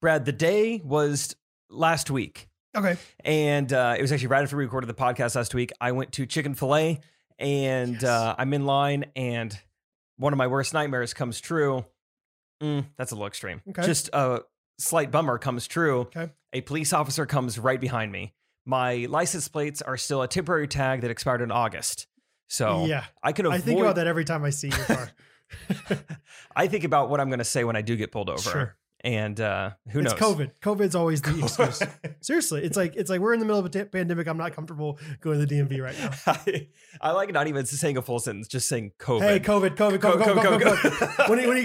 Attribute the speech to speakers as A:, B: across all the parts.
A: Brad, the day was last week,
B: Okay.
A: and uh, it was actually right after we recorded the podcast last week. I went to Chicken Filet, and
B: Yes.
A: uh, I'm in line, and one of my worst nightmares comes true. Mm, that's a little extreme.
B: Okay.
A: Just a slight bummer comes true.
B: Okay.
A: A police officer comes right behind me. My license plates are still a temporary tag that expired in August, so
B: yeah.
A: I can avoid.
B: I think about that every time I see your car.
A: I think about what I'm going to say when I do get pulled over.
B: sure.
A: And uh, who
B: it's
A: knows?
B: COVID. COVID's always the excuse. Seriously, it's like it's like we're in the middle of a t- pandemic. I'm not comfortable going to the DMV right now.
A: I, I like not even saying a full sentence, just saying COVID.
B: Hey, COVID, COVID,
A: Co-
B: COVID, COVID,
A: co-
B: COVID,
A: co-
B: COVID.
A: co-
B: When you, when you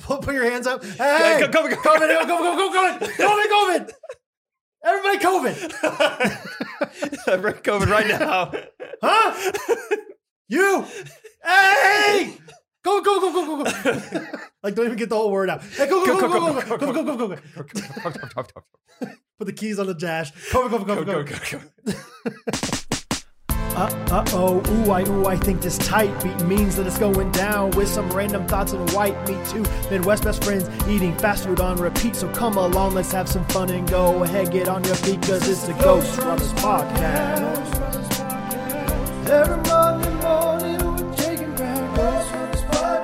B: put, put your hands up, hey,
A: Co- co-
B: COVID,
A: co-
B: COVID, COVID, COVID, COVID, COVID, COVID. Everybody, COVID,
A: I'm right COVID right now.
B: huh? You, hey, go, go, go, go, go, go. Like, don't even get the whole word out. Hey, go, go, go, go, go, go, go, go, go, go, go. Put the keys on the dash. COVID, COVID, COVID, COVID. Uh oh, ooh, I, ooh, I think this tight beat means that it's going down with some random thoughts and white meat too. Midwest best friends eating fast food on repeat, so come along, let's have some fun and go ahead, get on your feet, cause it's the Ghost Runners Podcast. Every Monday morning, we're taking back Ghost Runners Podcast.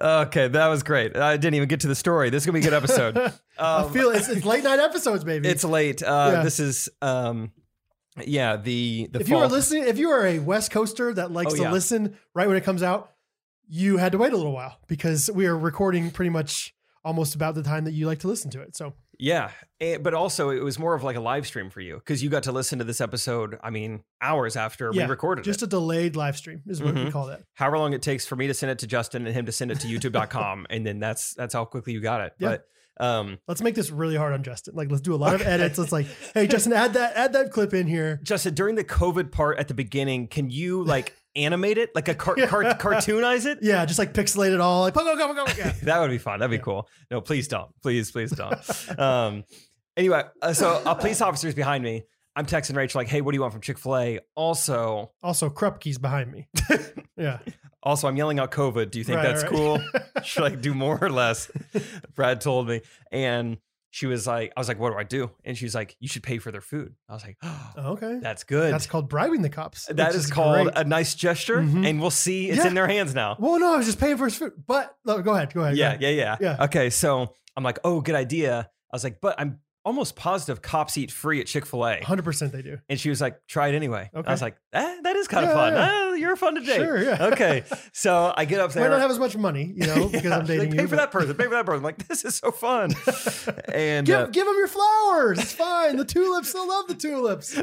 A: okay, that was great. I didn't even get to the story. This is gonna be a good episode.
B: I
A: Um,
B: feel it's, it's late night episodes, baby.
A: it's late. Uh,
B: Yeah.
A: This is, um, yeah, the the.
B: if you are
A: fault-
B: listening, if you are a West Coaster that likes
A: Oh,
B: to
A: yeah.
B: listen right when it comes out, you had to wait a little while because we are recording pretty much almost about the time that you like to listen to it. So
A: yeah, Eh, but also it was more of like a live stream for you because you got to listen to this episode. I mean, hours after
B: Yeah,
A: we recorded it.
B: just a delayed live stream is what we
A: Mhm.
B: call that.
A: however long it takes for me to send it to Justin and him to send it to youtube.com and then that's that's how quickly you got it.
B: Yeah.
A: But um
B: Let's make this really hard on Justin. Like let's do a lot of edits. Let's like, hey Justin, add that add that clip in here.
A: Justin during the covid part at the beginning can you like animate it like a car- car-
B: Yeah.
A: cartoonize it?
B: Yeah, just like pixelate it all. Like, go, go, go, go, go. Yeah.
A: That would be fun. That'd be
B: Yeah.
A: cool. No, please don't. Please please don't. um anyway, uh, so a police officer's behind me. I'm texting Rachel like, "Hey, what do you want from Chick-fil-A?" Also,
B: Also, Krupke's behind me. Yeah,
A: also I'm yelling out COVID. Do you think
B: Right,
A: that's
B: right.
A: cool? should I do more or less? Brad told me. And she was like, I was like, what do I do? And she's like, you should pay for their food. I was like, oh,
B: okay.
A: that's good.
B: That's called bribing the cops.
A: That
B: which
A: is called
B: great.
A: a nice gesture.
B: Mhm.
A: And we'll see it's
B: Yeah.
A: in their hands now.
B: well, no, I was just paying for his food. But no, go ahead, go ahead. go
A: Yeah,
B: ahead.
A: yeah, yeah,
B: Yeah.
A: Okay. So I'm like, oh, good idea. I was like, but I'm almost positive cops eat free at Chick fil A.
B: hundred percent they do.
A: And she was like, try it anyway.
B: Okay.
A: I was like, eh, that is kind of
B: Yeah,
A: fun.
B: yeah.
A: Ah, you're a fun to date.
B: Sure, yeah.
A: Okay. So I get up there.
B: Might not have as much money, you know, because
A: Yeah,
B: I'm
A: she's like,
B: dating
A: pay
B: you.
A: for
B: but-
A: that person. Pay for that person. I'm like, this is so fun. and
B: Give,
A: uh,
B: give them your flowers. It's fine. The tulips still love the tulips.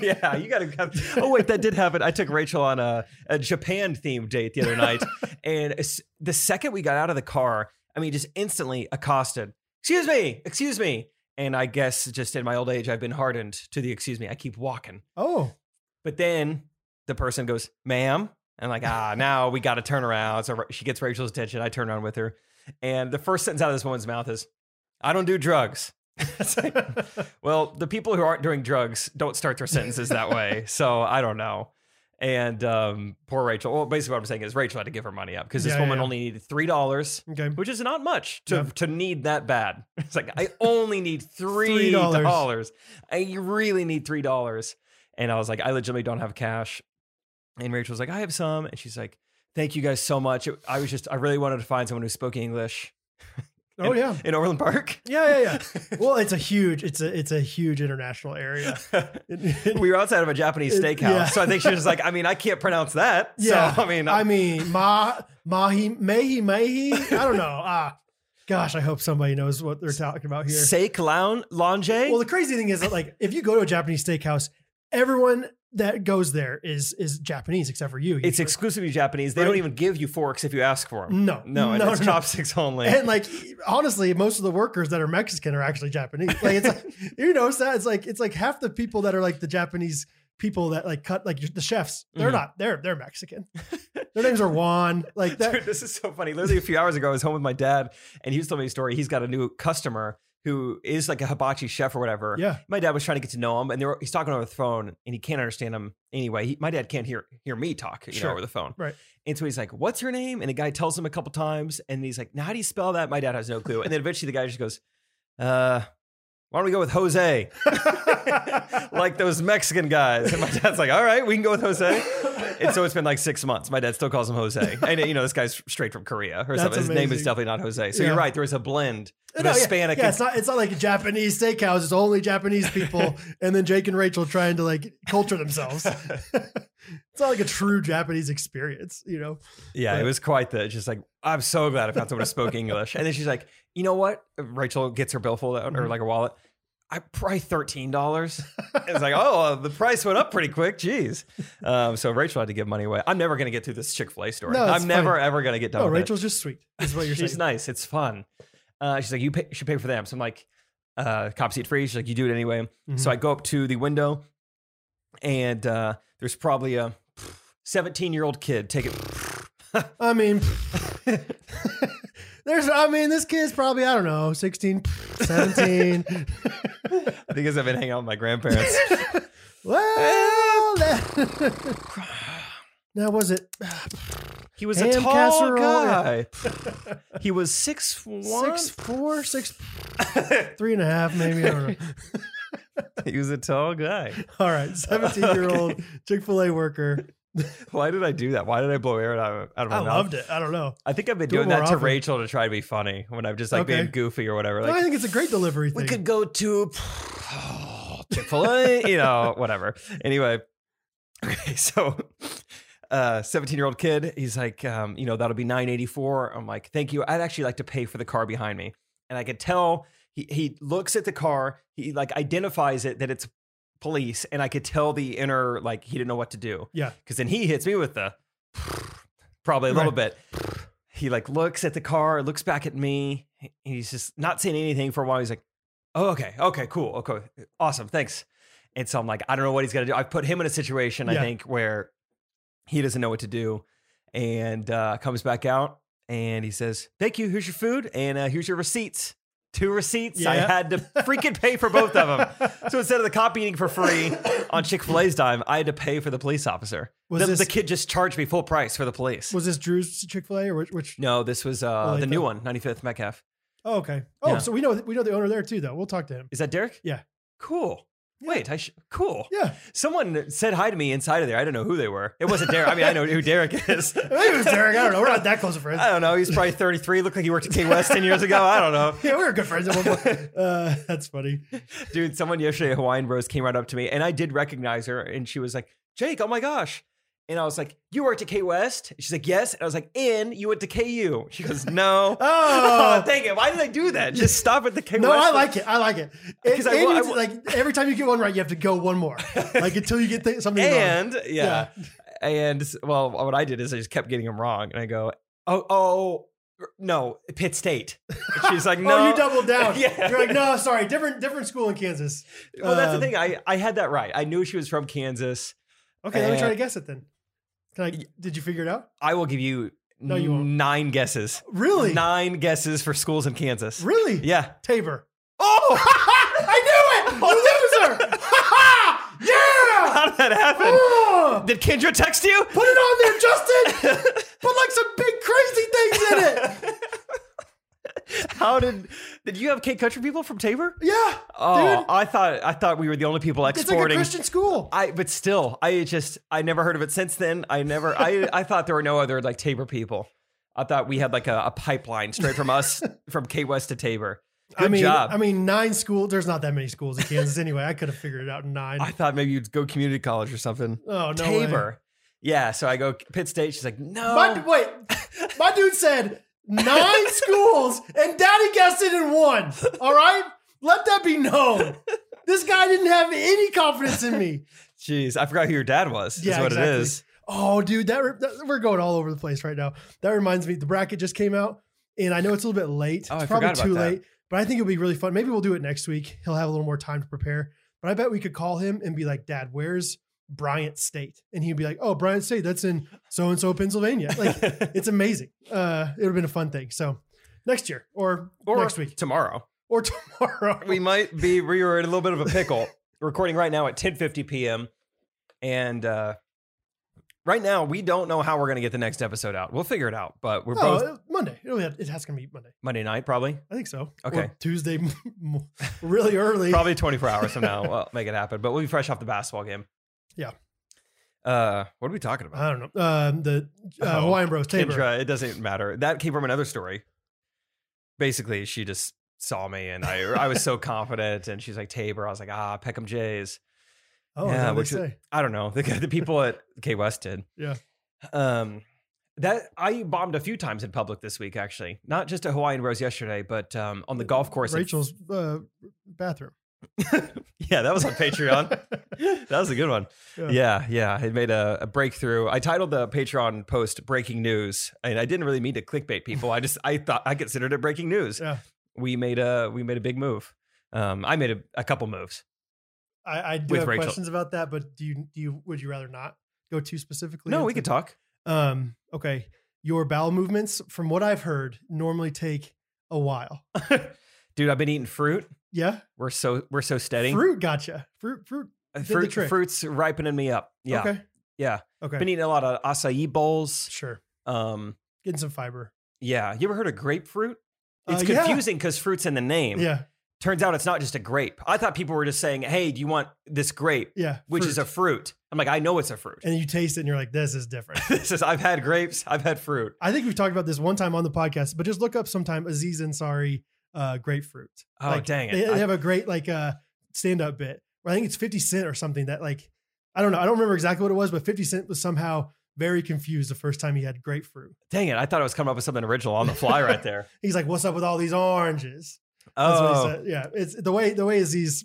A: yeah, you gotta. Have, oh wait, that did happen. I took Rachel on a, a Japan themed date the other night, and as- the second we got out of the car, I mean, just instantly accosted. Excuse me, excuse me. And I guess just in my old age, I've been hardened to the excuse me. I keep walking,
B: Oh,
A: but then the person goes, "Ma'am," and like, ah, now we got to turn around. So she gets Rachel's attention. I turn around with her, and the first sentence out of this woman's mouth is, "I don't do drugs." It's like, well, the people who aren't doing drugs don't start their sentences that way. So I don't know. And um, poor Rachel. Well, basically, what I'm saying is Rachel had to give her money up because this
B: Yeah,
A: woman
B: yeah.
A: only needed three dollars,
B: okay.
A: which is not much to
B: Yeah.
A: to need that bad. It's like I only need three
B: $3.
A: dollars. I really need three dollars. And I was like, I legitimately don't have cash. And Rachel's like, I have some. And she's like, Thank you guys so much. It- I was just, I really wanted to find someone who spoke English
B: Oh yeah.
A: in Overland Park.
B: Yeah, yeah, yeah. Well, it's a huge, it's a, it's a huge international area.
A: we were outside of a Japanese
B: It-
A: steakhouse.
B: yeah.
A: So I think she was like, I mean, I can't pronounce that.
B: Yeah,
A: So I mean, uh,
B: I mean, ma, mahi, mahi, mahi. I don't know. Ah, gosh, I hope somebody knows what they're talking about here.
A: Seik Lounge. Lounge.
B: Well, the crazy thing is that like if you go to a Japanese steakhouse, everyone that goes there is is Japanese except for you.
A: it's
B: usually.
A: exclusively Japanese. They
B: Right.
A: don't even give you forks if you ask for them.
B: no,
A: No, and it's chopsticks only.
B: And like honestly, most of the workers that are Mexican are actually Japanese. Like it's like you know, so it's like it's like half the people that are like the Japanese people that like cut like the chefs. They're
A: Mhm.
B: not. They're they're Mexican. Their names are Juan. Like that.
A: Dude, this is so funny. Literally a few hours ago, I was home with my dad, and he was telling me a story. He's got a new customer who is like a hibachi chef or whatever.
B: Yeah.
A: My dad was trying to get to know him, and they were, he's talking over the phone, and he can't understand him anyway. He, my dad can't hear hear me talk, you
B: Sure.
A: know, over the phone.
B: Right.
A: And so he's like, "What's her name?" And the guy tells him a couple times, and he's like, "Now how do you spell that?" My dad has no clue. And then eventually the guy just goes, "Uh, why don't we go with Jose?" like those Mexican guys. And my dad's like, "All right, we can go with Jose." And so it's been like six months. My dad still calls him Jose, and you know this guy's straight from Korea or
B: That's
A: something. His name is
B: amazing.
A: definitely not Jose. So
B: Yeah.
A: you're right. There was a blend of
B: No, yeah,
A: Hispanic
B: Yeah,
A: and
B: it's not. It's not like a Japanese steakhouse. It's only Japanese people, and then Jake and Rachel trying to like culture themselves. it's not like a true Japanese experience, you know.
A: Yeah,
B: But-
A: it was quite the just like I'm so glad I found someone who spoke English. And then she's like, you know what? Rachel gets her billfold out or
B: Mhm.
A: like a wallet. I probably thirteen dollars. It's like, oh, well, the price went up pretty quick. Jeez. Um, so Rachel had to give money away. I'm never gonna get through this Chick Fil A story.
B: No, it's
A: I'm never
B: fine.
A: ever gonna get done.
B: No,
A: with it.
B: Oh, Rachel's just sweet. Is what you're
A: she's
B: saying.
A: nice. It's fun. Uh, she's like, you pay, should pay for them. So I'm like, uh, cop seat free. She's like, you do it anyway.
B: Mm-hmm.
A: So I go up to the window, and uh, there's probably a 17 year old kid taking.
B: I mean, there's. I mean, this kid's probably I don't know, 16, 17.
A: I think 'cause I've been hanging out with my grandparents.
B: well, that, now was it?
A: He was a
B: Ham
A: tall
B: casserole,
A: guy. he was six one.
B: Six, four, six, three and a half, maybe. I don't know.
A: He was a tall guy.
B: All right, 17 year old Chick fil A worker.
A: Why did I do that? Why did I blow air out of, out of my
B: I
A: mouth?
B: loved it. I don't know.
A: I think I've been
B: Do it
A: doing that
B: more
A: to
B: often.
A: Rachel to try to be funny when I'm just like
B: Okay.
A: being goofy or whatever.
B: No, I
A: Like
B: think it's a great delivery thing.
A: we could go to Chick Fil A, you know, whatever. Anyway, okay, so. Uh, 17 year old kid, he's like, um, you know, that'll be 984. I'm like, thank you. I'd actually like to pay for the car behind me. and I could tell he he looks at the car, he like identifies it that it's police, and I could tell the inner like he didn't know what to do.
B: Yeah.
A: because then he hits me with the probably a little bit. He like looks at the car, looks back at me. and He's just not saying anything for a while. He's like, "Oh, okay, okay, cool, okay, awesome, thanks." And so I'm like, I don't know what he's gonna do. I put him in a situation I
B: Yeah.
A: think where he doesn't know what to do, and uh, comes back out and he says, "Thank you. Here's your food, and uh, here's your receipts. Two receipts. I
B: Yeah.
A: had to freaking pay for both of them. so instead of the cop eating for free on Chick Fil A's dime, I had to pay for the police officer.
B: Was
A: the,
B: this-
A: the kid just charged me full price for the police.
B: Was this Drew's Chick fil A or which? which
A: no, this was uh,
B: Well, I
A: the new
B: thought-
A: one, 95th Metcalf.
B: oh, okay. Oh,
A: Yeah.
B: so we know we know the owner there too, though. We'll talk to him.
A: Is that Derek?
B: Yeah.
A: Cool. Wait, I sh- cool.
B: Yeah.
A: Someone said hi to me inside of there. I don't know who they were. It wasn't Derek. I mean, I know who Derek is.
B: Maybe it was Derek. I don't know. We're not that close of friends.
A: I don't know. He's probably 33. Looked like he worked at Key West 10 years ago. I don't know.
B: yeah, we were good friends at one point. Uh, that's funny.
A: Dude, someone yesterday, Hawaiian Rose, came right up to me and I did recognize her and she was like, Jake, oh my gosh. And I was like, You worked at K West? She's like, Yes. And I was like, And you went to KU. She goes, No.
B: Oh.
A: dang it. Why did I do that? Just stop at the K
B: No,
A: West.
B: I like it. I like it. It,
A: 'Cause I wa-
B: it
A: I
B: is-
A: wa-
B: like every time you get one right, you have to go one more, like until you get th- something wrong.
A: And yeah. And well, what I did is I just kept getting them wrong. And I go, Oh, oh, no, Pitt State. And she's like, No.
B: Oh, you doubled down.
A: Yeah.
B: You're like, no, sorry, different different school in Kansas.
A: Well, that's the
B: Um,
A: thing. I, I had that right. I knew she was from Kansas.
B: Okay, let me try
A: Uh,
B: to guess it then. Can I, did you figure it out?
A: I will give you,
B: No, you won't.
A: nine guesses.
B: Really?
A: Nine guesses for schools in Kansas.
B: really?
A: Yeah.
B: Tabor.
A: Oh,
B: I knew it! You loser! yeah!
A: how did that happen?
B: Oh!
A: Did Kendra text you?
B: Put it on there, Justin! Put like some big crazy things in it!
A: How did did you have K country people from Tabor?
B: Yeah!
A: Oh,
B: dude,
A: I thought I thought we were the only people
B: it's like a
A: exporting.
B: Christian school.
A: I but still, I just I never heard of it since then. I never I I thought there were no other like Tabor people. I thought we had like a, a pipeline straight from us from K West to Tabor. Good
B: I mean,
A: job.
B: I mean, nine schools. There's not that many schools in Kansas anyway. I could have figured it out in nine.
A: I thought maybe you'd go community college or something.
B: oh no,
A: Tabor.
B: Way.
A: Yeah, so I go Pitt State. She's like, no.
B: My, wait, my dude said nine schools, and Daddy guessed it in one. All right, let that be known. This guy didn't have any confidence in me.
A: Jeez, I forgot who your dad was.
B: Yeah,
A: is what
B: exactly.
A: it is.
B: Oh, dude, that, re- that we're going all over the place right now. That reminds me, the bracket just came out, and I know it's a little bit late.
A: Oh,
B: it's
A: I
B: probably
A: forgot about
B: too
A: that.
B: late, but I think it'll be really fun. Maybe we'll do it next week. He'll have a little more time to prepare. But I bet we could call him and be like, "Dad, where's Bryant State?" And he'd be like, "Oh, Bryant State, that's in so and so, Pennsylvania." Like, it's amazing. Uh, it would have been a fun thing. So next year or,
A: Or
B: next week
A: tomorrow.
B: or tomorrow.
A: we might be we are in a little bit of a pickle. We're recording right now at 10:50 p.m. and uh right now we don't know how we're going to get the next episode out. We'll figure it out, but we're
B: no,
A: both
B: uh, Monday. It'll be- It has to be Monday.
A: Monday night probably.
B: I think so.
A: Okay.
B: Or Tuesday, m- really early.
A: Probably 24 hours from now we'll make it happen, but we'll be fresh off the basketball game.
B: Yeah.
A: Uh what are we talking about?
B: I don't know. Um, the uh,
A: Oh,
B: Hawaiian Bros. Tabor.
A: Kendra, it doesn't matter. That came from another story. Basically, she just saw me and I I was so confident and she's like Tabor. I was like, "Ah, Peckham Jays."
B: Oh,
A: Yeah,
B: yeah,
A: which is-
B: say.
A: I don't know. The, the people at K West did.
B: Yeah.
A: Um, that I bombed a few times in public this week, actually. Not just at Hawaiian Rose yesterday, but um, on the golf course. in-
B: Rachel's uh, bathroom.
A: yeah, that was on Patreon. that was a good one.
B: Yeah.
A: Yeah, yeah. It made a, a breakthrough. I titled the Patreon post "Breaking News," and I didn't really mean to clickbait people. I just I thought I considered it breaking news.
B: Yeah.
A: We made a we made a big move. Um, I made a, a couple moves.
B: I, I do
A: With
B: have
A: Rachel.
B: questions about that, but do you do you would you rather not go too specifically?
A: No,
B: into-
A: we could talk.
B: Um, okay, your bowel movements, from what I've heard, normally take a while.
A: Dude, I've been eating fruit.
B: Yeah,
A: We're so we're so steady.
B: fruit gotcha. Fruit, fruit.
A: Uh,
B: did the
A: fruit,
B: trick.
A: fruit's ripening me up. Yeah,
B: Okay,
A: yeah.
B: okay,
A: Been eating a lot of acai bowls.
B: sure.
A: Um,
B: Getting some fiber.
A: yeah. You ever heard of grapefruit? It's
B: Uh, yeah.
A: confusing because fruit's in the name.
B: Yeah,
A: Turns out it's not just a grape. I thought people were just saying, "Hey, do you want this grape?"
B: yeah.
A: Which is a
B: fruit.
A: fruit. I'm like, I know it's a fruit.
B: and you taste it and you're like, this is different.
A: this is. I've had grapes. I've had fruit.
B: I think we've talked about this one time on the podcast, but just look up sometime Aziz Ansari uh, grapefruit.
A: Oh
B: Like,
A: dang it!
B: They, they
A: I-
B: have a great like uh, stand up bit. I think it's Fifty Cent or something that like I don't know. I don't remember exactly what it was, but Fifty Cent was somehow very confused the first time he had grapefruit.
A: dang it! I thought I was coming up with something original on the fly right there.
B: He's like, "What's up with all these oranges?" That's
A: Oh,
B: what he said. Yeah, it's the way the way Aziz.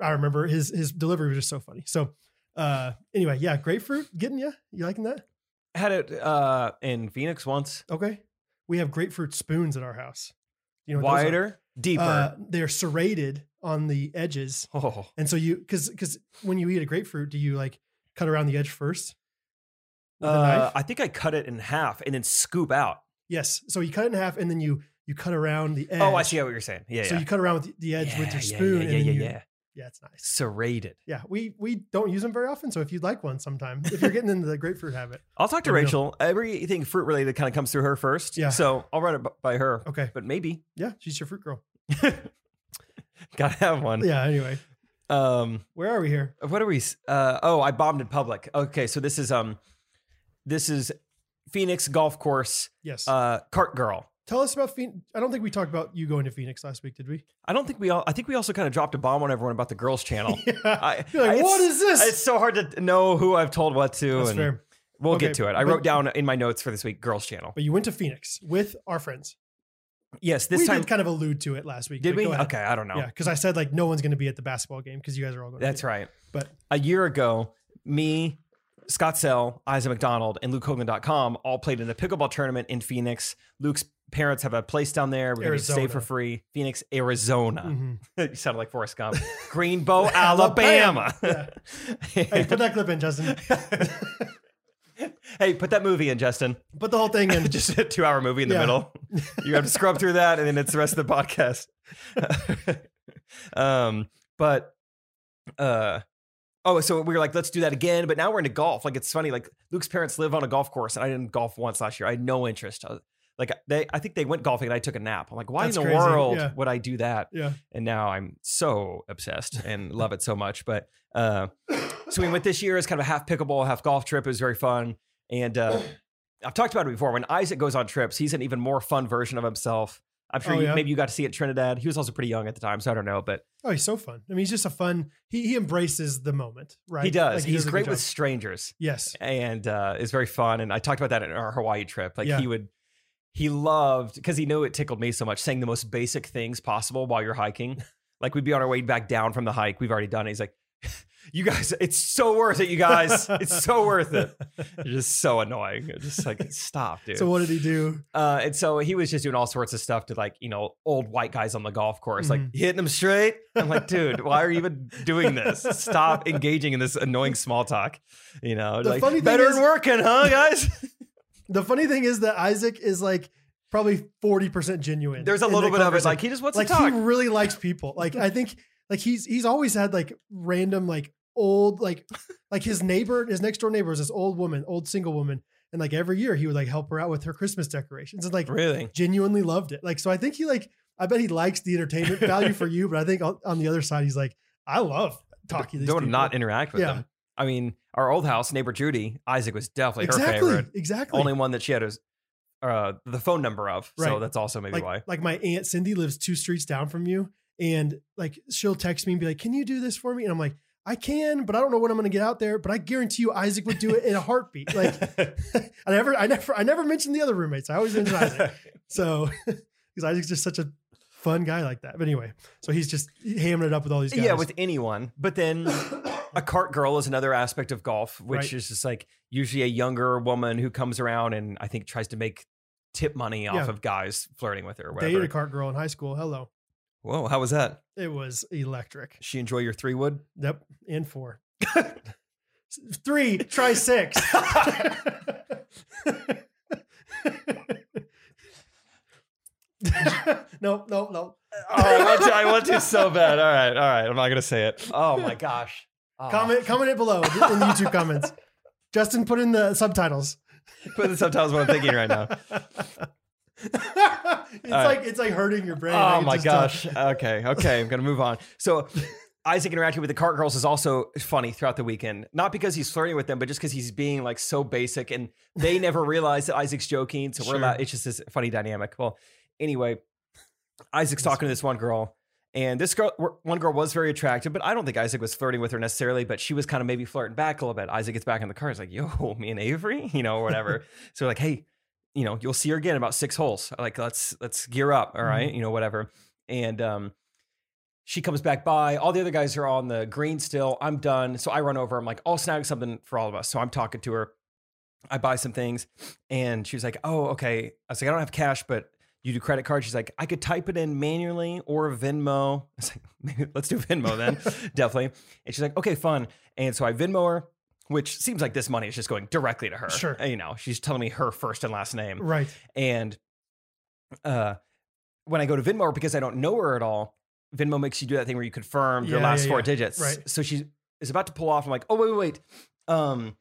B: I remember his his delivery was just so funny. So uh anyway, yeah, grapefruit getting you. You liking that?
A: had it uh, in Phoenix once.
B: Okay, we have grapefruit spoons at our house. You what those are?
A: Wider, deeper.
B: Uh, they're serrated on the edges.
A: oh,
B: And so you, because because when you eat a grapefruit, do you like cut around the edge first with a
A: Uh,
B: knife?
A: I think I cut it in half and then scoop out.
B: Yes. So you cut it in half, and then you you cut around the edge.
A: Oh, I see what you're saying. Yeah,
B: So
A: yeah.
B: you cut around with the edge with
A: Yeah,
B: your spoon.
A: Yeah,
B: and
A: yeah,
B: then
A: yeah,
B: you,
A: yeah.
B: Yeah, it's nice.
A: Serrated.
B: Yeah, we we don't use them very often. So if you'd like one sometime, if you're getting into the grapefruit habit,
A: I'll talk to
B: Good deal.
A: Rachel. Everything fruit related kind of comes through her first.
B: Yeah.
A: So I'll run it b- by her.
B: okay,
A: But maybe
B: yeah, she's your fruit girl.
A: gotta have one.
B: Yeah. Anyway,
A: Um,
B: where are we here?
A: what are we? s- Uh, oh, I bombed in public. Okay, so this is um, this is Phoenix Golf Course.
B: Yes.
A: Uh, cart girl.
B: Tell us about Phoenix. I don't think we talked about you going to Phoenix last week, did we?
A: I don't think we all. I think we also kind of dropped a bomb on everyone about the girls channel.
B: Yeah.
A: I,
B: You're
A: I-
B: like,
A: it's-
B: what is this?
A: It's so hard to know who I've told what to.
B: That's
A: and
B: fair.
A: We'll
B: Okay,
A: get to it. I
B: but-
A: wrote down in my notes for this week, girls channel.
B: But you went to Phoenix with our friends.
A: Yes, this
B: we
A: time
B: did kind of allude to it last week.
A: Did
B: but
A: we?
B: go ahead.
A: Okay, I don't know.
B: Yeah, because I said like no one's going to be at the basketball game because you guys are all going.
A: That's
B: to
A: right.
B: But-
A: a year ago, me, Scott Sell, Isaac McDonald, and LukeHogan.com all played in a pickleball tournament in Phoenix. Luke's parents have a place down there. We're going to stay
B: Arizona.
A: for free. Phoenix, Arizona.
B: Mhm.
A: you sounded like Forrest Gump. Greenbow, Alabama.
B: Yeah. Hey, put that clip in, Justin.
A: hey, put that movie in, Justin.
B: Put the whole thing in.
A: Just a two hour movie in the
B: Yeah.
A: middle. You have to scrub through that, and then it's the rest of the podcast. um, but uh, oh, so we were like, let's do that again. But now we're into golf. Like it's funny. Like Luke's parents live on a golf course, and I didn't golf once last year. I had no interest. I- like they, I think they went golfing, and I took a nap. I'm like, why
B: That's
A: in the
B: crazy.
A: world
B: Yeah.
A: would I do that?
B: Yeah.
A: And now I'm so obsessed and love it so much. But uh, so we went this year as kind of a half pickleball, half golf trip. It was very fun. And uh, I've talked about it before. When Isaac goes on trips, he's an even more fun version of himself. I'm sure
B: Oh,
A: you,
B: yeah?
A: maybe you got to see it at Trinidad. He was also pretty young at the time, so I don't know, but
B: Oh, he's so fun. I mean, he's just a fun. He he embraces the moment, right?
A: he does.
B: Like, he
A: he's
B: a good
A: great
B: job.
A: with strangers
B: Yes.
A: and uh, is very fun. And I talked about that in our Hawaii trip. Like
B: Yeah.
A: he would, he loved because he knew it tickled me so much saying the most basic things possible while you're hiking. like we'd be on our way back down from the hike. We've already done it. He's like, you guys, it's so worth it, you guys. It's so worth it. It's just so annoying. It's just like, stop, dude.
B: So what did he do?
A: Uh, and so he was just doing all sorts of stuff to like, you know, old white guys on the golf course, like
B: Mm-hmm.
A: hitting them straight. I'm like, dude, why are you even doing this? Stop engaging in this annoying small talk. You know,
B: The
A: like
B: funny thing
A: better
B: is-
A: than working, huh, guys?
B: The funny thing is that Isaac is like probably forty percent genuine.
A: There's a
B: in
A: little
B: the
A: bit of it.
B: conversation.
A: Like he just wants
B: like
A: to talk.
B: he really likes people. Like I think like he's he's always had like random like old like like his neighbor his next door neighbor is this old woman, old single woman, and like every year he would like help her out with her Christmas decorations and like
A: really?
B: genuinely loved it. Like so I think he like I bet he likes the entertainment value for you, but I think on, on the other side he's like I love talking to these
A: Don't
B: people.
A: not interact with
B: Yeah.
A: them. I mean, our old house neighbor Judy Isaac was definitely her
B: exactly
A: favorite.
B: exactly
A: Only one that she had is uh, the phone number of. So
B: Right.
A: that's also maybe
B: like,
A: why.
B: like my aunt Cindy lives two streets down from you, and like she'll text me and be like, "Can you do this for me?" And I'm like, "I can, but I don't know when I'm going to get out there. But I guarantee you, Isaac would do it in a heartbeat." Like, I never, I never, I never mentioned the other roommates. I always mentioned Isaac. So, because Isaac's just such a fun guy like that. But anyway, so he's just hamming it up with all these guys.
A: yeah, with anyone. But then a cart girl is another aspect of golf, which
B: Right.
A: is just like usually a younger woman who comes around and I think tries to make tip money off
B: Yeah.
A: of guys flirting with her or
B: dated
A: whatever.
B: a cart girl in high school. Hello,
A: Whoa, how was that?
B: it was electric.
A: She enjoy your three wood?
B: Yep, and four, three, try six. no, no, no.
A: Oh, I want to, I want to so bad. All right, all right. I'm not gonna say it. Oh my gosh. Oh.
B: Comment, comment it below in the YouTube comments. Justin, put in the subtitles.
A: But that's sometimes what I'm thinking right now.
B: it's
A: right.
B: like it's like hurting your brain. I
A: Oh
B: can
A: my
B: just uh, tell.
A: gosh. Okay. Okay. I'm gonna move on. So Isaac interacting with the cart girls is also funny throughout the weekend. Not because he's flirting with them, but just because he's being like so basic and they never realize that Isaac's joking. So
B: Sure.
A: we're allowed, it's just this funny dynamic. Well, anyway, Isaac's talking to this one girl. And this girl, one girl was very attractive, but I don't think Isaac was flirting with her necessarily, but she was kind of maybe flirting back a little bit. Isaac gets back in the car. He's like, yo, me and Avery, you know, or whatever. so we're like, hey, you know, you'll see her again in about six holes. Like, let's, let's gear up. All right? You know, whatever. And, um, she comes back by. All the other guys are on the green still. I'm done. So I run over. I'm like, I'll snag something for all of us. So I'm talking to her. I buy some things. And she was like, Oh, okay. I was like, I don't have cash, but you do credit card. She's like, I could type it in manually or Venmo. I was like, Maybe let's do Venmo then. Definitely. And she's like, Okay, fun. And so I Venmo her, which seems like this money is just going directly to her.
B: Sure.
A: You know, she's telling me her first and last name.
B: Right.
A: And uh, when I go to Venmo, because I don't know her at all, Venmo makes you do that thing where you confirm your
B: Yeah,
A: last
B: yeah,
A: four
B: yeah.
A: digits.
B: Right.
A: So she is about to pull off. I'm like, oh, wait, wait, wait. Um,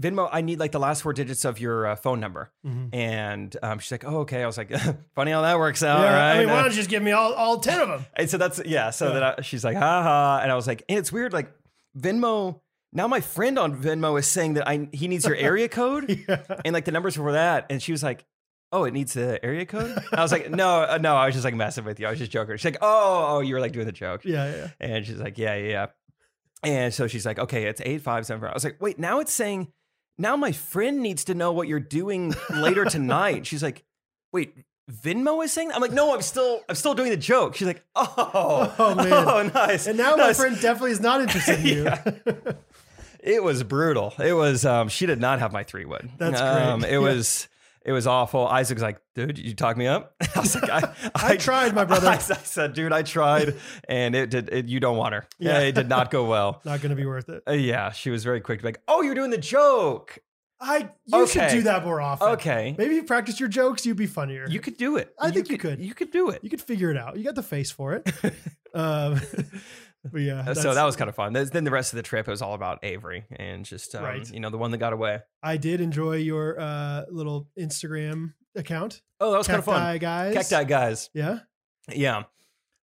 A: Venmo, I need like the last four digits of your uh, phone number.
B: Mhm.
A: And um, she's like, oh, okay. I was like, funny how that works out.
B: Yeah,
A: right?
B: I mean,
A: Uh,
B: why don't you just give me all, all ten of them?
A: and so that's yeah. So
B: Yeah.
A: then I, she's like, ha ha, and I was like, and it's weird, like Venmo. Now my friend on Venmo is saying that I he needs your area code
B: Yeah.
A: and like the numbers for that, and she was like, oh, it needs the area code. I was like, no, uh, no, I was just like messing with you. I was just joking. She's like, oh, oh, you were like doing the joke,
B: Yeah, yeah.
A: and she's like, yeah, yeah. yeah. And so she's like, okay, it's eight five seven four. I was like, wait, now it's saying, now my friend needs to know what you're doing later tonight. She's like, wait. Venmo is saying that? I'm like, no, I'm still, I'm still doing the joke. She's like, oh,
B: Oh, man.
A: oh, nice.
B: And now my
A: Nice.
B: friend definitely is not interested in you.
A: it was brutal. It was, um, she did not have my three wood.
B: That's
A: Um,
B: great.
A: it
B: Yeah.
A: was, it was awful. Isaac's like, dude, you talk me up. I was like, I,
B: I tried, my brother.
A: I, said, dude, I tried, and it did. It, you don't want her.
B: Yeah.
A: Yeah, it did not go well.
B: Not going to be worth it.
A: Uh, yeah, she was very quick to be like, oh, you're doing the joke.
B: I you should
A: Okay.
B: do that more often.
A: Okay,
B: Maybe you practice your jokes, you'd be funnier.
A: you could do it.
B: I think you could.
A: You could do it.
B: you could figure it out. You got the face for it. um, but yeah, that's-
A: Uh, so that was kind of fun. Then the rest of the trip was all about Avery and just um,
B: Right.
A: you know the one that got away.
B: I did enjoy your uh, little Instagram account.
A: Oh, that was kind of
B: Cacti
A: fun.
B: guys.
A: Cacti guys.
B: Yeah.
A: Yeah.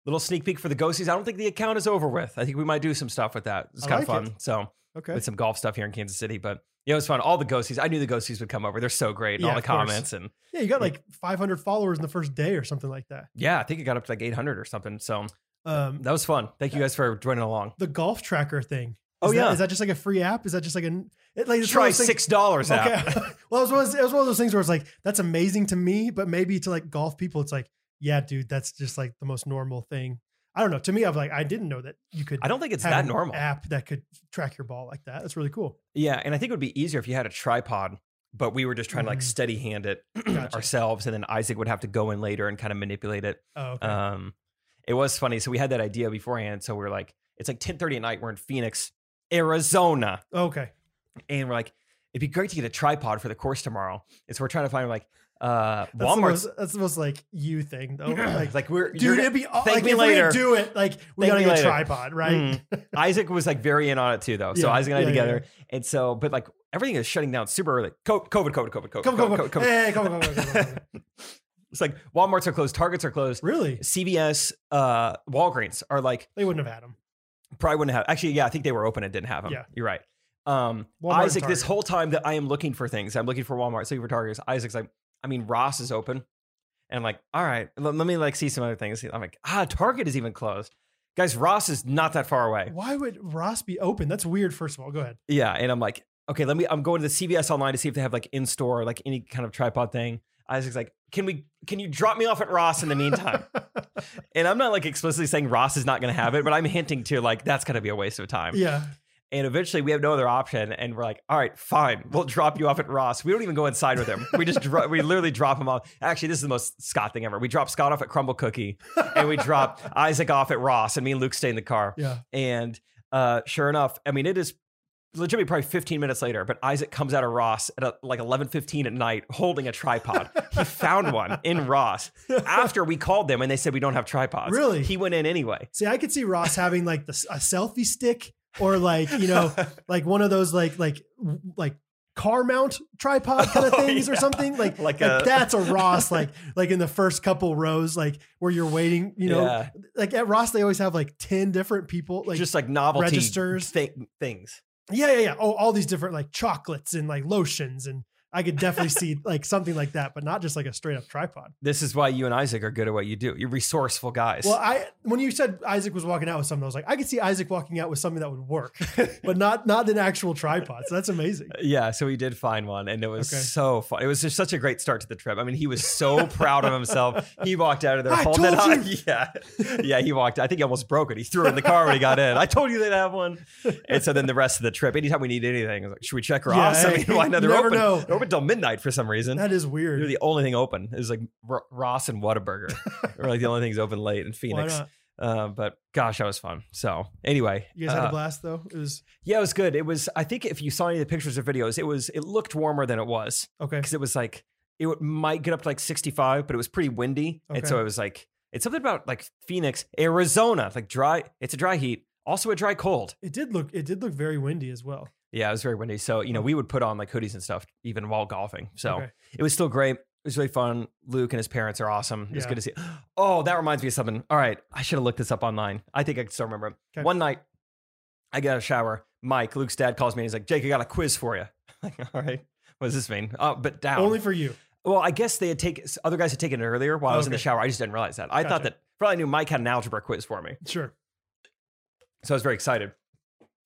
A: Little sneak peek for the ghosties. I don't think the account is over with. I think we might do some stuff with that. It's
B: I
A: kind of
B: like
A: fun. So
B: Okay.
A: with some golf stuff here in Kansas City, but yeah, it was fun. All the ghosties. I knew the ghosties would come over. They're so great. And
B: Yeah,
A: all the
B: of course.
A: comments and
B: yeah, you got like 500 followers in the first day or something like that.
A: yeah, I think it got up to like 800 or something. So
B: Um,
A: that was fun. Thank you guys for joining along.
B: the golf tracker thing. Is
A: Oh,
B: that-
A: yeah.
B: Is that just like a free app? Is that just like an it, like it's one
A: Try
B: of those things-
A: six dollars out.
B: Okay. well, it was, one of those- it was one of those things where it's like that's amazing to me, but maybe to like golf people, it's like, yeah, dude, that's just like the most normal thing. I don't know. To me, I'm like, I didn't know that you could.
A: I don't think it's
B: have
A: that
B: an
A: normal.
B: app that could track your ball like that. That's really cool.
A: Yeah, and I think it would be easier if you had a tripod, but we were just trying to
B: Mhm.
A: like steady hand it
B: Gotcha.
A: ourselves, and then Isaac would have to go in later and kind of manipulate it.
B: Oh, okay.
A: Um, it was funny. So we had that idea beforehand. So we are like, it's like ten thirty at night. We're in Phoenix, Arizona,
B: okay.
A: and we're like, It'd be great to get a tripod for the course tomorrow. It's we're trying to find like uh,
B: That's The
A: Walmart's
B: most, that's the most like you thing though. Like,
A: like we're
B: dude,
A: you're-
B: it'd be aw-
A: thank
B: like
A: me
B: if we
A: later.
B: do it. Like we
A: Thank
B: gotta
A: me
B: get a
A: later.
B: tripod, right?
A: Mm. Isaac was like very in on it too, though. So
B: Yeah,
A: Isaac and I
B: yeah,
A: together, and so but like everything is shutting down super early. Co- COVID, COVID, COVID, COVID,
B: Come, come, come,
A: COVID, COVID.
B: Hey, come, come, come, come, come, come.
A: It's like WalMarts are closed, Targets are closed,
B: Really?
A: CVS, uh, Walgreens are like
B: They wouldn't have had him.
A: probably wouldn't have. Actually, yeah, I think they were open and didn't have them.
B: Yeah.
A: you're right. Um,
B: Walmart and
A: Isaac, this
B: Target.
A: whole time that I am looking for things, I'm looking for Walmart, looking for Targets. Isaac's like, I mean, Ross is open, and I'm like, all right, let, let me like see some other things. I'm like, ah, Target is even closed. Guys, Ross is not that far away.
B: Why would Ross be open? That's weird. First of all, go ahead.
A: Yeah, and I'm like, okay, let me. I'm going to the CVS online to see if they have like in store, like any kind of tripod thing. Isaac's like, can we? Can you drop me off at Ross in the meantime? and I'm not like explicitly saying Ross is not going to have it, but I'm hinting to like that's going to be a waste of time.
B: Yeah.
A: And eventually, we have no other option, and we're like, all right, fine, we'll drop you off at Ross. We don't even go inside with him. We just dro- we literally drop him off. Actually, this is the most Scott thing ever. We drop Scott off at Crumble Cookie, and we drop Isaac off at Ross, and me and Luke stay in the car.
B: Yeah.
A: And uh, sure enough, I mean, it is legitimately probably 15 minutes later, but Isaac comes out of Ross at uh like 11.15 at night holding a tripod. he found one in Ross after we called them and they said we don't have tripods.
B: Really?
A: He went in anyway.
B: See, I could see Ross having like the, a selfie stick or like, you know, like one of those like, like, like car mount tripod kind of
A: Oh,
B: things or
A: yeah.
B: something like, like,
A: Like a-
B: that's a Ross, like, like in the first couple rows, like where you're waiting, you know,
A: Yeah.
B: like at Ross, they always have like 10 different people. Like,
A: just like novelty
B: registers.
A: thi- things.
B: yeah, yeah, yeah. Oh, all these different like chocolates and like lotions. And I could definitely see like something like that, but not just like a straight up tripod.
A: This is why you and Isaac are good at what you do. You're resourceful guys.
B: Well, I when you said Isaac was walking out with something, I was like, I could see Isaac walking out with something that would work, but not not an actual tripod. So that's amazing.
A: yeah, so he did find one and it was
B: Okay.
A: so fun. It was just such a great start to the trip. I mean, he was so proud of himself. He walked out of there
B: I
A: holding it
B: told
A: high. Yeah. Yeah, he walked. I think he almost broke it. He threw it in the car when he got in. I told you they'd have one. And so then the rest of the trip, anytime we need anything, I was like, should we check
B: Yeah,
A: Ross? I
B: hey,
A: mean, why not? They're
B: never
A: open.
B: know.
A: They're open till midnight for some reason.
B: That is
A: They're
B: weird.
A: the only thing open. It was like R- Ross and Whataburger. or like the only things open late in
B: Why
A: Phoenix.
B: not?
A: Uh, but gosh, that was fun. So anyway,
B: You guys had
A: uh,
B: a blast though. It was
A: yeah, it was good. It was. I think if you saw any of the pictures or videos, it was. It looked warmer than it was
B: okay.
A: because it was like it w- might get up to like 65, but it was pretty windy, and so
B: Okay.
A: it was like it's something about like Phoenix, Arizona, like dry. It's a dry heat, also a dry cold.
B: It did look it did look very windy as well.
A: Yeah, it was very windy. So you know, we would put on like hoodies and stuff even while golfing. So
B: Okay.
A: it was still great. It was really fun. Luke and his parents are awesome. It was
B: Yeah.
A: good to see. Oh, that reminds me of something. All right. I should have looked this up online. I think I can still remember. it.
B: 'Kay.
A: One night, I get out of the shower. Mike, Luke's dad, calls me and he's like, Jake, I got a quiz for you. like, all right. What does this mean? Oh, but down.
B: Only for you.
A: well, I guess they had taken, other guys had taken it earlier while I was in the
B: Okay.
A: shower. I just didn't realize that. I
B: Gotcha.
A: thought that, probably knew Mike had an algebra quiz for me.
B: Sure.
A: So I was very excited.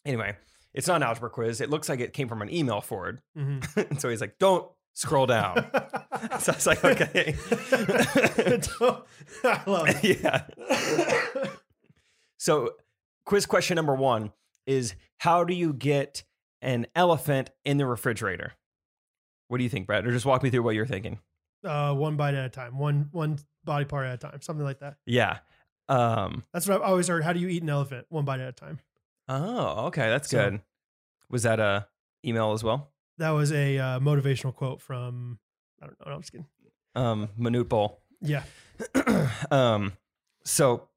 A: Anyway, it's not an algebra quiz. It looks like it came from an email forward.
B: Mhm.
A: and so he's like, don't scroll down. Oh. so I was like, okay.
B: Don't- I love it.
A: yeah. So, quiz question number one is How do you get an elephant in the refrigerator? What do you think, Brad? Or just walk me through what you're thinking.
B: Uh, one bite at a time, one one body part at a time, something like that.
A: Yeah. Um,
B: That's what I've always heard. How do you eat an elephant? One bite at a time.
A: oh, okay. That's
B: So-
A: good. Was that a email as well?
B: That was a uh, motivational quote from I don't know. I'm just kidding.
A: Um, Manute Bowl.
B: Yeah,
A: um, so,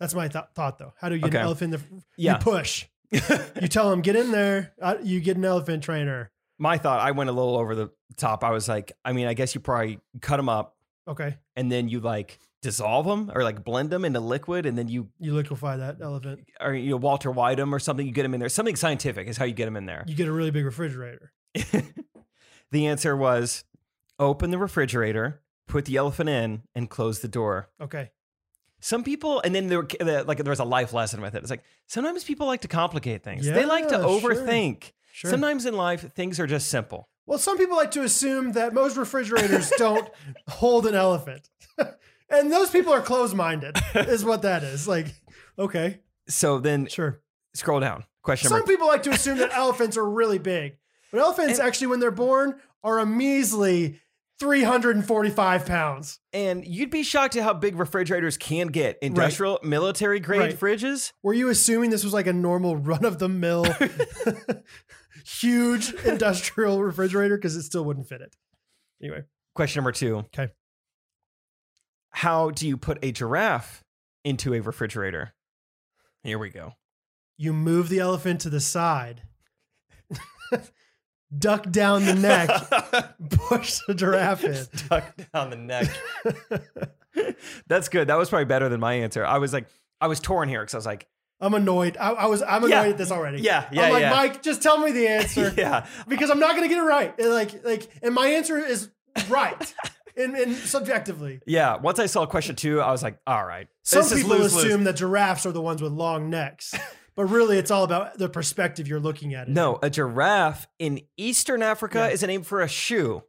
B: That's my th- thought, though. How do you get an
A: Okay.
B: elephant? In the, You
A: yeah.
B: push. You tell them get in there. Uh, you get an elephant trainer.
A: My thought, I went a little over the top. I was like, I mean, I guess you probably cut them up
B: Okay,
A: and then you like dissolve them or like blend them into liquid and then you
B: you liquefy that elephant.
A: or you know, Walter White 'em or something. You get them in there. Something scientific is how you get them in there.
B: You get a really big refrigerator.
A: the answer was open the refrigerator, put the elephant in, and close the door.
B: Okay,
A: Some people, and then there, were, the- like there was a life lesson with it. It's like sometimes people like to complicate things. they like to
B: Yeah, sure.
A: overthink.
B: sure.
A: Sometimes in life, things are just simple.
B: well, some people like to assume that most refrigerators don't hold an elephant, and those people are closed-minded, is what that is. Like, okay,
A: So then
B: sure.
A: scroll down. Question
B: Some
A: number.
B: people like to assume that elephants are really big, but elephants
A: And-
B: actually, when they're born, are a measly 345 pounds.
A: And you'd be shocked at how big refrigerators can get. Industrial, military grade
B: Right.
A: fridges.
B: Were you assuming this was like a normal run of the mill huge industrial refrigerator because it still wouldn't fit it. Anyway,
A: Question number two.
B: Okay.
A: How do you put a giraffe into a refrigerator? Here we go.
B: you move the elephant to the side, duck down the neck, push the giraffe in.
A: Tuck down the neck. That's good. That was probably better than my answer. I was like, I was torn here because I was like,
B: I'm annoyed. I, I was. I'm annoyed
A: Yeah.
B: at this already.
A: Yeah, yeah,
B: I'm like
A: yeah.
B: Mike. Just tell me the answer
A: yeah,
B: because I'm not gonna get it right. And like, like, and my answer is right. And, and subjectively,
A: yeah. Once I saw question two, I was like, all right.
B: some
A: this is
B: people
A: lose-lose.
B: assume that giraffes are the ones with long necks, but really, it's all about the perspective you're looking at. It.
A: No, a giraffe in Eastern Africa
B: Yeah.
A: is a name for a shoe.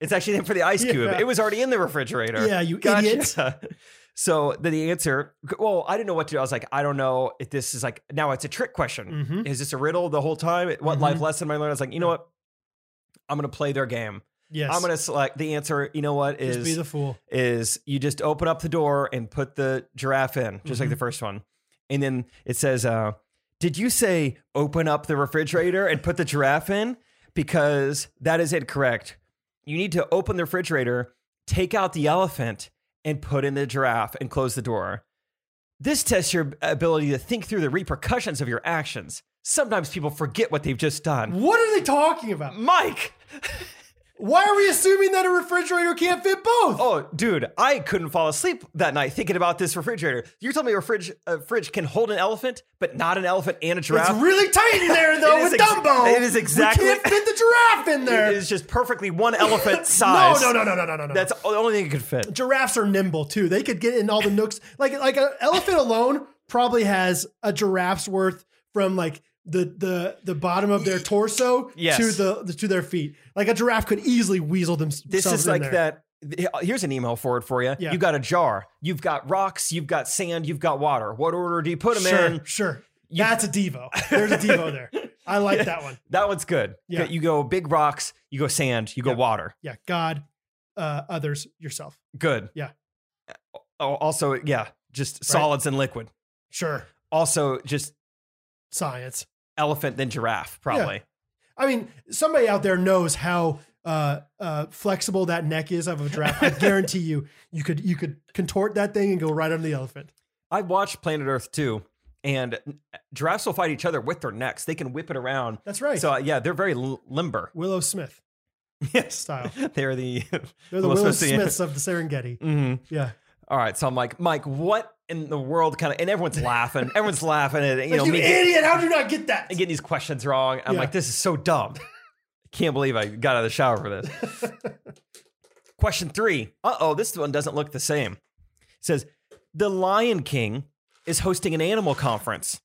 A: it's actually named for the ice cube.
B: Yeah.
A: It was already in the refrigerator.
B: Yeah, you
A: Gotcha.
B: idiot.
A: So the, the answer, well, I didn't know what to do. I was like, I don't know if this is like, now it's a trick question.
B: hmm
A: Is this a riddle the whole time? What
B: Mhm.
A: life lesson am I learning? I was like, you know what? I'm going to play their game.
B: Yes.
A: I'm going to select the answer. You know what
B: just be
A: is,
B: the fool.
A: is you just open up the door and put the giraffe in, just like
B: Mhm.
A: the first one. And then it says, uh, did you say open up the refrigerator and put the giraffe in? Because that is incorrect. You need to open the refrigerator, take out the elephant, and put in the giraffe and close the door. This tests your ability to think through the repercussions of your actions. Sometimes people forget what they've just done.
B: What are they talking about?
A: Mike!
B: Why are we assuming that a refrigerator can't fit both?
A: Oh, dude, I couldn't fall asleep that night thinking about this refrigerator. You're telling me a fridge, a fridge can hold an elephant, but not an elephant and a
B: it's
A: giraffe?
B: really tight in there though
A: It is
B: with
A: ex-
B: Dumbo.
A: it is exactly-
B: We can't fit the giraffe in there.
A: it is just perfectly one elephant size.
B: No, no, no, no, no, no, no.
A: That's the only thing it could fit.
B: giraffes are nimble too. They could get in all the nooks. Like like an elephant alone probably has a giraffe's worth from like the the the bottom of their torso
A: Yes.
B: to the, the to their feet. Like a giraffe could easily weasel them- themselves.
A: This is
B: in
A: like
B: there.
A: that. Here's an email forward for you.
B: Yeah.
A: You got a jar. You've got rocks. You've got sand. You've got water. What order do you put them
B: Sure,
A: in?
B: sure. That's a devo. There's a devo there. I like that one.
A: That one's good.
B: Yeah.
A: You go big rocks. You go sand. You go
B: Yep.
A: water.
B: Yeah, God, uh, others, yourself.
A: Good.
B: Yeah.
A: Oh, also, yeah, just solids and liquid.
B: Sure,
A: Also, just
B: science.
A: elephant than giraffe, probably.
B: I mean, somebody out there knows how uh, uh, flexible that neck is of a giraffe. I guarantee you, you could you could contort that thing and go right under the elephant.
A: I watched Planet Earth 2, and giraffes will fight each other with their necks. They can whip it around.
B: That's right,
A: So, uh, yeah, they're very l- limber.
B: Willow Smith
A: Yes.
B: style.
A: They're the.
B: They're the
A: Willow
B: Willow
A: Smith.
B: Smiths of the Serengeti.
A: Mhm.
B: Yeah,
A: All right. So I'm like, Mike, what in the world kind of. And everyone's laughing. Everyone's laughing at, you know, me get-
B: How did you not get that?
A: getting these questions wrong. I'm
B: Yeah.
A: like, this is so dumb. Can't believe I got out of the shower for this. Question three. Uh oh, this one doesn't look the same. It says The Lion King is hosting an animal conference.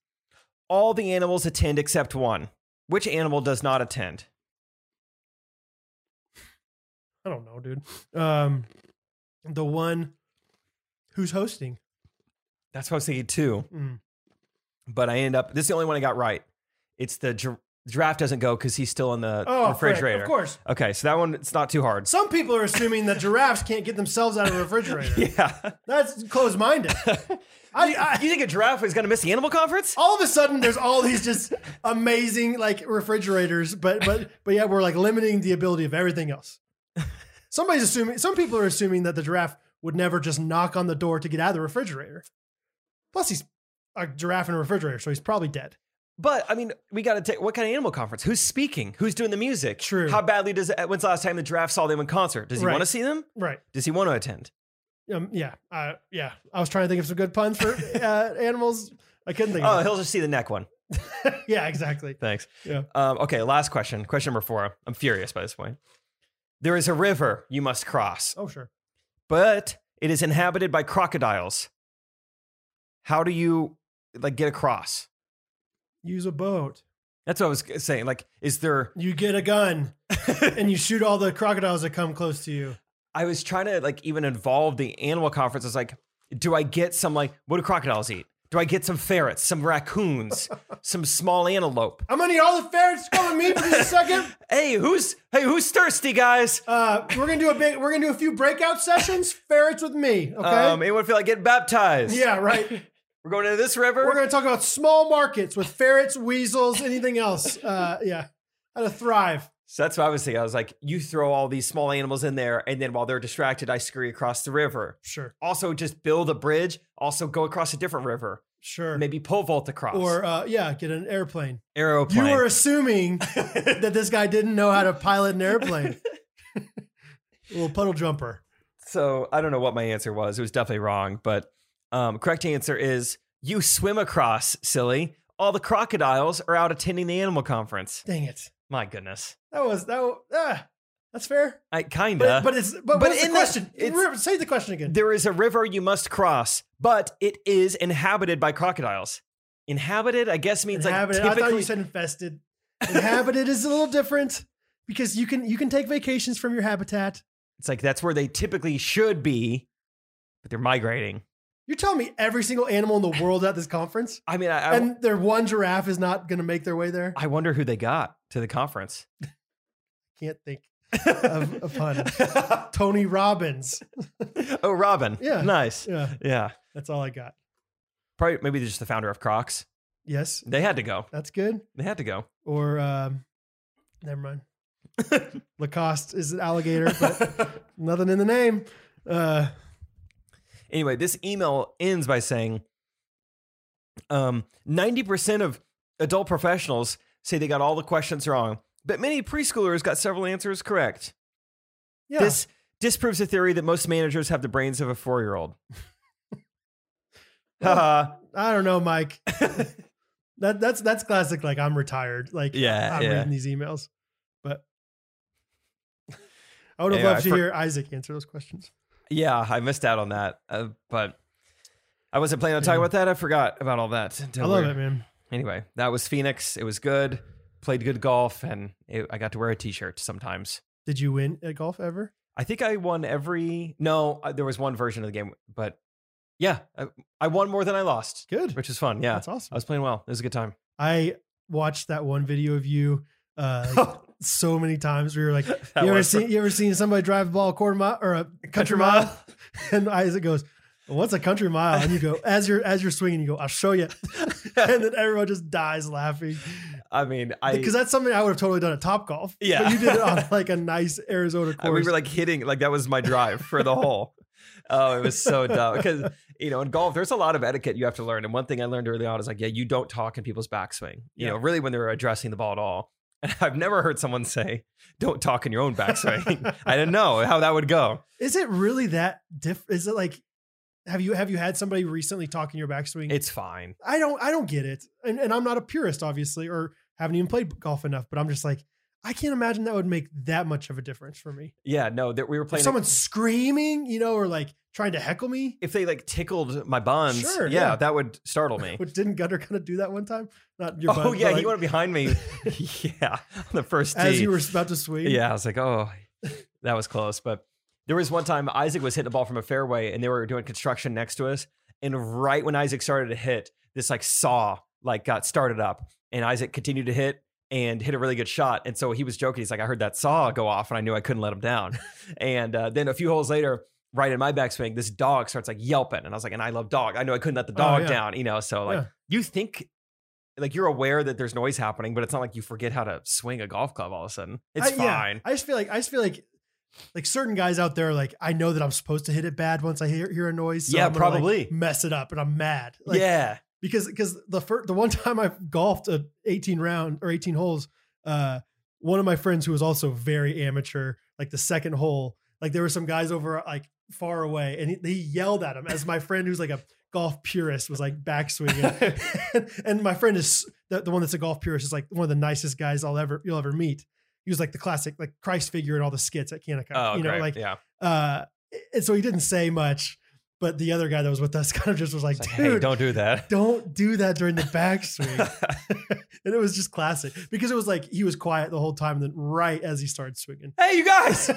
A: All the animals attend except one. Which animal does not attend?
B: I don't know, dude. Um, the one who's hosting.
A: That's what I was thinking too,
B: Mm.
A: but I ended up. This is the only one I got right. It's the gir- giraffe doesn't go because he's still in the
B: Oh, frick,
A: refrigerator.
B: Of course.
A: Okay, so that one it's not too hard.
B: Some people are assuming that giraffes can't get themselves out of a refrigerator.
A: Yeah,
B: That's closed minded. I, I,
A: you Oh. think a giraffe is going to miss the animal conference?
B: all of a sudden there's all these just amazing like refrigerators, but but but yeah, we're like limiting the ability of everything else. Somebody's assuming some people are assuming that the giraffe would never just knock on the door to get out of the refrigerator. Plus he's a giraffe in a refrigerator, so he's probably dead.
A: But I mean, we got to take what kind of animal conference? Who's speaking? Who's doing the music?
B: True.
A: How badly does it? When's the last time the giraffe saw them in concert? Does he
B: Right.
A: want to see them?
B: Right.
A: Does he want to attend?
B: Um, yeah. Uh, yeah. I was trying to think of some good puns for uh, animals. I couldn't think
A: Oh,
B: of
A: he'll just see the neck one.
B: it. Yeah, exactly.
A: Thanks.
B: Yeah.
A: Um, okay, last question. Question number four. I'm furious by this point. There is a river you must cross,
B: Oh, sure.
A: but it is inhabited by crocodiles. How do you like get across?
B: Use a boat.
A: That's what I was saying. Like, is there?
B: You get a gun and you shoot all the crocodiles that come close to you.
A: I was trying to like even involve the animal conference. I was like, do I get some like what do crocodiles eat? Do I get some ferrets, some raccoons, some small antelope?
B: I'm gonna eat all the ferrets. Come with me for just a second.
A: Hey, who's hey, who's thirsty, guys?
B: Uh, we're gonna do a big. We're gonna do a few breakout sessions. Ferrets with me. Okay.
A: Um, anyone feel like getting baptized?
B: yeah. Right.
A: We're going into this river.
B: We're gonna talk about small markets with ferrets, weasels, anything else. Uh, yeah. How to thrive.
A: So that's what I was thinking. I was like, you throw all these small animals in there, and then while they're distracted, I scurry across the river.
B: Sure,
A: Also, just build a bridge. Also, go across a different river.
B: sure.
A: Maybe pole vault across
B: Or uh, yeah, get an airplane.
A: aeroplane.
B: You were assuming that this guy didn't know how to pilot an airplane. Little puddle jumper.
A: so I don't know what my answer was. It was definitely wrong, but um, correct answer is you swim across, silly. All the crocodiles are out attending the animal conference.
B: Dang it.
A: My goodness.
B: That was that. wa- Ah, that's fair.
A: I
B: But,
A: kinda.
B: but it's but,
A: But
B: what's the
A: in that-
B: question?
A: it's-
B: Re- Say the question again.
A: there is a river you must cross, but it is inhabited by crocodiles. Inhabited, I guess, means
B: Inhabited.
A: like
B: I thought you
A: typically.
B: said infested. Inhabited is a little different because you can you can take vacations from your habitat.
A: it's like that's where they typically should be, but they're migrating.
B: You're telling me every single animal in the world at this conference,
A: I mean, I, I,
B: and their one giraffe is not going to make their way there. I
A: I wonder who they got to the conference.
B: can't think of a pun. Tony Robbins.
A: oh, Robin.
B: Yeah.
A: Nice.
B: Yeah,
A: Yeah.
B: that's all I got.
A: Probably maybe they're just the founder of Crocs.
B: Yes,
A: They had to go.
B: that's good.
A: They had to go.
B: Or um, never mind. Lacoste is an alligator, but nothing in the name. Uh,
A: Anyway, this email ends by saying um, 90% of adult professionals say they got all the questions wrong, but many preschoolers got several answers correct.
B: yeah,
A: This disproves the theory that most managers have the brains of a four year old. Haha.
B: I don't know, Mike. that that's that's classic. Like I'm retired. Like
A: Yeah,
B: I'm
A: yeah.
B: reading these emails, but I would have
A: Yeah,
B: loved
A: I
B: to
A: for-
B: hear Isaac answer those questions.
A: Yeah, I missed out on that, uh, but I wasn't planning on talking about that. I forgot about all that. until
B: I love
A: we're-
B: it, man.
A: Anyway, that was Phoenix. It was good. Played good golf, and it, I got to wear a t shirt sometimes.
B: Did you win at golf ever?
A: I think I won every. No, uh, there was one version of the game, but yeah, I, I won more than I lost,
B: Good.
A: which was fun. Yeah,
B: That's awesome.
A: I was playing well. It was a good time.
B: I watched that one video of you uh, like, so many times. We were like,
A: That
B: you ever
A: was
B: seen you ever seen somebody drive the ball a quarter mile or a country, mile? And Isaac goes, well, "What's a country mile?" And you go, as you're as you're swinging, you go, "I'll show you," and then everyone just dies laughing
A: I mean, I
B: because that's something I would have totally done at Top Golf.
A: Yeah.
B: but you did it on like a nice Arizona
A: I- we
B: course.
A: were like hitting like that was my drive for the hole. Oh, it was so dumb because you know in golf there's a lot of etiquette you have to learn. And one thing I learned early on is like, yeah, you don't talk in people's backswing. You
B: Yeah.
A: know, really when they're addressing the ball at all. And I've never heard someone say, "Don't talk in your own backswing." I didn't know how that would go.
B: is it really that diff? Is it like? Have you have you had somebody recently talking your backswing?
A: It's fine.
B: I don't I don't get it. And and I'm not a purist, obviously, or haven't even played golf enough, but I'm just like, I can't imagine that would make that much of a difference for me.
A: Yeah, no, that we were
B: If
A: playing.
B: someone's screaming, you know, or like trying to heckle me,
A: if they like tickled my buns,
B: Sure,
A: yeah,
B: yeah.
A: that would startle me.
B: which didn't Gunner kind of do that one time? Not your
A: Eh. oh
B: bun,
A: yeah,
B: but,
A: he
B: like,
A: went behind me. yeah, on the first
B: as
A: tee.
B: you were about to swing.
A: Yeah, I was like, oh, that was close. But there was one time Isaac was hitting the ball from a fairway, and they were doing construction next to us. And right when Isaac started to hit, this like saw like got started up, and Isaac continued to hit and hit a really good shot. And so he was joking. He's like, I heard that saw go off, and I knew I couldn't let him down. and uh, then a few holes later. Right in my backswing, this dog starts like yelping, and I was like, "And I love dog. I knew I couldn't let the
B: Oh,
A: dog
B: yeah.
A: down, you know." So like,
B: Yeah.
A: you think, like you're aware that there's noise happening, but it's not like you forget how to swing a golf club all of a sudden. It's
B: I-
A: fine.
B: yeah, I just feel like I just feel like like certain guys out there, are like I know that I'm supposed to hit it bad once I hear, hear a noise. So
A: Yeah,
B: I'm gonna, like,
A: probably.
B: mess it up, and I'm mad. Like,
A: yeah.
B: because because the first the one time I golfed a 18 round or 18 holes, uh, one of my friends who was also very amateur, like the second hole, like there were some guys over like far away, and he, they yelled at him as my friend who's like a golf purist was like backswinging, and, and my friend is the, the one that's a golf purist is like one of the nicest guys I'll ever you'll ever meet. He was like the classic like Christ figure in all the skits at Kanaka,
A: Oh,
B: you know,
A: great.
B: like
A: yeah.
B: uh, and so he didn't say much. But the other guy that was with us kind of just was like,
A: It's like,
B: dude,
A: hey, don't do that.
B: don't do that during the backswing. and it was just classic because it was like he was quiet the whole time. And then right as he started swinging,
A: hey, you guys.
B: It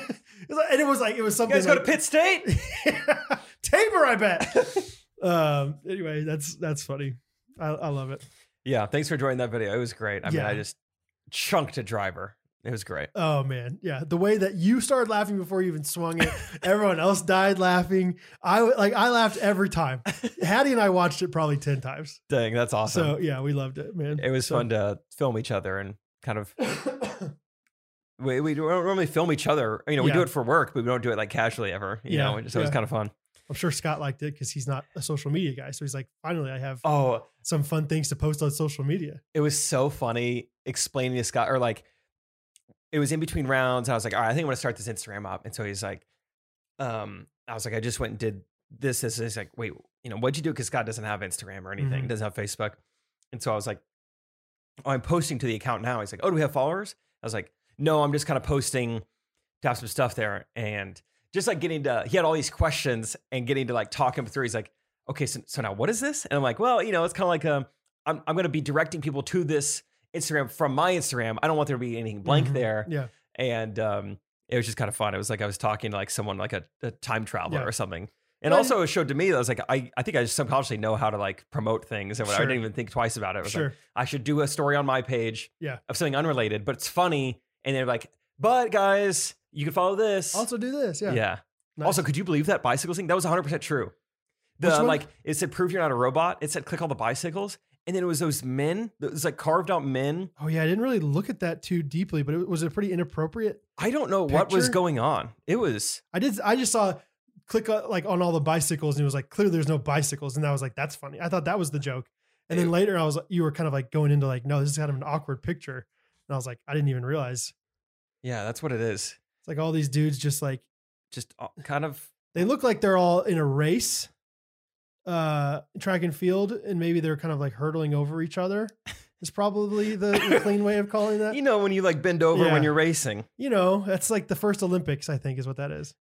B: was like- and it was like it was
A: You
B: something.
A: guys go to Pitt State?
B: like, Tabor, I bet. um. Anyway, that's that's funny. I, I love it.
A: Yeah. Thanks for joining that video. It was great. I mean,
B: Yeah.
A: I just chunked a driver. It was great.
B: Oh man, yeah. The way that you started laughing before you even swung it, everyone else died laughing. I w- like I laughed every time. Hattie and I watched it probably ten times.
A: Dang, that's awesome.
B: So yeah, we loved it, man.
A: it was
B: so-
A: fun to film each other and kind of we, we don't normally film each other. You know, we
B: Yeah.
A: do it for work, but we don't do it like casually ever. You
B: Yeah,
A: know, and so it's
B: yeah.
A: kind of fun.
B: I'm sure Scott liked it because he's not a social media guy. So he's like, finally, I have
A: Oh,
B: some fun things to post on social media.
A: it was so funny explaining to Scott or like it was in between rounds. I was like, all right, I think I'm gonna start this Instagram up. And so he's like, um, I was like, I just went and did this, this, this. He's like, wait, you know, what'd you do? Because Scott doesn't have Instagram or anything,
B: Mhm.
A: doesn't have Facebook. And so I was like, Oh, I'm posting to the account now. He's like, Oh, do we have followers? I was like, No, I'm just kind of posting to have some stuff there. And just like getting to he had all these questions and getting to like talk him through. He's like, Okay, so, so now what is this? And I'm like, Well, you know, it's kind of like um I'm I'm gonna be directing people to this Instagram from my Instagram. I don't want there to be anything blank
B: Mhm.
A: there
B: Yeah.
A: and um, it was just kind of fun. It was like I was talking to like someone like a, a time traveler
B: Yeah.
A: or something. And
B: Well,
A: also it showed to me that I was like, I, I think I just subconsciously know how to like promote things and whatever.
B: Sure.
A: I didn't even think twice about it. It was
B: Sure.
A: like, I should do a story on my page
B: Yeah.
A: of something unrelated, but it's funny. And they're like, but guys, you can follow this.
B: also do this. Yeah.
A: yeah.
B: Nice.
A: Also, could you believe that bicycles thing? That was 100% true. The
B: Which one?
A: like it said prove you're not a robot. It said click on the bicycles. And then it was those men, those like carved out men.
B: oh, yeah. I didn't really look at that too deeply, but it was it pretty inappropriate.
A: I don't know what was
B: Picture?
A: going on. It was
B: I did. I just saw click uh, like on all the bicycles, and it was like clearly there's no bicycles, and I was like, that's funny. I thought that was the joke, and then
A: Ew.
B: later I was you were kind of like going into like, no, this is kind of an awkward picture, and I was like, I didn't even realize
A: yeah, that's what it is.
B: it's like all these dudes just like
A: just uh, kind of
B: they look like they're all in a race, uh, track and field, and maybe they're kind of like hurtling over each other. Is probably the, the clean way of calling that.
A: you know when you like bend over
B: Yeah.
A: when you're racing.
B: You know, that's like the first Olympics, I think, is what that is.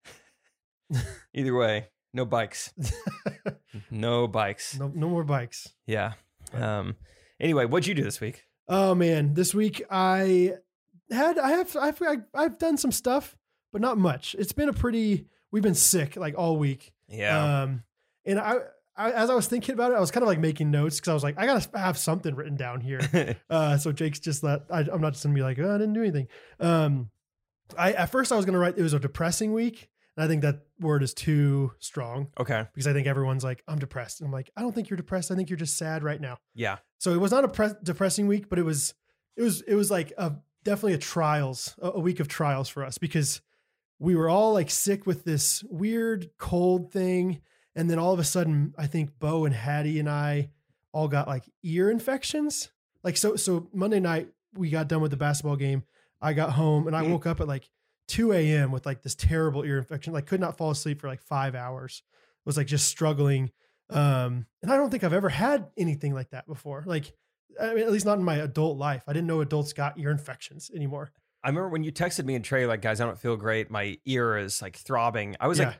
A: Either way, no bikes. no bikes.
B: No, no more bikes.
A: Yeah. Um anyway, what'd you do this week?
B: Oh man, this week I had I have I've I've- I've done some stuff, but not much. It's been a pretty we've been sick like all week.
A: Yeah.
B: Um and I, I as I was thinking about it, I was kind of like making notes cuz I was like I got to have something written down here. Uh so Jake's just let I I'm not just going to be like, "Oh, I didn't do anything." Um I at first I was going to write it was a depressing week, and I think that word is too strong
A: okay.
B: because I think everyone's like, "I'm depressed." And I'm like, "I don't think you're depressed. I think you're just sad right now."
A: Yeah.
B: so it was not a pre- depressing week, but it was it was it was like a definitely a trials a, a week of trials for us because we were all like sick with this weird cold thing, and then all of a sudden, I think Bo and Hattie and I all got like ear infections. Like so so Monday night we got done with the basketball game. I got home and I
A: Mm.
B: woke up at like 2 a.m. with like this terrible ear infection. Like could not fall asleep for like five hours. Was like just struggling. Um, and I don't think I've ever had anything like that before. Like, I mean, at least not in my adult life. I didn't know adults got ear infections anymore.
A: I remember when you texted me and Trey like guys, I don't feel great. My ear is like throbbing. I was
B: yeah.
A: like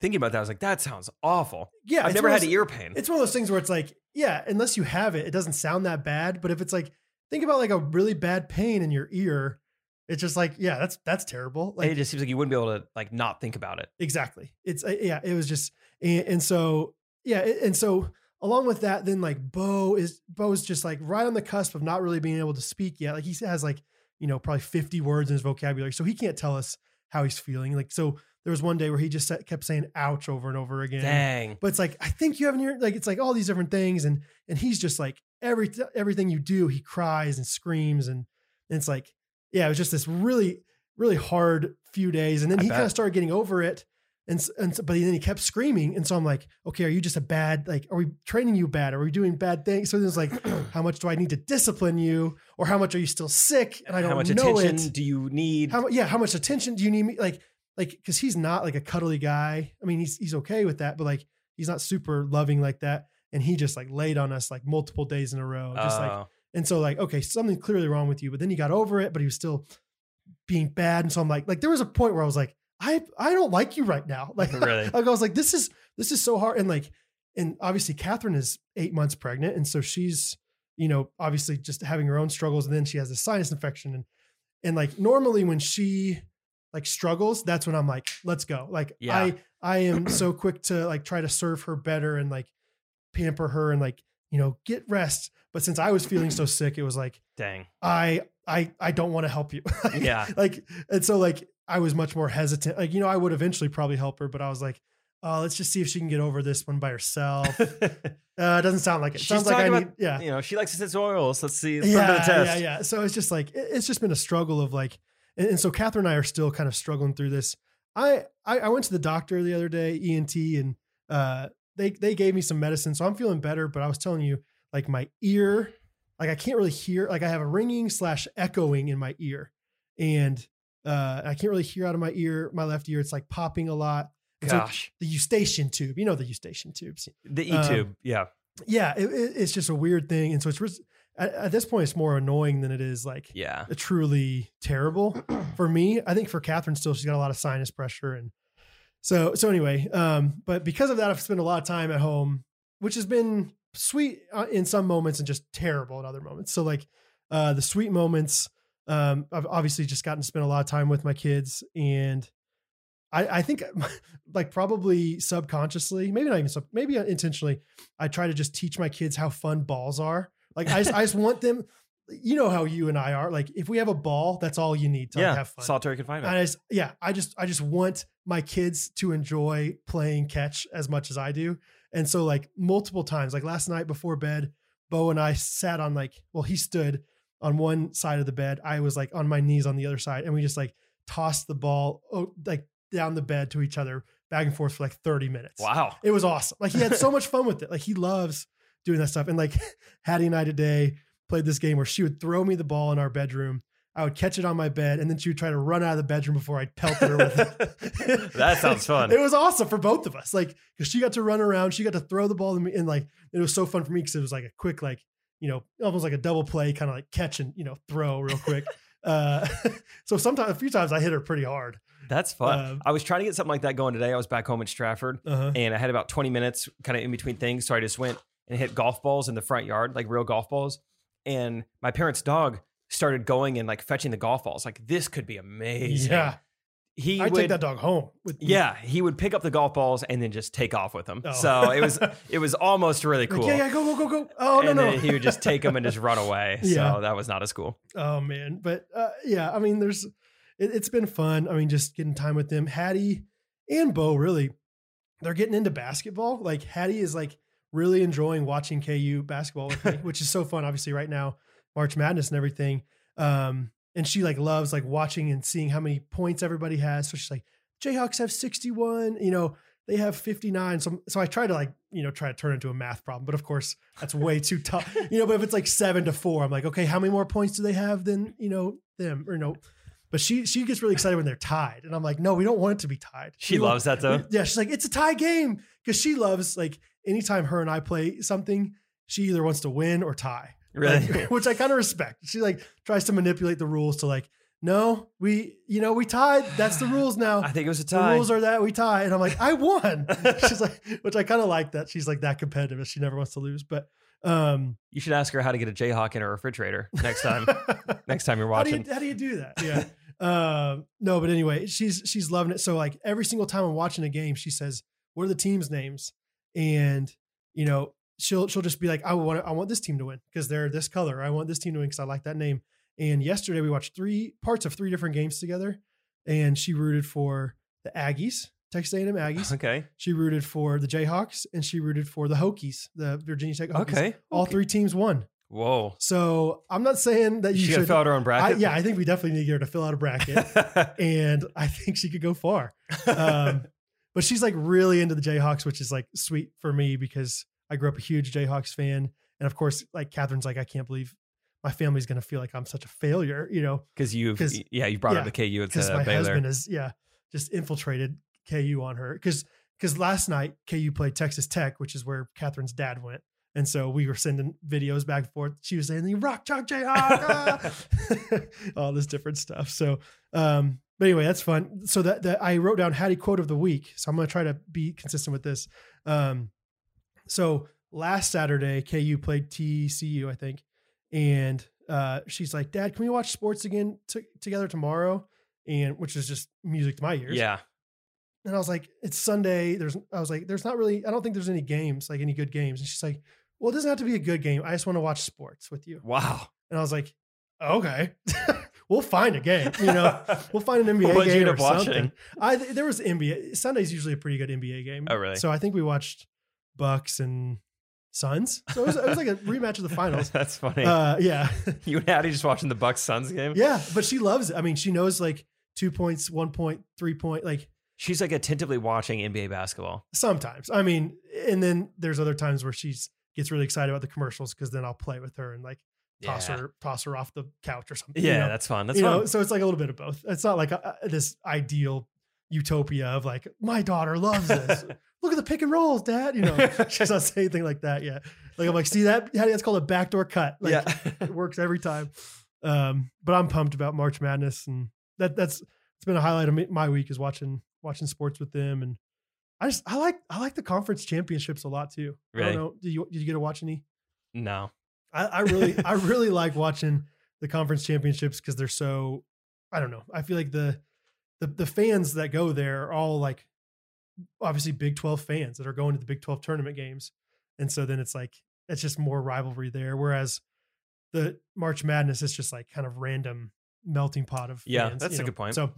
A: thinking about that. I was like that sounds awful.
B: yeah,
A: I've
B: it's
A: never
B: one of
A: had
B: those-
A: ear pain.
B: It's one of those things where it's like, yeah, unless you have it, it doesn't sound that bad. But if it's like, think about like a really bad pain in your ear, it's just like, yeah, that's that's terrible. Like,
A: it just seems like you wouldn't be able to like not think about it.
B: Exactly. It's uh, yeah. It was just and, and so yeah, a- and so along with that, then like Bo is Bo's just like right on the cusp of not really being able to speak yet. Like he has like you know probably fifty words in his vocabulary, so he can't tell us how he's feeling. Like so, there was one day where he just sa- kept saying "ouch" over and over again.
A: Dang.
B: But it's like I think you have an ear. Like it's like all these different things, and and he's just like every everything you do, he cries and screams, and, and it's like yeah, it was just this really really hard few days, and then
A: I
B: he kind of
A: bet.
B: started getting over it, and s- and s- but then he kept screaming, and so I'm like, okay, are you just a bad like? Are we training you bad? Are we doing bad things? So then it's like, how much do I need to discipline you, or how much are you still sick? And I don't
A: How much
B: know
A: attention
B: it
A: do you need?
B: how mu- yeah how much attention do you need me like like because he's not like a cuddly guy i mean he's he's okay with that but like he's not super loving like that and he just like laid on us like multiple days in a row just like
A: Oh,
B: and so like okay something clearly wrong with you but then he got over it but he was still being bad and so i'm like like there was a point where i was like i i don't like you right now like
A: really?
B: like I was like, this is this is so hard. And like, and obviously Catherine is eight months pregnant, and so she's you know obviously just having her own struggles, and then she has a sinus infection, and and like normally when she like struggles, that's when I'm like, let's go. Like
A: Yeah.
B: I I am so quick to like try to serve her better and like pamper her and like you know get rest. But since I was feeling so sick, it was like
A: Dang.
B: I I I don't want to help you. Like,
A: Yeah.
B: like and so like I was much more hesitant. Like you know I would eventually probably help her, but I was like oh, let's just see if she can get over this one by herself. Uh, it doesn't sound like it.
A: She's
B: sounds like I
A: talking
B: need, yeah.
A: you know, she likes to sit oils. Let's see. Let's put
B: yeah,
A: her to the test.
B: yeah, yeah. So it's just like it- it's just been a struggle of like, and, and so Catherine and I are still kind of struggling through this. I I, I went to the doctor the other day, ENT, and uh, they they gave me some medicine, so I'm feeling better. But I was telling you, like my ear, like I can't really hear, like I have a ringing slash echoing in my ear, and uh, I can't really hear out of my ear, my left ear. It's like popping a lot. It's like
A: Gosh,
B: the eustachian tube, you know the eustachian tubes
A: the E
B: um,
A: tube. yeah.
B: yeah, it, it, it's just a weird thing, and so it's res- at, at this point it's more annoying than it is like
A: Yeah.
B: truly terrible for me. I think for Catherine still she's got a lot of sinus pressure, and so so anyway, um, but because of that I've spent a lot of time at home, which has been sweet uh, in some moments and just terrible in other moments. So like uh, the sweet moments, um, I've obviously just gotten to spend a lot of time with my kids and. I, I think like probably subconsciously, maybe not even sub, maybe intentionally, I try to just teach my kids how fun balls are. Like I just, I just want them. You know how you and I are. Like if we have a ball, that's all you need to like,
A: Yeah.
B: have fun.
A: Solitary confinement.
B: I just, yeah, I just I just want my kids to enjoy playing catch as much as I do. And so like multiple times, like last night before bed, Bo and I sat on like, well, he stood on one side of the bed. I was like on my knees on the other side, and we just like tossed the ball oh, like down the bed to each other back and forth for like 30 minutes
A: wow.
B: it was awesome. Like he had so much fun with it. Like he loves doing that stuff. And like Hattie and I today played this game where she would throw me the ball in our bedroom. I would catch it on my bed, and then she would try to run out of the bedroom before I pelted her with it.
A: That sounds fun.
B: It was awesome for both of us. Like because she got to run around, she got to throw the ball to me, and like it was so fun for me because it was like a quick, like you know, almost like a double play, kind of like catch and you know throw real quick. uh, so sometimes, a few times, I hit her pretty hard.
A: That's fun.
B: Um,
A: I was trying to get something like that going today. I was back home in Stratford
B: Uh-huh.
A: and I had about 20 minutes kind of in between things. So I just went and hit golf balls in the front yard, like real golf balls. And my parents' dog started going and like fetching the golf balls. Like, this could be amazing.
B: Yeah,
A: He
B: I
A: would,
B: take that dog home with me.
A: Yeah, he would pick up the golf balls and then just take off with them.
B: Oh.
A: So it was it was almost really
B: Like,
A: cool.
B: yeah, yeah, go, go, go, go. Oh
A: and
B: no, no.
A: then he would just take them and just run away.
B: Yeah.
A: So that was not as cool.
B: oh man, but uh, yeah, I mean, there's. It, it's been fun. I mean, just getting time with them. Hattie and Bo really, they're getting into basketball. Like Hattie is like really enjoying watching KU basketball with me, which is so fun. Obviously, right now March Madness and everything. Um, and she like loves like watching and seeing how many points everybody has. So she's like, Jayhawks have 61, you know, they have 59. So, so I try to like, you know, try to turn it into a math problem, but of course that's way too tough, you know, but if it's like seven to four, I'm like, okay, how many more points do they have than, you know, them or no, but she, she gets really excited when they're tied. And I'm like, no, we don't want it to be tied.
A: She
B: We want-
A: loves that though.
B: yeah, she's like, it's a tie game because she loves like anytime her and I play something, she either wants to win or tie,
A: Really?
B: Like, which I kind of respect. She like tries to manipulate the rules to like, no, we, you know, we tied. That's the rules now.
A: I think it was a
B: The
A: tie.
B: rules are that we tie, and I'm like, I won. She's like, which I kind of like that. She's like that competitive. She never wants to lose, but um,
A: you should ask her how to get a Jayhawk in her refrigerator next time. next time you're
B: how do
A: watching.
B: you how do you do that? Yeah. um, no, but anyway, she's she's loving it. So like every single time I'm watching a game, she says, "What are the teams' names?" And you know, she'll she'll just be like, "I want I want this team to win because they're this color. I want this team to win because I like that name." And yesterday we watched three parts of three different games together, and she rooted for the Aggies, Texas A&M Aggies.
A: okay.
B: She rooted for the Jayhawks, and she rooted for the Hokies, the Virginia Tech Hokies.
A: Okay.
B: All
A: Okay.
B: three teams won.
A: Whoa.
B: So I'm not saying that you
A: she gonna
B: should
A: fill out her own
B: I,
A: bracket.
B: yeah, I think we definitely need to get her to fill out a bracket, and I think she could go far. Um, but she's like really into the Jayhawks, which is like sweet for me because I grew up a huge Jayhawks fan, and of course, like Catherine's like, I can't believe my family's gonna feel like I'm such a failure, you know,
A: Because you,
B: 'Cause-
A: yeah, you brought
B: yeah,
A: up the KU at
B: because
A: uh,
B: my
A: Baylor.
B: husband is yeah, just infiltrated KU on her because because last night KU played Texas Tech, which is where Catherine's dad went. And so we were sending videos back and forth. She was saying, "You rock, chalk, Jayhawk," ah!" all this different stuff. So, um, but anyway, that's fun. So that, that I wrote down Hattie quote of the week. So I'm going to try to be consistent with this. Um, so last Saturday, KU played TCU, I think, and uh, she's like, "Dad, can we watch sports again t- together tomorrow?" And which is just music to my ears.
A: yeah.
B: And I was like, it's Sunday. There's, I was like, there's not really, I don't think there's any games, like any good games. And she's like, well, it doesn't have to be a good game. I just want to watch sports with you.
A: Wow.
B: And I was like, okay. We'll find a game. You know, we'll find an NBA
A: What'd you
B: game
A: end
B: or
A: up watching?
B: something. I th- there was NBA Sunday's usually a pretty good NBA game.
A: Oh, really?
B: So I think we watched Bucks and Suns. So it was, it was like a rematch of the finals.
A: That's funny.
B: Uh, yeah,
A: you and Addie just watching the Bucks Suns game.
B: yeah. But she loves it. I mean, she knows like two points, one point, three point. Like
A: She's like attentively watching NBA basketball.
B: sometimes. I mean, and then there's other times where she gets really excited about the commercials because then I'll play with her and like toss
A: yeah.
B: her toss her off the couch or something. you
A: Yeah,
B: know?
A: that's fun. That's
B: you
A: fun.
B: know, so it's like a little bit of both. It's not like a, a- this ideal utopia of like my daughter loves this. Look at the pick and rolls, Dad. You know, she's not saying anything like that yet. Like I'm like, see that? How do- That's called a backdoor cut. Like
A: yeah.
B: it works every time. Um, but I'm pumped about March Madness, and that that's it's been a highlight of me- my week is watching watching sports with them, and I just I like I like the conference championships a lot too. I
A: Really?
B: don't know. Did you did you get to watch any?
A: no.
B: I, I really I really like watching the conference championships because they're so I don't know. I feel like the the the fans that go there are all like obviously Big 12 fans that are going to the Big 12 tournament games. And so then it's like it's just more rivalry there. Whereas the March Madness is just like kind of random melting pot of
A: Yeah,
B: fans,
A: that's
B: you
A: a
B: know?
A: good point.
B: So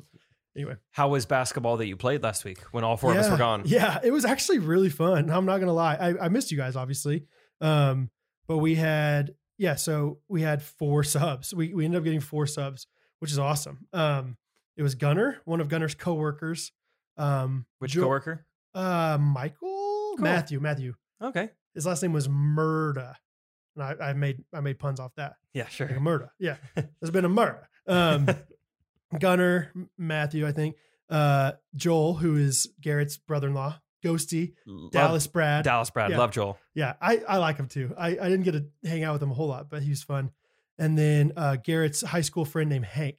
B: anyway.
A: How was basketball that you played last week when all four of us
B: Yeah,
A: were gone?
B: Yeah, it was actually really fun. I'm not gonna lie. I, I missed you guys, obviously. Um, but we had yeah, so we had four subs. We we ended up getting four subs, which is awesome. Um, it was Gunner, one of Gunner's coworkers. Um,
A: Which
B: Jo-
A: coworker?
B: Uh, Michael Matthew. Matthew.
A: Okay.
B: His last name was Murda, and I, I made I made puns off that.
A: Yeah,
B: Like a
A: sure.
B: murder. Yeah. There's been a murder. Um, Gunner, M- Matthew, I think. Uh, Joel, who is Garrett's brother in law. Ghosty,
A: Love-
B: Dallas Brad.
A: Dallas Brad.
B: Yeah.
A: Love Joel.
B: yeah, I, I like him too. I, I didn't get to hang out with him a whole lot, but he was fun. And then uh, Garrett's high school friend named Hank.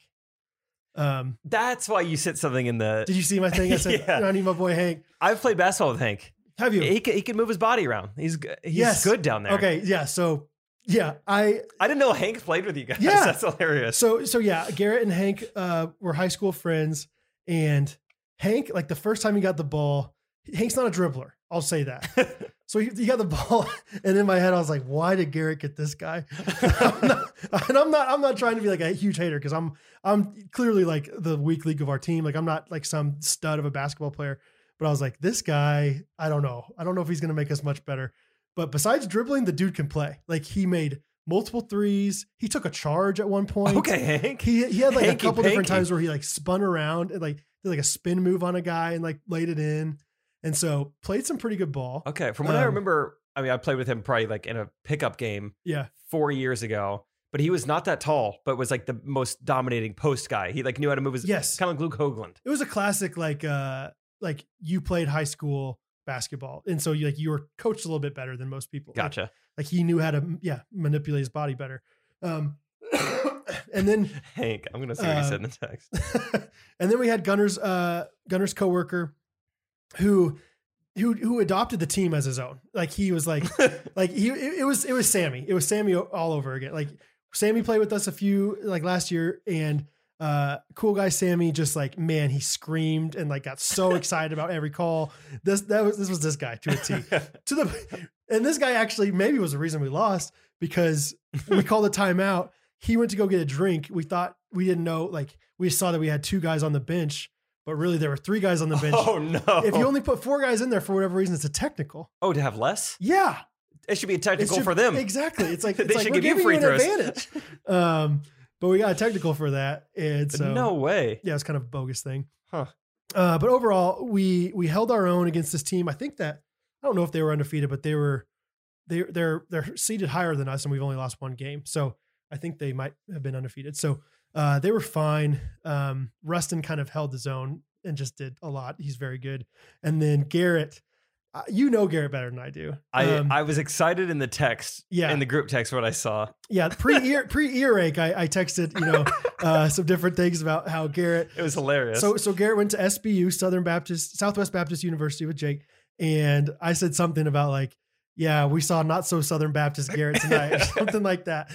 B: Um,
A: That's why you said something in the.
B: did you see my thing? I said,
A: Yeah.
B: I need my boy Hank.
A: I've played basketball with Hank.
B: Have you?
A: He can, he can move his body around. He's g- he's
B: Yes.
A: good down there.
B: Okay. Yeah. So, yeah, I,
A: I didn't know Hank played with you guys.
B: Yeah.
A: That's hilarious.
B: So so yeah, Garrett and Hank uh, were high school friends, and Hank like the first time he got the ball, Hank's not a dribbler. I'll say that. so he, he got the ball, and in my head I was like, why did Garrett get this guy? I'm not- and I'm not I'm not trying to be like a huge hater because I'm I'm clearly like the weak league of our team. Like I'm not like some stud of a basketball player, but I was like, this guy, I don't know, I don't know if he's gonna make us much better. But besides dribbling, the dude can play. Like he made multiple threes. He took a charge at one point.
A: Okay, Hank.
B: He, he had like
A: Hanky
B: a couple different
A: panky.
B: times where he like spun around and like did like a spin move on a guy and like laid it in. And so played some pretty good ball.
A: Okay. From what I
B: Um,
A: remember, I mean, I played with him probably like in a pickup game
B: Yeah.
A: four years ago, but he was not that tall, but was like the most dominating post guy. He like knew how to move his.
B: Yes.
A: Kind of like Luke Hoagland.
B: It was a classic like uh like you played high school basketball. And so you like you were coached a little bit better than most people. Like,
A: Gotcha.
B: Like, he knew how to yeah, manipulate his body better. Um and then
A: Hank. I'm gonna see what he
B: Uh,
A: said in the text.
B: and then we had Gunner's uh Gunner's coworker who who who adopted the team as his own. Like he was like like he it, it was it was Sammy. It was Sammy all over again. Like Sammy played with us a few like last year and uh cool guy Sammy just like man he screamed and like got so excited about every call. This that was this was this guy to a T. to the and this guy actually maybe was the reason we lost because we called a timeout. He went to go get a drink. We thought we didn't know, like we saw that we had two guys on the bench, but really there were three guys on the bench.
A: oh no.
B: If you only put four guys in there for whatever reason, it's a technical.
A: oh, to have less.
B: Yeah,
A: It should be a
B: it's
A: technical
B: ju-
A: for them.
B: Exactly. It's like
A: They
B: it's like,
A: should
B: we're
A: give you
B: giving
A: free
B: an
A: throws.
B: advantage. Um, but we got a technical for that, and so
A: no way.
B: yeah, it's kind of a bogus thing.
A: Huh.
B: Uh, but overall, we we held our own against this team. I think that I don't know if they were undefeated, but they were they they're they're seated higher than us, and we've only lost one game. So I think they might have been undefeated. So uh, they were fine. Um, Rustin kind of held his own and just did a lot. He's very good. And then Garrett, uh, you know Garrett better than I do.
A: I,
B: Um,
A: I was excited in the text,
B: Yeah.
A: in the group text, what I saw.
B: yeah pre ear pre earache. I, I texted you know uh, some different things about how Garrett
A: It was hilarious.
B: So so Garrett went to SBU, Southern Baptist, Southwest Baptist University with Jake, and I said something about like, Yeah, we saw not so Southern Baptist Garrett tonight, or something like that.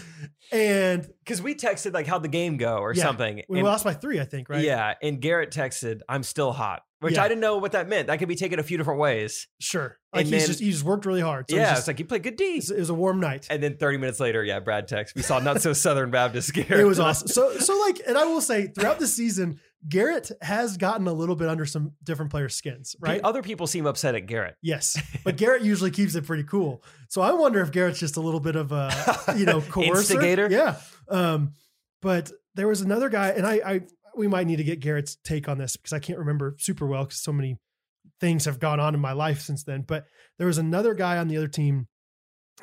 B: And
A: Because we texted like how'd the game go or
B: Yeah,
A: something.
B: we
A: and-
B: lost by three, I think, right?
A: Yeah, and Garrett texted, "I'm still hot," which
B: Yeah.
A: I didn't know what that meant. That could be taken a few different ways.
B: Sure. Like
A: And
B: he's
A: then-
B: just he just worked really hard. So
A: yeah,
B: yeah.
A: it's like you played good D.
B: it was a warm night.
A: And then 30 minutes later, yeah, Brad texts. We saw not so Southern Baptist Garrett.
B: It was awesome. So so like, and I will say throughout the season, Garrett has gotten a little bit under some different players' skins, right?
A: Pe- Other people seem upset at Garrett.
B: Yes, but Garrett usually keeps it pretty cool. So I wonder if Garrett's just a little bit of a you know coercer.
A: Instigator?
B: Yeah. Um, but there was another guy, and I, I we might need to get Garrett's take on this because I can't remember super well because so many things have gone on in my life since then. But there was another guy on the other team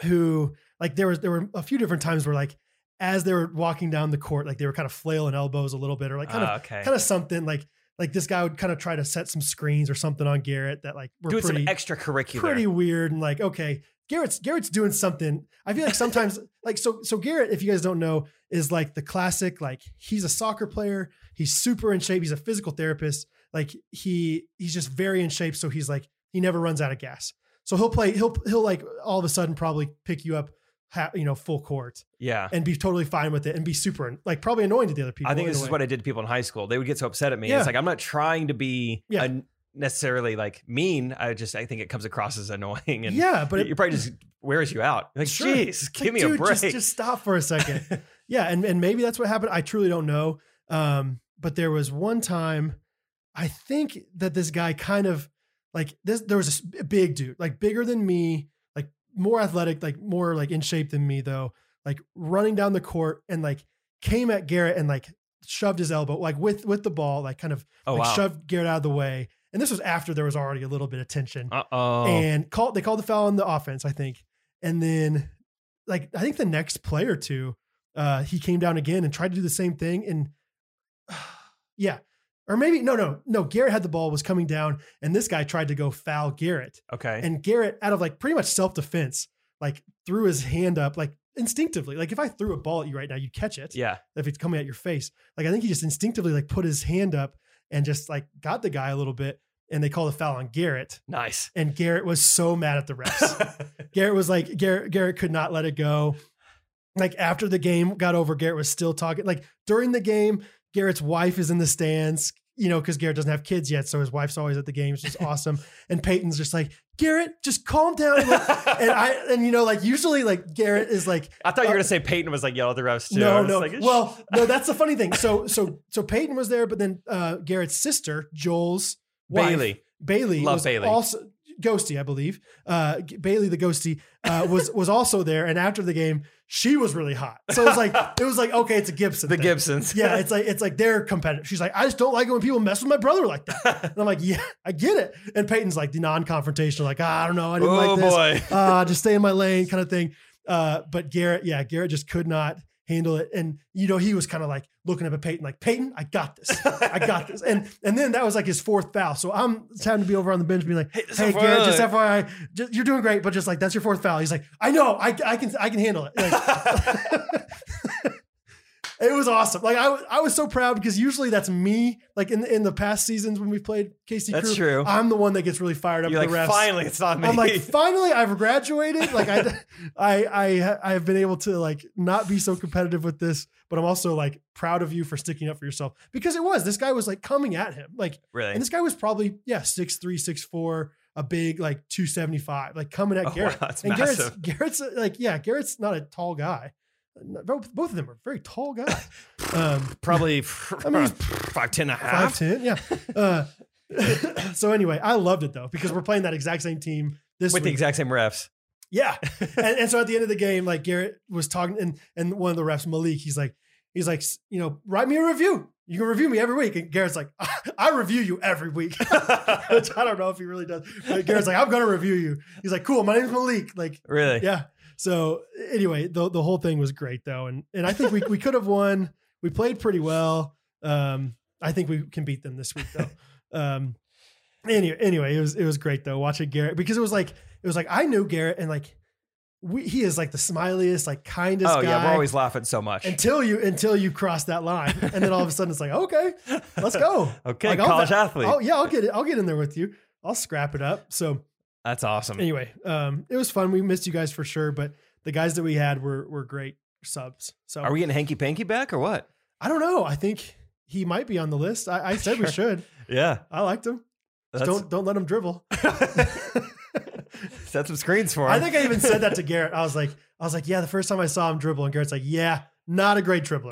B: who like there was there were a few different times where like as they were walking down the court, like they were kind of flailing elbows a little bit or like kind of
A: Ah, okay.
B: kind of something like like this guy would kind of try to set some screens or something on Garrett that like were
A: Doing
B: pretty
A: some extracurricular.
B: pretty weird and like okay garrett's garrett's doing something i feel like sometimes like so so garrett if you guys don't know is like the classic like he's a soccer player he's super in shape he's a physical therapist like he he's just very in shape so he's like he never runs out of gas so he'll play he'll he'll like all of a sudden probably pick you up ha- you know full court
A: yeah.
B: and be totally fine with it and be super like probably annoying to the other people
A: I think
B: in a
A: this is
B: way.
A: what I did to people in high school. They would get so upset at me.
B: Yeah.
A: It's like I'm not trying to be
B: Yeah.
A: un- necessarily like mean. I just I think it comes across as annoying and
B: yeah but
A: it,
B: it,
A: probably just wears you out. Like,
B: Sure.
A: jeez,
B: It's like,
A: give me a
B: dude,
A: break.
B: Just, just stop for a second. yeah, and and maybe that's what happened. I truly don't know. Um, but there was one time, I think that this guy kind of like this. There was a s- a big dude, like bigger than me, like more athletic, like more like in shape than me though. Like running down the court and like came at Garrett and like shoved his elbow like with with the ball, like kind of
A: oh
B: like
A: wow.
B: shoved Garrett out of the way. And this was after there was already a little bit of tension
A: uh oh.
B: and called they called the foul on the offense, I think. And then like I think the next play or two, uh, he came down again and tried to do the same thing. And yeah. Or maybe no, no, no. Garrett had the ball, was coming down, and this guy tried to go foul Garrett.
A: Okay.
B: And Garrett, out of like pretty much self-defense, like threw his hand up like instinctively. Like if I threw a ball at you right now, you'd catch it
A: yeah.
B: if it's coming at your face. Like I think he just instinctively like put his hand up and just like got the guy a little bit, and they called a foul on Garrett
A: Nice.
B: and Garrett was so mad at the refs. Garrett was like Garrett Garrett could not let it go. Like after the game got over, Garrett was still talking. Like during the game, Garrett's wife is in the stands, you know, because Garrett doesn't have kids yet, so his wife's always at the games, which is awesome. and Peyton's just like Garrett, just calm down. And, like- and I and you know, like usually, like Garrett is like
A: I thought you were gonna say Peyton was like yell at the refs too. I
B: uh, no,
A: was
B: no.
A: like, "Sh-
B: well, no, that's the funny thing. So so so Peyton was there, but then uh, Garrett's sister Joel's wife,
A: Bailey.
B: Bailey
A: Love
B: was
A: Bailey.
B: also Ghosty, I believe. Uh, G- Bailey the Ghosty uh, was was also there, and after the game, she was really hot. So it's like it was like okay, it's a Gibson.
A: the
B: thing.
A: Gibsons.
B: Yeah, it's like it's like they're competitive. She's like, I just don't like it when people mess with my brother like that. And I'm like, yeah, I get it. And Peyton's like the non-confrontational, like ah, I don't know, I didn't
A: oh
B: like this.
A: boy.
B: Uh, just stay in my lane, kind of thing. Uh, but Garrett, yeah, Garrett just could not handle it, and you know he was kind of like looking up at Peyton, like Peyton, I got this, I got this. And and then that was like his fourth foul. So I'm just having to be over on the bench, being like,
A: Hey,
B: Hey Garrett, just FYI, just, you're doing great, but just like that's your fourth foul. He's like, I know, I, I can, I can handle it. Like, it was awesome. Like I, was- I was so proud because usually that's me. Like in in the past seasons when we played KC,
A: That's
B: Crew,
A: true.
B: I'm the one that gets really fired up.
A: You're
B: at
A: like,
B: the refs.
A: finally, it's not me.
B: I'm like, finally, I've graduated. Like I, I, I, I have been able to like not be so competitive with this, but I'm also like proud of you for sticking up for yourself because it was this guy was like coming at him, like,
A: really?
B: and this guy was probably yeah six three six four, a big like two seventy five, like coming at
A: Oh, wow,
B: Garrett.
A: that's
B: and Garrett's
A: massive.
B: Garrett's uh, like yeah, Garrett's not a tall guy. Both both of them are very tall guys. Um,
A: Probably
B: I mean, he's-
A: five ten and a
B: five
A: half.
B: ten, yeah. Uh, so anyway, I loved it though because we're playing that exact same team this
A: with the
B: week.
A: exact same refs.
B: Yeah. and, and so at the end of the game, like Garrett was talking, and and one of the refs, Malik, he's like, he's like, "S- you know, write me a review. You can review me every week. And Garrett's like, I review you every week. Which I don't know if he really does. But Garrett's like, I'm gonna review you. He's like, cool. My name's Malik. Like,
A: Really?
B: yeah. So anyway, the the whole thing was great though, and and I think we we could have won. We played pretty well. Um, I think we can beat them this week though. Um, anyway, anyway, it was it was great though watching Garrett because it was like it was like I knew Garrett and like we, he is like the smiliest, like kindest
A: oh
B: guy.
A: yeah, we're always laughing so much.
B: until you until you cross that line, and then all of a sudden it's like okay, let's go.
A: okay,
B: Like, I'll
A: college
B: bet-
A: athlete.
B: Oh yeah, I'll get it. I'll get in there with you. I'll scrap it up. So
A: That's awesome.
B: Anyway, um, it was fun. We missed you guys for sure, but the guys that we had were were great subs. So
A: Are we getting hanky panky back or what?
B: I don't know. I think he might be on the list. I, I said we
A: Sure.
B: should.
A: Yeah.
B: I liked him. Just don't don't let him dribble.
A: set some screens for him.
B: I think I even said that to Garrett. I was like, I was like, yeah, the first time I saw him dribble, and Garrett's like, yeah, not a great dribbler.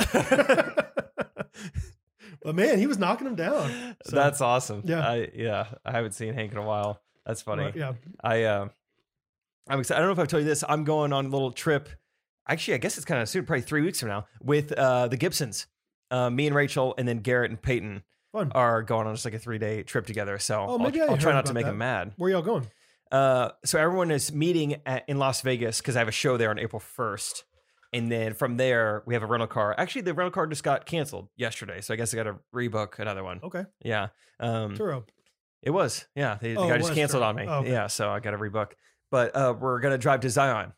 B: but man, he was knocking him down. So,
A: That's awesome.
B: Yeah.
A: I, yeah. I haven't seen Hank in a while. That's funny.
B: Yeah,
A: I uh, I'm excited. I don't know if I've told you this. I'm going on a little trip. Actually, I guess it's kind of soon, probably three weeks from now, with uh, the Gibsons. Uh, me and Rachel, and then Garrett and Peyton
B: fun.
A: are going on just like a three day trip together. So
B: Oh, maybe I
A: I'll, I'll try
B: heard
A: not to
B: about
A: make
B: that.
A: them mad.
B: Where y'all going?
A: Uh, so everyone is meeting at, in Las Vegas because I have a show there on April 1st. And then from there, we have a rental car. Actually, the rental car just got canceled yesterday. So I guess I got to rebook another one.
B: Okay,
A: Yeah. Um,
B: Turo.
A: it was, yeah. The, the
B: Oh,
A: guy
B: it
A: just
B: was
A: canceled
B: Turo.
A: on me.
B: Oh, okay.
A: Yeah, so I got to rebook. But uh, we're gonna drive to Zion.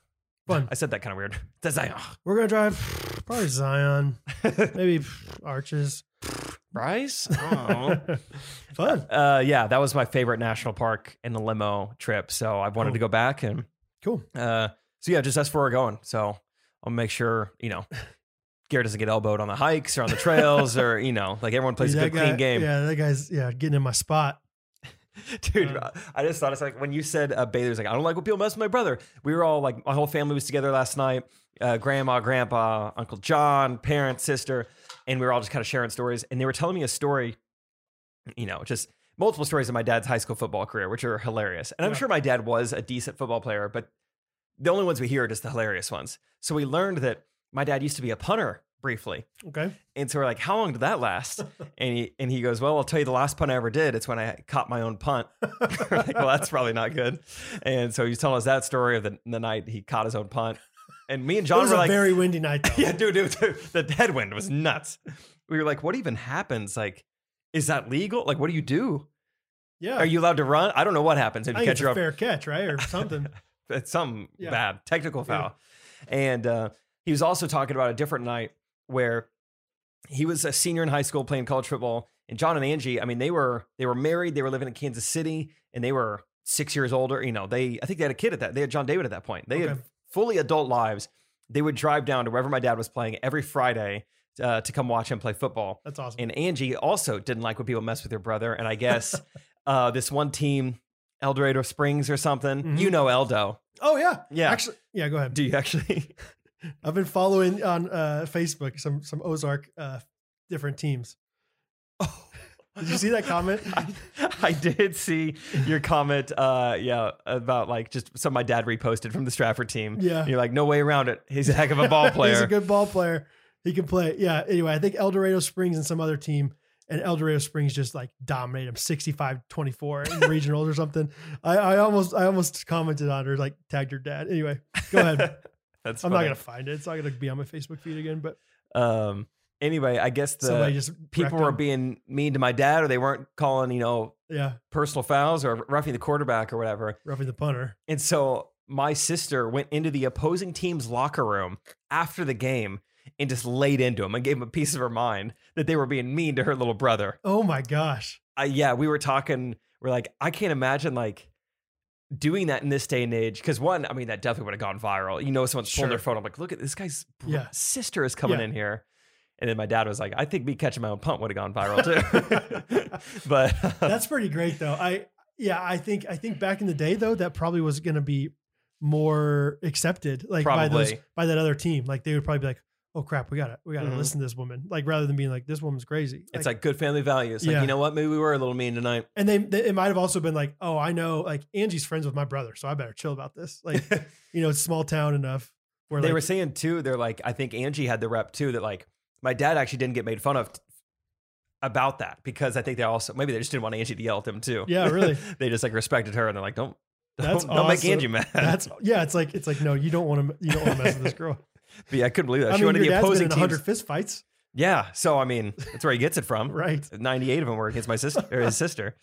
B: Fun.
A: I said that kind of weird. To Zion,
B: We're gonna drive probably Zion, maybe Arches.
A: Bryce. Oh.
B: Fun,
A: uh, yeah, that was my favorite national park in the limo trip. So I wanted
B: Cool.
A: to go back and
B: cool.
A: uh, so yeah, just that's where we're going. So I'll make sure you know. Garrett doesn't get elbowed on the hikes or on the trails or you know like everyone plays a
B: That
A: good clean
B: guy-
A: game.
B: Yeah, that guy's yeah getting in my spot.
A: Dude,
B: Um,
A: I just thought it's like when you said uh, Baylor's like, I don't like when people mess with my brother. We were all like, my whole family was together last night uh, grandma, grandpa, Uncle John, parents, sister. And we were all just kind of sharing stories. And they were telling me a story, you know, just multiple stories of my dad's high school football career, which are hilarious. And I'm
B: Yeah.
A: sure my dad was a decent football player, but the only ones we hear are just the hilarious ones. So we learned that my dad used to be a punter briefly.
B: Okay,
A: And so we're like, how long did that last? And he and he goes, well, I'll tell you the last punt I ever did. It's when I caught my own punt. We're like, well, that's probably not good. And so he's telling us that story of the, the night he caught his own punt. And me and
B: it
A: John
B: was
A: were
B: a
A: like,
B: very windy night. Though.
A: yeah, dude, dude, dude, the headwind was nuts. We were like, what even happens? Like, is that legal? Like, what do you do?
B: yeah.
A: Are you allowed to run? I don't know what happens if
B: I
A: you
B: think
A: catch
B: it's
A: your
B: a
A: own
B: fair catch, right, or something.
A: it's some
B: Yeah.
A: bad technical
B: Yeah.
A: foul. And uh, he was also talking about a different night where he was a senior in high school playing college football. And John and Angie, I mean, they were they were married, they were living in Kansas City, and they were six years older. You know, they I think they had a kid at that. They had John David at that point. They
B: Okay.
A: had fully adult lives. They would drive down to wherever my dad was playing every Friday uh, to come watch him play football.
B: That's awesome.
A: And Angie also didn't like when people mess with her brother. And I guess uh, this one team, El Dorado Springs or something,
B: Mhm.
A: you know Eldo.
B: oh yeah,
A: Yeah.
B: Actually, yeah. Go ahead.
A: Do you actually?
B: I've been following on uh, Facebook some some Ozark uh, different teams. Did you see that comment?
A: I, I did see your comment. Uh, yeah, about like just some my dad reposted from the Stratford team.
B: Yeah.
A: You're like, no way around it. He's a heck of a ball player.
B: He's a good ball player. He can play. Yeah. Anyway, I think El Dorado Springs and some other team and El Dorado Springs just like dominate him 65 24 in regionals or something. I, I almost I almost commented on her, like tagged her dad. Anyway, go ahead.
A: That's
B: I'm not
A: funny.
B: gonna find it. It's not gonna be on my Facebook feed again, but
A: Um. Anyway, I guess the
B: somebody just
A: people
B: wrecked
A: were
B: him.
A: being mean to my dad, or they weren't calling, you know,
B: Yeah,
A: personal fouls or roughing the quarterback or whatever.
B: roughing the punter.
A: And so my sister went into the opposing team's locker room after the game and just laid into him and gave him a piece of her mind that they were being mean to her little brother.
B: Oh my gosh.
A: I, yeah, we were talking. We're like, I can't imagine like doing that in this day and age. Because one, I mean, that definitely would have gone viral. You know, someone's pulling their
B: Sure.
A: phone. I'm like, look at this guy's br-
B: Yeah.
A: sister is coming
B: Yeah.
A: in here. And then my dad was like, I think me catching my own punt would have gone viral too. but
B: That's pretty great though. I yeah, I think I think back in the day though, that probably was going to be more accepted, like by those
A: Probably.
B: by that other team. Like they would probably be like, "Oh crap, we got to we got to
A: Mhm.
B: listen to this woman." Like rather than being like, "This woman's crazy."
A: it's like good family values. Like,
B: Yeah.
A: you know what? Maybe we were a little mean tonight.
B: and they, they it might have also been like, "Oh, I know, like Angie's friends with my brother, so I better chill about this." Like you know, it's small town enough where
A: they
B: like,
A: were saying too they're like i think angie had the rep too that like my dad actually didn't get made fun of t- about that because i think they also maybe they just didn't want angie to yell at them too
B: Yeah, really.
A: they just like respected her and they're like don't don't,
B: That's
A: don't make
B: awesome.
A: angie mad
B: that's yeah, it's like it's like no, you don't want to you don't want to mess with this girl.
A: but yeah i couldn't believe that
B: I
A: she
B: mean,
A: went to the
B: your dad's been
A: opposing
B: in
A: team
B: 100 fist fights,
A: yeah so i mean that's where he gets it from
B: right?
A: 98 of them were against my sister or his sister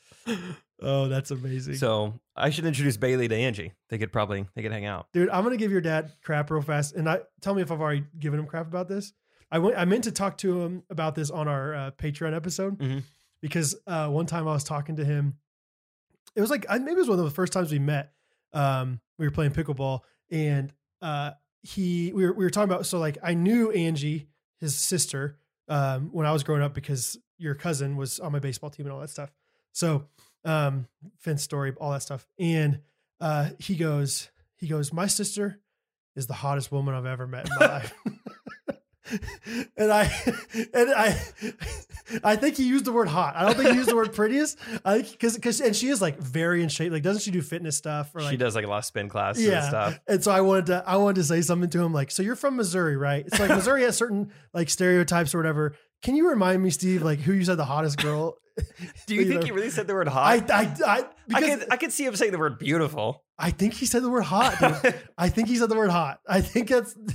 B: Oh, that's amazing.
A: so i should introduce bailey to angie they could probably they could hang out
B: dude i'm gonna give your dad crap real fast and i tell me if i've already given him crap about this i went i meant to talk to him about this on our uh, patreon episode
A: Mhm.
B: because uh, one time i was talking to him it was like I- maybe it was one of the first times we met Um, we were playing pickleball, and uh, he we were, we were talking about so like I knew Angie, his sister, um, when I was growing up because your cousin was on my baseball team and all that stuff. So um, Finn's story, all that stuff, and uh, he goes he goes my sister is the hottest woman I've ever met in my life. And I, and I, I think he used the word hot. I don't think he used the word prettiest. I think because because and she is like very in shape. Like doesn't she do fitness stuff or like
A: she does like a lot of spin classes and
B: Yeah.
A: stuff.
B: and so I wanted to I wanted to say something to him like, so you're from Missouri, right? It's like Missouri has certain like stereotypes or whatever. Can you remind me, Steve, like who you said the hottest girl?
A: Do you
B: Either.
A: think he really said the word hot?
B: I
A: I,
B: I I because I,
A: could I could see him saying the word beautiful.
B: think he said the word hot, dude. I think he said the word hot. I think that's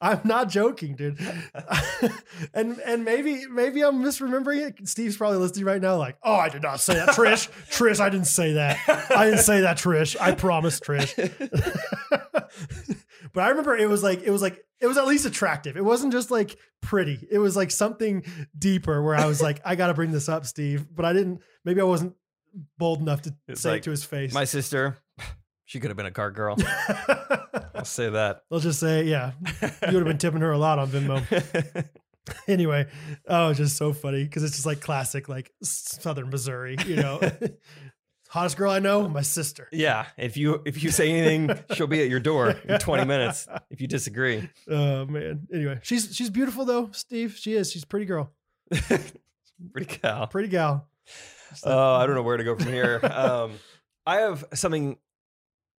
B: I'm not joking, dude. and and maybe maybe I'm misremembering it. Steve's probably listening right now, like, oh, I did not say that. Trish, Trish, I didn't say that. I didn't say that, Trish. I promise, Trish. but I remember it was like it was like it was at least attractive. It wasn't just like pretty. It was like something deeper where I was like, I got to bring this up, Steve. But I didn't. Maybe I wasn't bold enough to
A: It's
B: say
A: like,
B: it to his face.
A: My sister, she could have been a car girl. I'll say that.
B: They'll just say, yeah, you would have been tipping her a lot on Venmo. anyway, oh, it's just so funny because it's just like classic, like Southern Missouri, you know. Hottest girl I know, my sister.
A: yeah, if you if you say anything, she'll be at your door in 20 minutes. If you disagree,
B: Oh man. Anyway, she's she's beautiful though, Steve. She is. She's a pretty girl,
A: pretty cow.
B: pretty gal.
A: Oh, I don't know where to go from here. Um, I have something.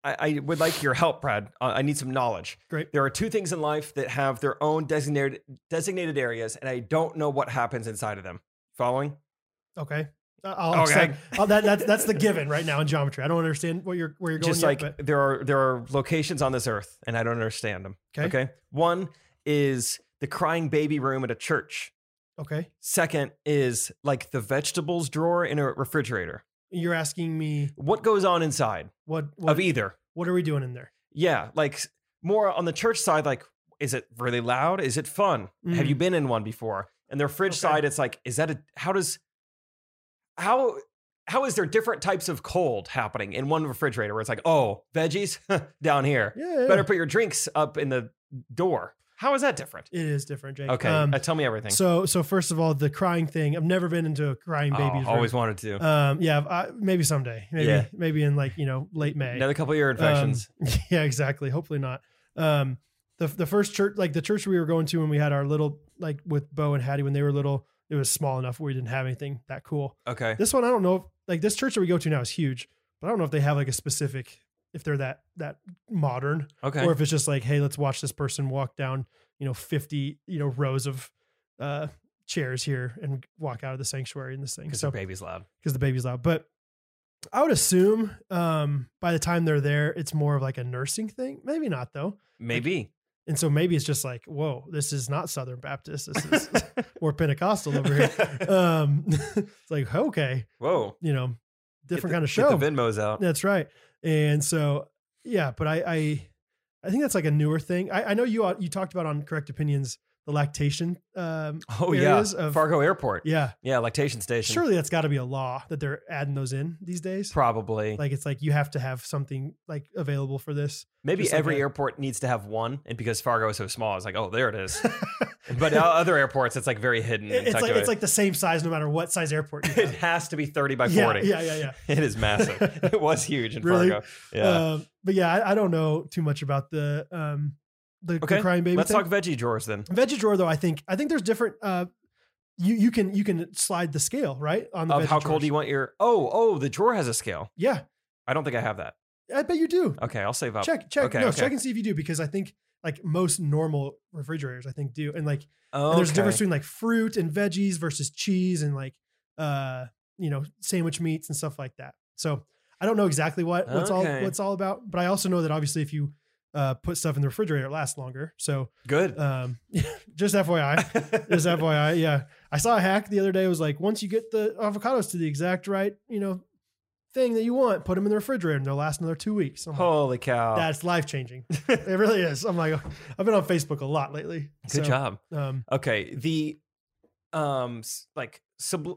A: I, I would like your help, Brad. Uh, I need some knowledge.
B: Great.
A: There are two things in life that have their own designated designated areas, and I don't know what happens inside of them. Following?
B: Okay. I- I'll
A: Okay.
B: accept. Oh, that, that's that's the given right now in geometry. I don't understand what you're where you're going.
A: Just
B: yet,
A: like
B: but-
A: there are there are locations on this earth, and I don't understand them.
B: okay,
A: okay. One is the crying baby room at a church.
B: okay.
A: Second is like the vegetables drawer in a refrigerator.
B: You're asking me
A: What goes on inside
B: what what,
A: of e either?
B: what are we doing in there?
A: Yeah, like more on the church side, like, is it really loud? Is it fun? Have
B: Mm.
A: you been in one before? And the fridge
B: Okay.
A: side, it's like, is that a how does how how is there different types of cold happening in one refrigerator where it's like, oh, veggies down here.
B: Yeah, yeah.
A: Better put your drinks up in the door. How is that different?
B: It is different, Jake.
A: Okay,
B: Um,
A: uh, tell me everything.
B: so so first of all, the crying thing. I've never been into a crying
A: Oh,
B: baby's room.
A: always wanted to.
B: Um, yeah, I, maybe someday, maybe
A: Yeah.
B: maybe in like you know late May.
A: Another couple of your infections.
B: Um, yeah, exactly. Hopefully not. Um, the the first church, like the church we were going to when we had our little, like with Bo and Hattie when they were little, it was small enough where we didn't have anything that cool.
A: okay.
B: This one, I don't know. If, like this church that we go to now is huge, but I don't know if they have like a specific, if they're that that modern,
A: Okay.
B: or if it's just like, hey, let's watch this person walk down, you know, fifty, you know, rows of uh chairs here and walk out of the sanctuary in this thing.
A: Because
B: So
A: your baby's loud.
B: because the baby's loud. But I would assume um, by the time they're there, it's more of like a nursing thing. Maybe not though.
A: Maybe.
B: And so maybe it's just like, whoa, this is not Southern Baptist. This is more Pentecostal over here. Um, it's like okay,
A: Whoa.
B: you know,
A: Get
B: different
A: the-
B: kind
A: Get
B: of show.
A: the Venmos out.
B: That's right. And so yeah, but I I, I think that's like a newer thing. I, I know you you talked about on Correct Opinions the lactation. Um,
A: Oh yeah.
B: areas of-
A: Fargo Airport. Yeah.
B: yeah,
A: lactation station.
B: surely that's got to be a law that they're adding those in these days.
A: Probably.
B: like it's like you have to have something like available for this
A: Maybe
B: just like
A: every
B: a-
A: airport needs to have one, and because Fargo is so small, it's like, oh, there it is. but o- other airports, Mm, it's like very hidden. and
B: it's
A: tucked
B: like
A: away.
B: it's like the same size no matter what size airport you
A: it
B: have.
A: has to be thirty by
B: yeah,
A: forty.
B: yeah yeah yeah
A: It is massive. it was huge in
B: Really?
A: Fargo. Yeah.
B: Um, but yeah I, I don't know too much about the um the, the
A: Okay,
B: crying baby
A: Let's
B: thing.
A: talk veggie drawers then.
B: veggie drawer though i think i think there's different uh you you can you can slide the scale right on the
A: Of
B: veggie
A: how cold
B: drawers.
A: do you want your? Oh, oh, the drawer has a scale.
B: yeah
A: I don't think I have that.
B: i bet you do
A: Okay, I'll save up.
B: check check
A: Oh, okay,
B: no
A: okay.
B: check and see if you do because i think like most normal refrigerators i think do and like
A: Oh,
B: And there's a difference between like fruit and veggies versus cheese and like uh you know sandwich meats and stuff like that so i don't know exactly what what's
A: Okay.
B: all what's all about but i also know that obviously if you uh put stuff in the refrigerator it lasts longer so
A: Good.
B: um just fyi just fyi yeah i saw a hack the other day it was like once you get the avocados to the exact right you know thing that you want put them in the refrigerator and they'll last another two weeks I'm like,
A: Holy cow.
B: that's life changing it really is i'm like i've been on facebook a lot lately
A: Good
B: So,
A: job.
B: um
A: Okay, the um s- like
B: Mm-hmm.
A: sub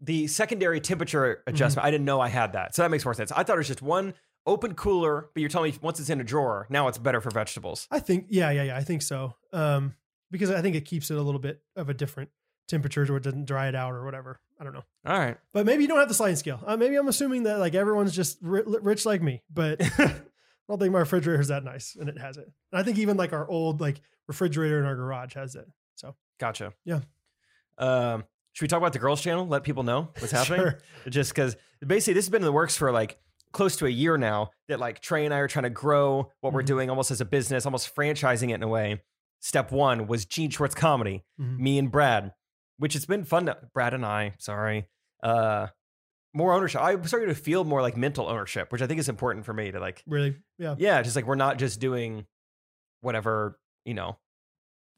A: the secondary temperature adjustment. I didn't know I had that. So that makes more sense. I thought it was just one open cooler, but you're telling me once it's in a drawer, now it's better for vegetables.
B: I think yeah, yeah, yeah. I think so. Um, because I think it keeps it a little bit of a different temperature, or it doesn't dry it out, or whatever. I don't know.
A: All right.
B: But maybe you don't have the sliding scale. Uh, maybe I'm assuming that like everyone's just ri- li- rich like me, but I don't think my refrigerator is that nice, and it has it. And I think even like our old like refrigerator in our garage has it.
A: Gotcha.
B: Yeah.
A: Um, should we talk about the girls' channel? Let people know what's happening.
B: Sure.
A: Just because basically this has been in the works for like close to a year now that like Trey and I are trying to grow what we're
B: Mhm.
A: doing almost as a business, almost franchising it in a way. Step one was Gene Schwartz comedy,
B: Mhm.
A: me and Brad, which it's been fun. To, Brad and I, sorry. Uh, more ownership. I started to feel more like mental ownership, which I think is important for me to like
B: Really? Yeah.
A: yeah, just like we're not just doing whatever, you know,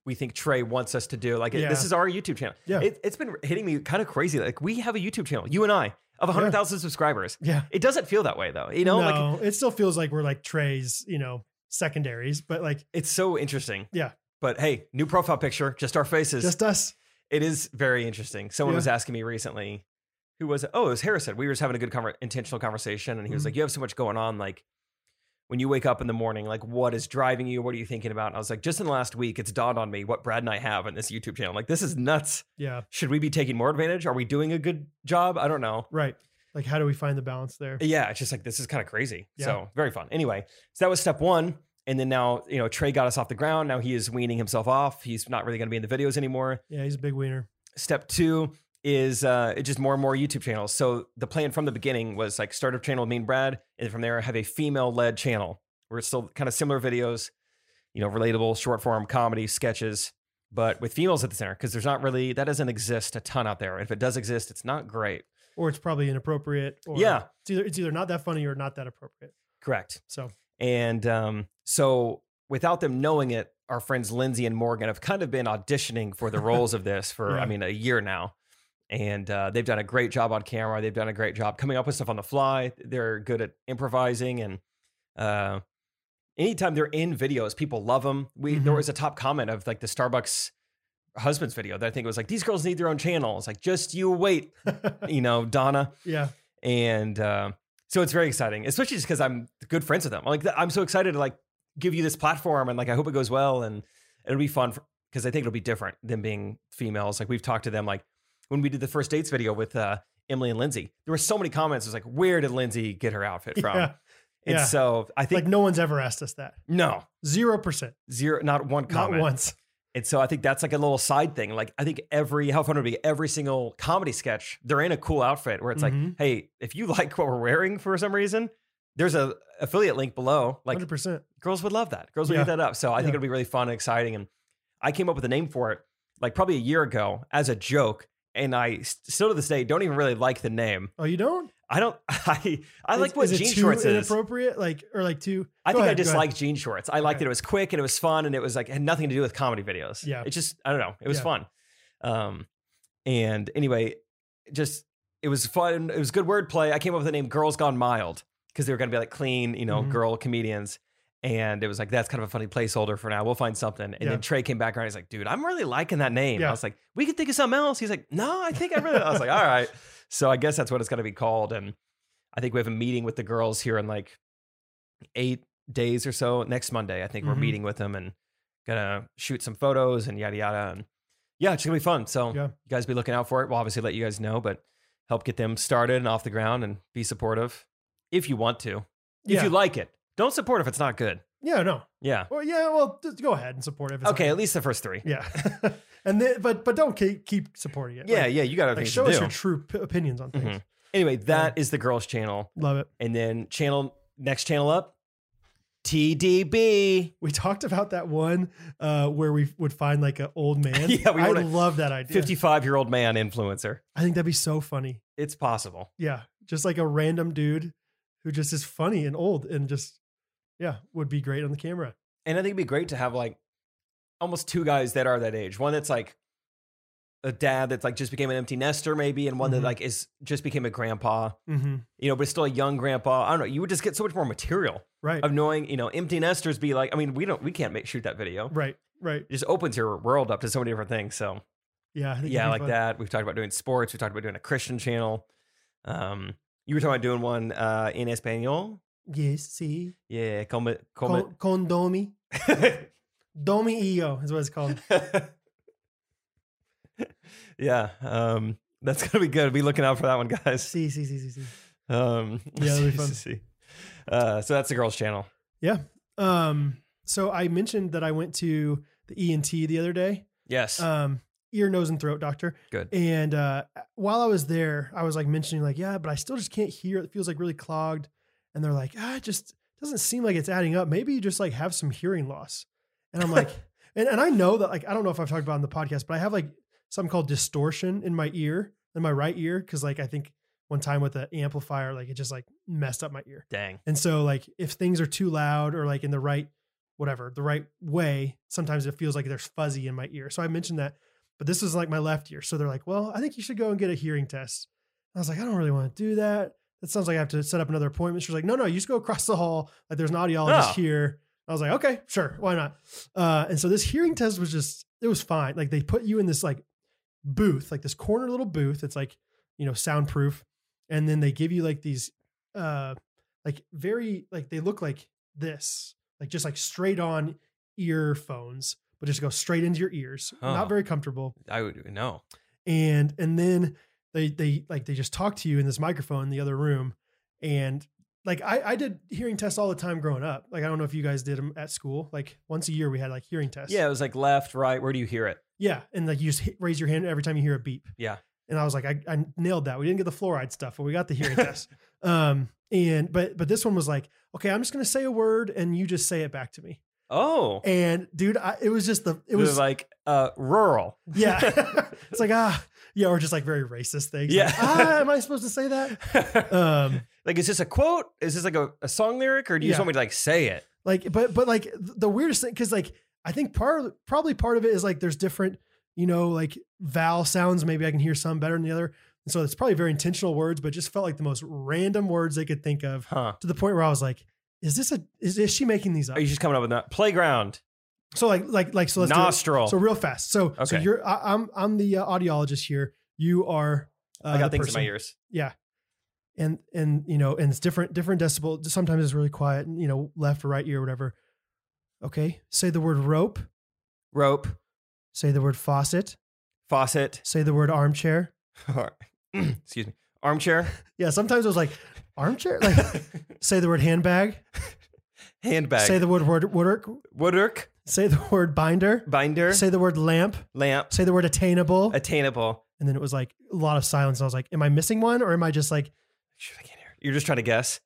A: we think Trey wants us to do. Like it- this
B: Yeah.
A: is our YouTube channel.
B: Yeah.
A: It, it's been hitting me kind of crazy. Like we have a YouTube channel, you and I, of 100,000 subscribers.
B: Yeah.
A: It doesn't feel that way though. You know, like
B: no, it still feels like we're like Trey's, you know, secondaries, but like
A: it's so interesting.
B: Yeah.
A: But hey, new profile picture, just our faces.
B: just us.
A: it is very interesting. Someone
B: Yeah.
A: was asking me recently, who was it? Oh, it was Harrison. We were just having a good conver- intentional conversation, and he was
B: Mhm.
A: like, "You have so much going on. Like, when you wake up in the morning, like, what is driving you? What are you thinking about?" And I was like, "Just in the last week, it's dawned on me what Brad and I have in this YouTube channel. Like, this is nuts.
B: Yeah.
A: Should we be taking more advantage? Are we doing a good job? I don't know."
B: Right. Like, how do we find the balance there?
A: Yeah, it's just like this is kind of crazy.
B: Yeah.
A: So very fun. Anyway, so that was step one. And then now, you know, Trey got us off the ground. Now he is weaning himself off. He's not really going to be in the videos anymore.
B: Yeah. He's a big wiener.
A: step two is uh, it's just more and more YouTube channels. So the plan from the beginning was like start a channel with me and Brad, and then from there have a female led channel where it's still kind of similar videos, you know, relatable short form comedy sketches, but with females at the center because there's not really that doesn't exist a ton out there. If it does exist, it's not great.
B: Or it's probably inappropriate. Or
A: Yeah.
B: It's either, it's either not that funny or not that appropriate.
A: Correct.
B: So,
A: And um, so without them knowing it, our friends Lindsay and Morgan have kind of been auditioning for the roles of this for, I
B: Yeah.
A: mean, a year now. And uh, they've done a great job on camera. They've done a great job coming up with stuff on the fly. They're good at improvising. And uh, anytime they're in videos, people love them. We, There
B: Mhm.
A: was a top comment of like the Starbucks husband's video that I think was like, these girls need their own channel. It's like, just you wait, you know, Donna
B: yeah.
A: and uh, so it's very exciting, especially just because I'm good friends with them. Like th- I'm so excited to like give you this platform, and like I hope it goes well, and it'll be fun because I think it'll be different than being females. Like we've talked to them, like when we did the first dates video with uh, Emily and Lindsay, there were so many comments. It was like, where did Lindsay get her outfit from?
B: Yeah.
A: And
B: yeah.
A: so I think
B: like, no one's ever asked us that.
A: no
B: Zero percent.
A: zero, not one
B: Not
A: comment.
B: once.
A: And so I think that's like a little side thing. Like I think every how fun it would be every single comedy sketch they're in a cool outfit where it's like,
B: Mhm.
A: hey, if you like what we're wearing for some reason, there's a affiliate link below. Like
B: 100%.
A: girls would love that. Girls would
B: Yeah.
A: eat that up. So I think
B: Yeah.
A: it'll be really fun and exciting. And I came up with a name for it like probably a year ago as a joke, and I s- still to this day don't even really like the name.
B: Oh, you don't?
A: I don't. I I
B: Is-
A: like what
B: is it
A: jean
B: too
A: shorts is.
B: inappropriate? Like, or like too.
A: I
B: Go
A: think I
B: ahead, go
A: just
B: ahead.
A: liked jean shorts. I liked
B: Okay.
A: that it was quick and it was fun and it was like had nothing to do with comedy videos.
B: Yeah.
A: It just I don't know. It was
B: Yeah.
A: fun. Um and anyway, just it was fun. It was good wordplay. I came up with the name Girls Gone Mild because they were gonna be like clean, you know,
B: Mhm.
A: girl comedians. And it was like that's kind of a funny placeholder for now. We'll find something. And
B: Yeah.
A: then Trey came back around. He's like, "Dude, I'm really liking that name." I
B: Yeah.
A: was like, "We could think of something else." He's like, "No, I think I really." I was like, "All right." So I guess that's what it's gonna be called. And I think we have a meeting with the girls here in like eight days or so. Next Monday, I think
B: Mhm.
A: we're meeting with them and gonna shoot some photos and yada yada. And yeah, it's gonna be fun. So
B: Yeah.
A: you guys be looking out for it. We'll obviously let you guys know, but help get them started and off the ground and be supportive if you want to. If
B: Yeah.
A: you like it, don't support if it's not good.
B: yeah, no.
A: Yeah.
B: Well, yeah, well, just go ahead and support it. if it's not
A: Okay, at least the first three.
B: Yeah, and then, but but don't keep keep supporting it.
A: Yeah,
B: like,
A: yeah, you got other
B: like
A: things
B: show
A: to
B: us
A: do.
B: your true p- opinions on things.
A: Mhm. anyway, that is the girls' channel,
B: Love it.
A: and then channel next channel up, TDB.
B: We talked about that one uh, where we would find like an old man.
A: Yeah, we
B: I
A: wanna-
B: love that idea.
A: 55 year old man influencer.
B: I think that'd be so funny.
A: It's possible.
B: Yeah, just like a random dude who just is funny and old and just yeah would be great on the camera.
A: And I think it'd be great to have like almost two guys that are that age. One that's like a dad that's like just became an empty nester, maybe, and one
B: Mhm.
A: that like is just became a grandpa,
B: Mm-hmm.
A: you know, but still a young grandpa. I don't know. You would just get so much more material
B: Right,
A: of knowing, you know, empty nesters be like, I mean, we don't, we can't make shoot that video.
B: right, right.
A: It just opens your world up to so many different things. So
B: Yeah, I think it'd
A: yeah,
B: be
A: like
B: fun.
A: that. We've talked about doing sports. We talked about doing a Christian channel. Um, you were talking about doing one uh, in Espanol.
B: Yes, see.
A: Yeah, come, come.
B: Con, condomi. Domi io is what it's called.
A: yeah, um, that's gonna be good. Be looking out for that one, guys.
B: See, see, see, see, see.
A: Um,
B: Yeah, that'll be fun.
A: see. Uh, so that's the girls' channel.
B: Um, so I mentioned that I went to the ENT the other day,
A: Yes,
B: um, ear, nose, and throat doctor.
A: Good.
B: And uh, while I was there, I was like mentioning, like, yeah, but I still just can't hear. It feels like really clogged. And they're like, ah, it just doesn't seem like it's adding up. Maybe you just like have some hearing loss. And I'm like, and, and I know that, like, I don't know if I've talked about it in the podcast, but I have like something called distortion in my ear, in my right ear. Cause like I think one time with an amplifier, like it just like messed up my ear.
A: dang.
B: And so like if things are too loud or like in the right whatever, the right way, sometimes it feels like there's fuzzy in my ear. So I mentioned that, but this is like my left ear. So they're like, "Well, I think you should go and get a hearing test." I was like, "I don't really want to do that. That sounds like I have to set up another appointment." She was like, "No, no, you just go across the hall. Like there's an audiologist
A: Oh.
B: here." I was like, "Okay, sure. Why not?" Uh, and so this hearing test was just it was fine. Like they put you in this like booth, like this corner little booth. It's like, you know, soundproof. And then they give you like these uh like very like they look like this, like just like straight on earphones, but just go straight into your ears.
A: Oh.
B: Not very comfortable.
A: I would no.
B: And and then they they like they just talk to you in this microphone in the other room. And like I, I did hearing tests all the time growing up. Like I don't know if you guys did them at school. Like once a year we had like hearing tests.
A: Yeah, it was like left, right. Where do you hear it?
B: Yeah, and like you just hit, raise your hand every time you hear a beep.
A: Yeah.
B: and I was like, I, I nailed that. We didn't get the fluoride stuff, but we got the hearing test. Um, and but but this one was like, okay, I'm just gonna say a word, and you just say it back to me.
A: Oh,
B: And dude, I, it was just the it
A: it was
B: was
A: like uh, rural.
B: yeah, it's like ah yeah, or just like very racist things.
A: Yeah.
B: like, ah, am I supposed to say that? Um,
A: like, is this a quote? Is this like a, a song lyric, or do you just
B: Yeah.
A: want me to like say it?
B: like but but like th- the weirdest thing because like i think part probably part of it is like there's different you know like vowel sounds maybe i can hear some better than the other and so it's probably very intentional words but just felt like the most random words they could think of
A: Huh?
B: to the point where i was like is this a is, is she making these up
A: Are you just coming up with that playground,
B: so like like like Uh, so let's do it.
A: nostril?
B: so real fast so so
A: Okay.
B: you're I, i'm i'm the uh, audiologist here you are uh,
A: I
B: the
A: got things
B: person
A: in my ears.
B: yeah and and you know and it's different different decibel sometimes it's really quiet and you know left or right ear whatever okay say the word rope
A: Rope,
B: say the word faucet
A: faucet.
B: say the word armchair
A: Excuse me. Armchair,
B: yeah sometimes it was like armchair like say the word handbag
A: handbag.
B: say the word word woodwork
A: woodwork,
B: say the word binder
A: binder,
B: say the word lamp
A: lamp,
B: say the word attainable
A: attainable.
B: and then it was like a lot of silence and i was like am i missing one or am i just like
A: Shoot, I can't hear. You're just trying to guess.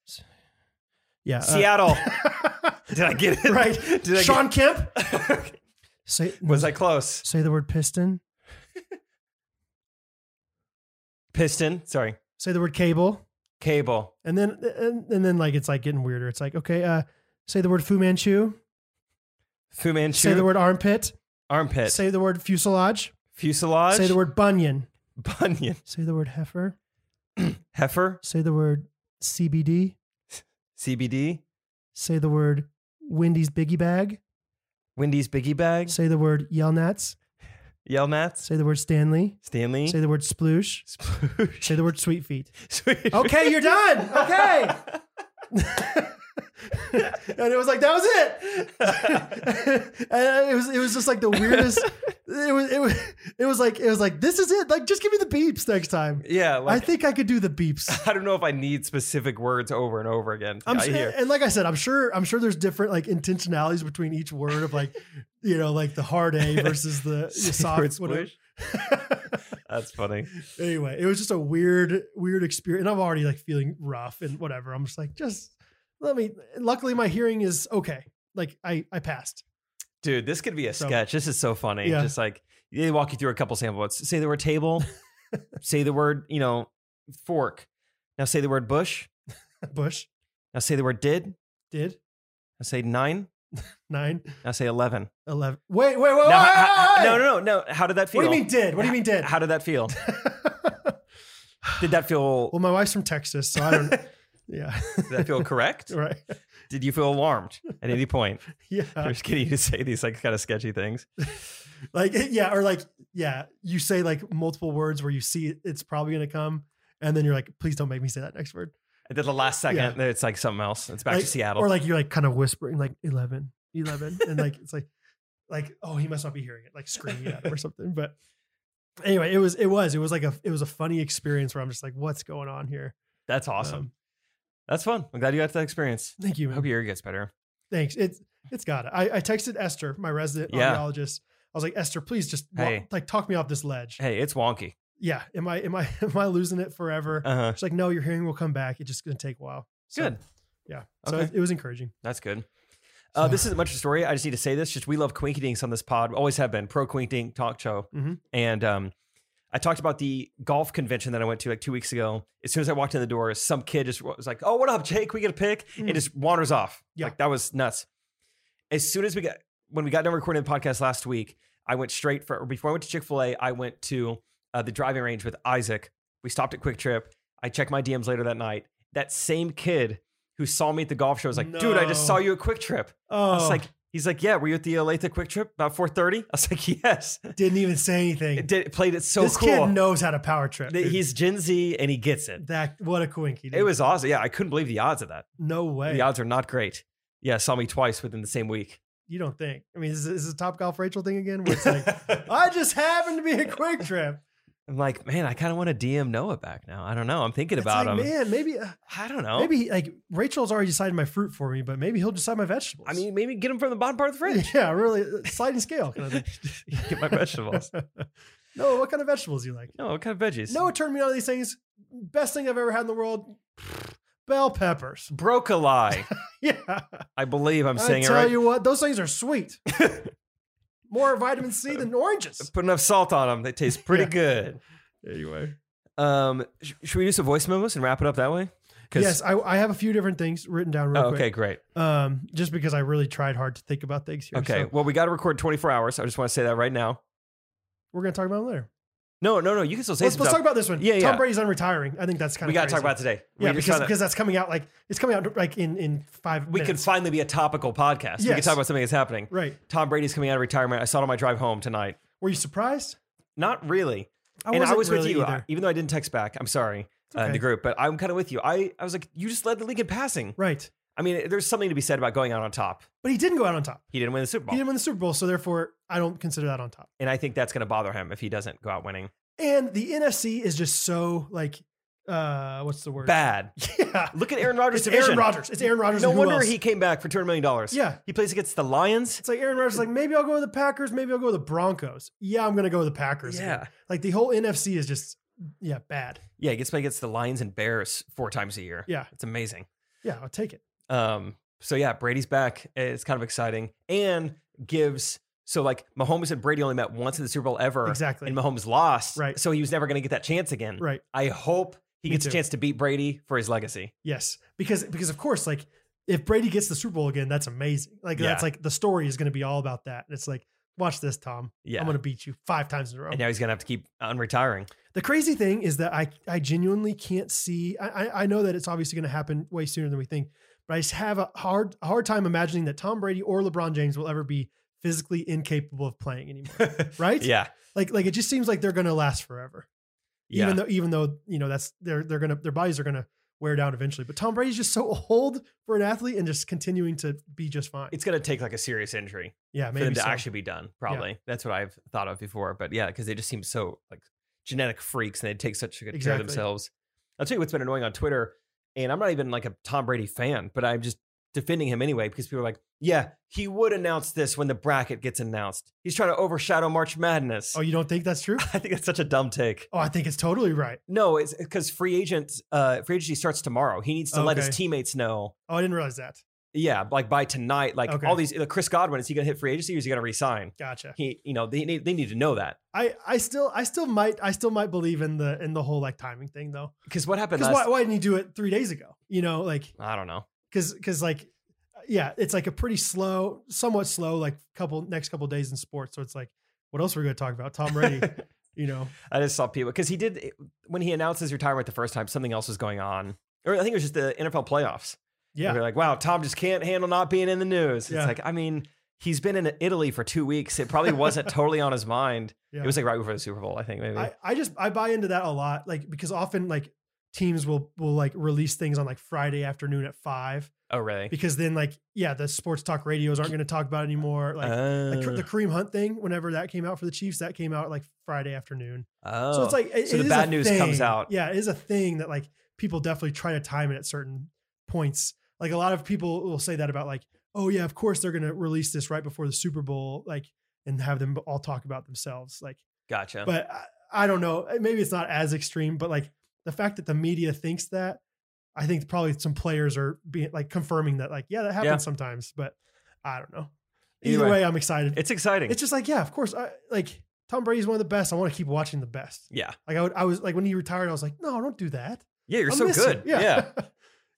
B: yeah uh,
A: Seattle. Did I get it
B: Right.
A: Did I
B: sean kemp
A: Get...
B: say
A: Was I close?
B: say the word piston
A: Piston. Sorry.
B: say the word cable
A: Cable.
B: And then and, and then like it's like getting weirder. It's like okay, uh, say the word Fu Manchu,
A: Fu Manchu.
B: say the word armpit,
A: Armpit.
B: say the word fuselage,
A: Fuselage.
B: say the word bunion,
A: Bunion.
B: say the word heifer,
A: Heifer.
B: say the word CBD,
A: CBD.
B: say the word Wendy's biggie bag,
A: Wendy's Biggie Bag.
B: say the word yell nats,
A: Yell Nats.
B: say the word Stanley,
A: Stanley.
B: say the word sploosh,
A: Sploosh.
B: say the word sweet feet.
A: Sweet.
B: Okay, you're done. Okay. and it was like that was it. and it was it was just like the weirdest. It was it was it was like it was like this is it. Like just give me the beeps next time.
A: yeah. Like,
B: I think I could do the beeps.
A: I don't know if I need specific words over and over again.
B: I'm eh,
A: I
B: sure,
A: hear.
B: and like I said, I'm sure I'm sure there's different like intentionalities between each word of like you know like the hard A versus the soft whatever.
A: Sploosh. That's funny.
B: anyway, it was just a weird, weird experience. And I'm already like feeling rough and whatever. I'm just like, just let me. Luckily, my hearing is okay. Like I, I passed.
A: Dude, this could be a
B: So-
A: sketch. This is so funny.
B: Yeah.
A: Just like they walk you through a couple sample words. Say the word table. say the word, you know, fork. Now say the word bush.
B: Bush
A: Now say the word did. Now
B: did
A: say nine.
B: nine,
A: Now say eleven.
B: eleven. Wait, wait, wait,
A: Now,
B: wait,
A: ho- ho-
B: wait,
A: no,
B: wait.
A: no, no, no. How did that feel?
B: What do you mean did? What do you mean did?
A: How did that feel? Did that feel
B: well, my wife's from Texas, so I don't. yeah,
A: did that feel correct?
B: right.
A: Did you feel alarmed at any point?
B: Yeah,
A: They're just getting you to say these like kind of sketchy things.
B: like yeah, or like yeah. You say like multiple words where you see it, it's probably gonna come, and then you're like, please don't make me say that next word.
A: And then the last second, it's like something else. It's back
B: Like-
A: to Seattle.
B: Or like you're like kind of whispering like 11, 11. and like, it's like, like, oh, he must not be hearing it, like screaming at him or something. But anyway, it was, it was, it was like a, it was a funny experience where I'm just like, what's going on here?
A: That's awesome.
B: Um,
A: That's fun. I'm glad you got that experience.
B: Thank you,
A: I
B: man.
A: hope your ear gets better.
B: Thanks. It's it's got it. I, I texted Esther, my resident
A: Yeah.
B: audiologist. I was like, Esther, please just wa-
A: Hey.
B: like talk me off this ledge.
A: Hey, it's wonky.
B: Yeah. Am I am I am I losing it forever?
A: Uh huh.
B: She's like, no, your hearing will come back. It's just gonna take a while. So,
A: Good.
B: Yeah. So
A: Okay.
B: it, it was encouraging.
A: That's good. Uh,
B: So-
A: this isn't much of a story. I just need to say this. Just we love quinky-dinks on this pod. We always have been pro quinky-dink talk show.
B: Mhm.
A: And um, I talked about the golf convention that I went to like two weeks ago. As soon as I walked in the door, some kid just was like, "Oh, what up, Jake? We get a pick," and
B: Mm.
A: just wanders off.
B: Yeah.
A: Like that was nuts. As soon as we got when we got done recording the podcast last week, I went straight for before I went to Chick Fil A. I went to uh, the driving range with Isaac. We stopped at Quick Trip. I checked my DMs later that night. That same kid who saw me at the golf show was like, "Dude, I just
B: No.
A: saw you at Quick Trip."
B: Oh,
A: I was like, "He's like, yeah, were you at the Olathe Quick Trip about 4:30?" I was like, "Yes."
B: didn't even say anything.
A: It did, it played it so
B: this
A: cool.
B: kid knows how to power trip.
A: Th-
B: dude.
A: He's Gen Z and he gets it.
B: that what a coinky.
A: It was awesome. Yeah, I couldn't believe the odds of that.
B: no way.
A: The odds are not great. Yeah, saw me twice within the same week.
B: You don't think? I mean, is, is this a Top Golf Rachel thing again? Where it's like, I just happened to be a quick trip.
A: I'm like, man, I kind of want to DM Noah back now. I don't know. I'm thinking
B: It's
A: about
B: like,
A: him. Oh.
B: man, maybe. uh,
A: I don't know.
B: Maybe like Rachel's already decided my fruit for me, but maybe he'll decide my vegetables.
A: I mean, maybe get him from the bottom part of the fridge.
B: yeah, really uh, sliding scale kind of thing.
A: get my vegetables.
B: no, what kind of vegetables do you like?
A: No, what kind of veggies?
B: Noah turned me on to these things. Best thing I've ever had in the world. Bell peppers.
A: broccoli.
B: Yeah,
A: I believe I'm
B: I
A: saying it
B: tell
A: right.
B: you what, those things are sweet. More vitamin C than oranges.
A: Put enough salt on them; they taste pretty
B: Yeah.
A: good.
B: Anyway,
A: Um, sh- should we do some voice memos and wrap it up that way? 'Cause-
B: yes, I, I have a few different things written down real
A: Oh,
B: quick.
A: okay, great.
B: Um, just because I really tried hard to think about things here.
A: Okay.
B: so
A: Well, we got to record 24 hours. I just want to say that right now.
B: we're gonna talk about it later.
A: No, no, no. You can still say
B: Let's,
A: some
B: let's talk
A: stuff.
B: about this one.
A: Yeah,
B: Tom
A: yeah.
B: Brady's on retiring. I think that's kind
A: we
B: of
A: got to talk about it today.
B: Yeah,
A: we just
B: because,
A: found out-
B: because that's coming out like it's coming out like in in five.
A: we can
B: minutes.
A: finally be a topical podcast. We can
B: Yes.
A: talk about something that's happening.
B: right.
A: Tom Brady's coming out of retirement. I saw it on my drive home tonight.
B: Were you surprised?
A: Not really. and I
B: wasn't
A: was
B: really
A: with you, I-
B: either.
A: even though I didn't text back. I'm sorry uh, in
B: okay.
A: the group, but I'm kind of with you. I, I was like, you just led the league in passing.
B: Right.
A: I mean, there's something to be said about going out on top.
B: But he didn't go out on top.
A: He didn't win the Super
B: He
A: Bowl,
B: didn't win the Super Bowl, so therefore I don't consider that on top.
A: and I think that's going to bother him if he doesn't go out winning.
B: And the NFC is just so like, uh, what's the word?
A: Bad.
B: Yeah.
A: Look at Aaron Rodgers'
B: It's
A: division.
B: Aaron Rodgers. It's Aaron Rodgers.
A: No
B: and who
A: wonder
B: else?
A: he came back for two hundred million dollars.
B: Yeah.
A: he plays against the Lions.
B: It's like Aaron Rodgers. is Like maybe I'll go with the Packers. Maybe I'll go with the Broncos. Yeah, I'm gonna go with the Packers. again.
A: Yeah,
B: Like the whole NFC is just yeah bad.
A: yeah, he gets played against the Lions and Bears four times a year.
B: Yeah.
A: it's amazing.
B: Yeah, I'll take it.
A: Um, so yeah, Brady's back. It's kind of exciting and gives. So like Mahomes and Brady only met once in the Super Bowl ever,
B: Exactly.
A: and Mahomes lost.
B: Right.
A: so he was never going to get that chance again.
B: Right.
A: I hope he
B: Me
A: gets a
B: too.
A: chance to beat Brady for his legacy.
B: Yes, because because of course, like if Brady gets the Super Bowl again, that's amazing. Like
A: Yeah.
B: that's like the story is going to be all about that. It's like watch this, Tom.
A: Yeah,
B: I'm going to beat you five times in a row.
A: and now he's going to have to keep on retiring.
B: the crazy thing is that I I genuinely can't see. I I- I know that it's obviously going to happen way sooner than we think, but I just have a hard a hard time imagining that Tom Brady or LeBron James will ever be physically incapable of playing anymore. Right?
A: yeah,
B: Like like it just seems like they're going to last forever.
A: yeah.
B: Even though even though you know that's they're they're gonna their bodies are gonna wear down eventually. But Tom Brady's just so old for an athlete and just continuing to be just fine.
A: it's going to take like a serious injury.
B: yeah,
A: for them
B: maybe
A: to
B: so.
A: actually be done. Probably that's what I've thought of before. But yeah, because they just seem so like genetic freaks and they take such good care of
B: Exactly.
A: themselves. I'll tell you what's been annoying on Twitter, and I'm not even like a Tom Brady fan, but I'm just defending him anyway because people are like, "Yeah, he would announce this when the bracket gets announced. He's trying to overshadow March Madness."
B: Oh, you don't think that's true?
A: I think that's such a dumb take.
B: Oh, I think it's totally right.
A: No, it's because free agents, uh, free agency starts tomorrow. He needs to let his
B: Okay.
A: teammates know.
B: Oh, I didn't realize that.
A: Yeah, like by tonight, like
B: Okay.
A: all these. Like Chris Godwin, is he going to hit free agency or is he going to resign?
B: Gotcha.
A: He, you know, they need, they need to know that.
B: I I still I still might I still might believe in the in the whole like timing thing though.
A: Because what happened
B: Because
A: last?
B: why why didn't he do it three days ago? You know, like
A: I don't know.
B: because because like yeah, it's like a pretty slow, somewhat slow like couple next couple days in sports. So it's like, what else are we gonna talk about? Tom Brady, you know.
A: I just saw people because he did when he announced his retirement the first time. Something else was going on, or I think it was just the NFL playoffs.
B: Yeah.
A: they're like, "Wow, Tom just can't handle not being in the news."
B: Yeah.
A: It's like, I mean, he's been in Italy for two weeks. It probably wasn't totally on his mind.
B: Yeah.
A: It was like right before the Super Bowl, I think. Maybe
B: I, I just I buy into that a lot, like because often like teams will will like release things on like Friday afternoon at five
A: Oh, really?
B: because then like yeah the sports talk radios aren't going to talk about it anymore like. like
A: oh.
B: the Kareem Hunt thing, whenever that came out for the Chiefs, that came out like Friday afternoon.
A: oh.
B: So it's like it,
A: So
B: it
A: the
B: is
A: bad
B: a
A: news comes
B: thing.
A: out.
B: Yeah, it is a thing that like people definitely try to time it at certain points. Like a lot of people will say that about like, oh yeah, of course they're gonna release this right before the Super Bowl, like, and have them all talk about themselves. Like,
A: gotcha.
B: but I, I don't know. Maybe it's not as extreme, but like the fact that the media thinks that, I think probably some players are being like confirming that, like, yeah, that happens
A: Yeah.
B: sometimes. But I don't know.
A: Either
B: Either,
A: way.
B: way, I'm excited.
A: it's exciting.
B: It's just like, yeah, of course. I, like Tom Brady's one of the best. I want to keep watching the best.
A: yeah.
B: Like I, would, I was like when he retired, I was like, no, don't do that.
A: Yeah, you're
B: I'll
A: so
B: miss him.
A: good. Yeah.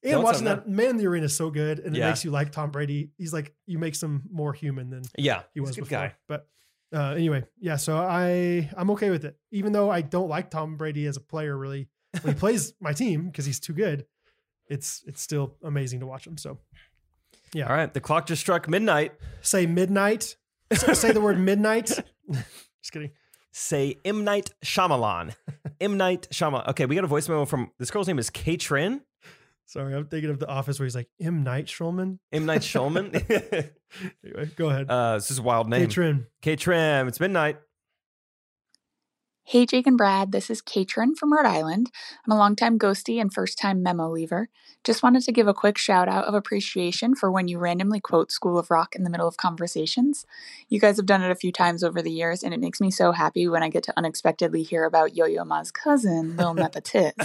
B: and
A: Don't
B: watching
A: tell
B: that man in the arena is so good, and
A: Yeah.
B: it makes you like Tom Brady. He's like you makes him more human than
A: Yeah. He's
B: he was
A: a good
B: before.
A: guy.
B: But uh, anyway, yeah. So I I'm okay with it, even though I don't like Tom Brady as a player really when he plays my team because he's too good. It's it's still amazing to watch him. So Yeah.
A: All right. The clock just struck midnight.
B: say midnight. say the word midnight. Just kidding.
A: Say M. Night Shyamalan. M. Night Shyamalan. Okay, we got a voice memo from this girl's name is Kay Trin.
B: Sorry, I'm thinking of the office where he's like M Night Schulman.
A: M. Night Shyamalan.
B: Anyway, go ahead.
A: uh, this is a wild
B: hey
A: name.
B: Trin.
A: Kay Trim. It's midnight.
C: Hey, Jake and Brad, this is Katrin from Rhode Island. I'm a longtime ghosty and first time memo leaver. Just wanted to give a quick shout out of appreciation for when you randomly quote School of Rock in the middle of conversations. You guys have done it a few times over the years, and it makes me so happy when I get to unexpectedly hear about Yo Yo Ma's cousin, Lil Nut the Tits.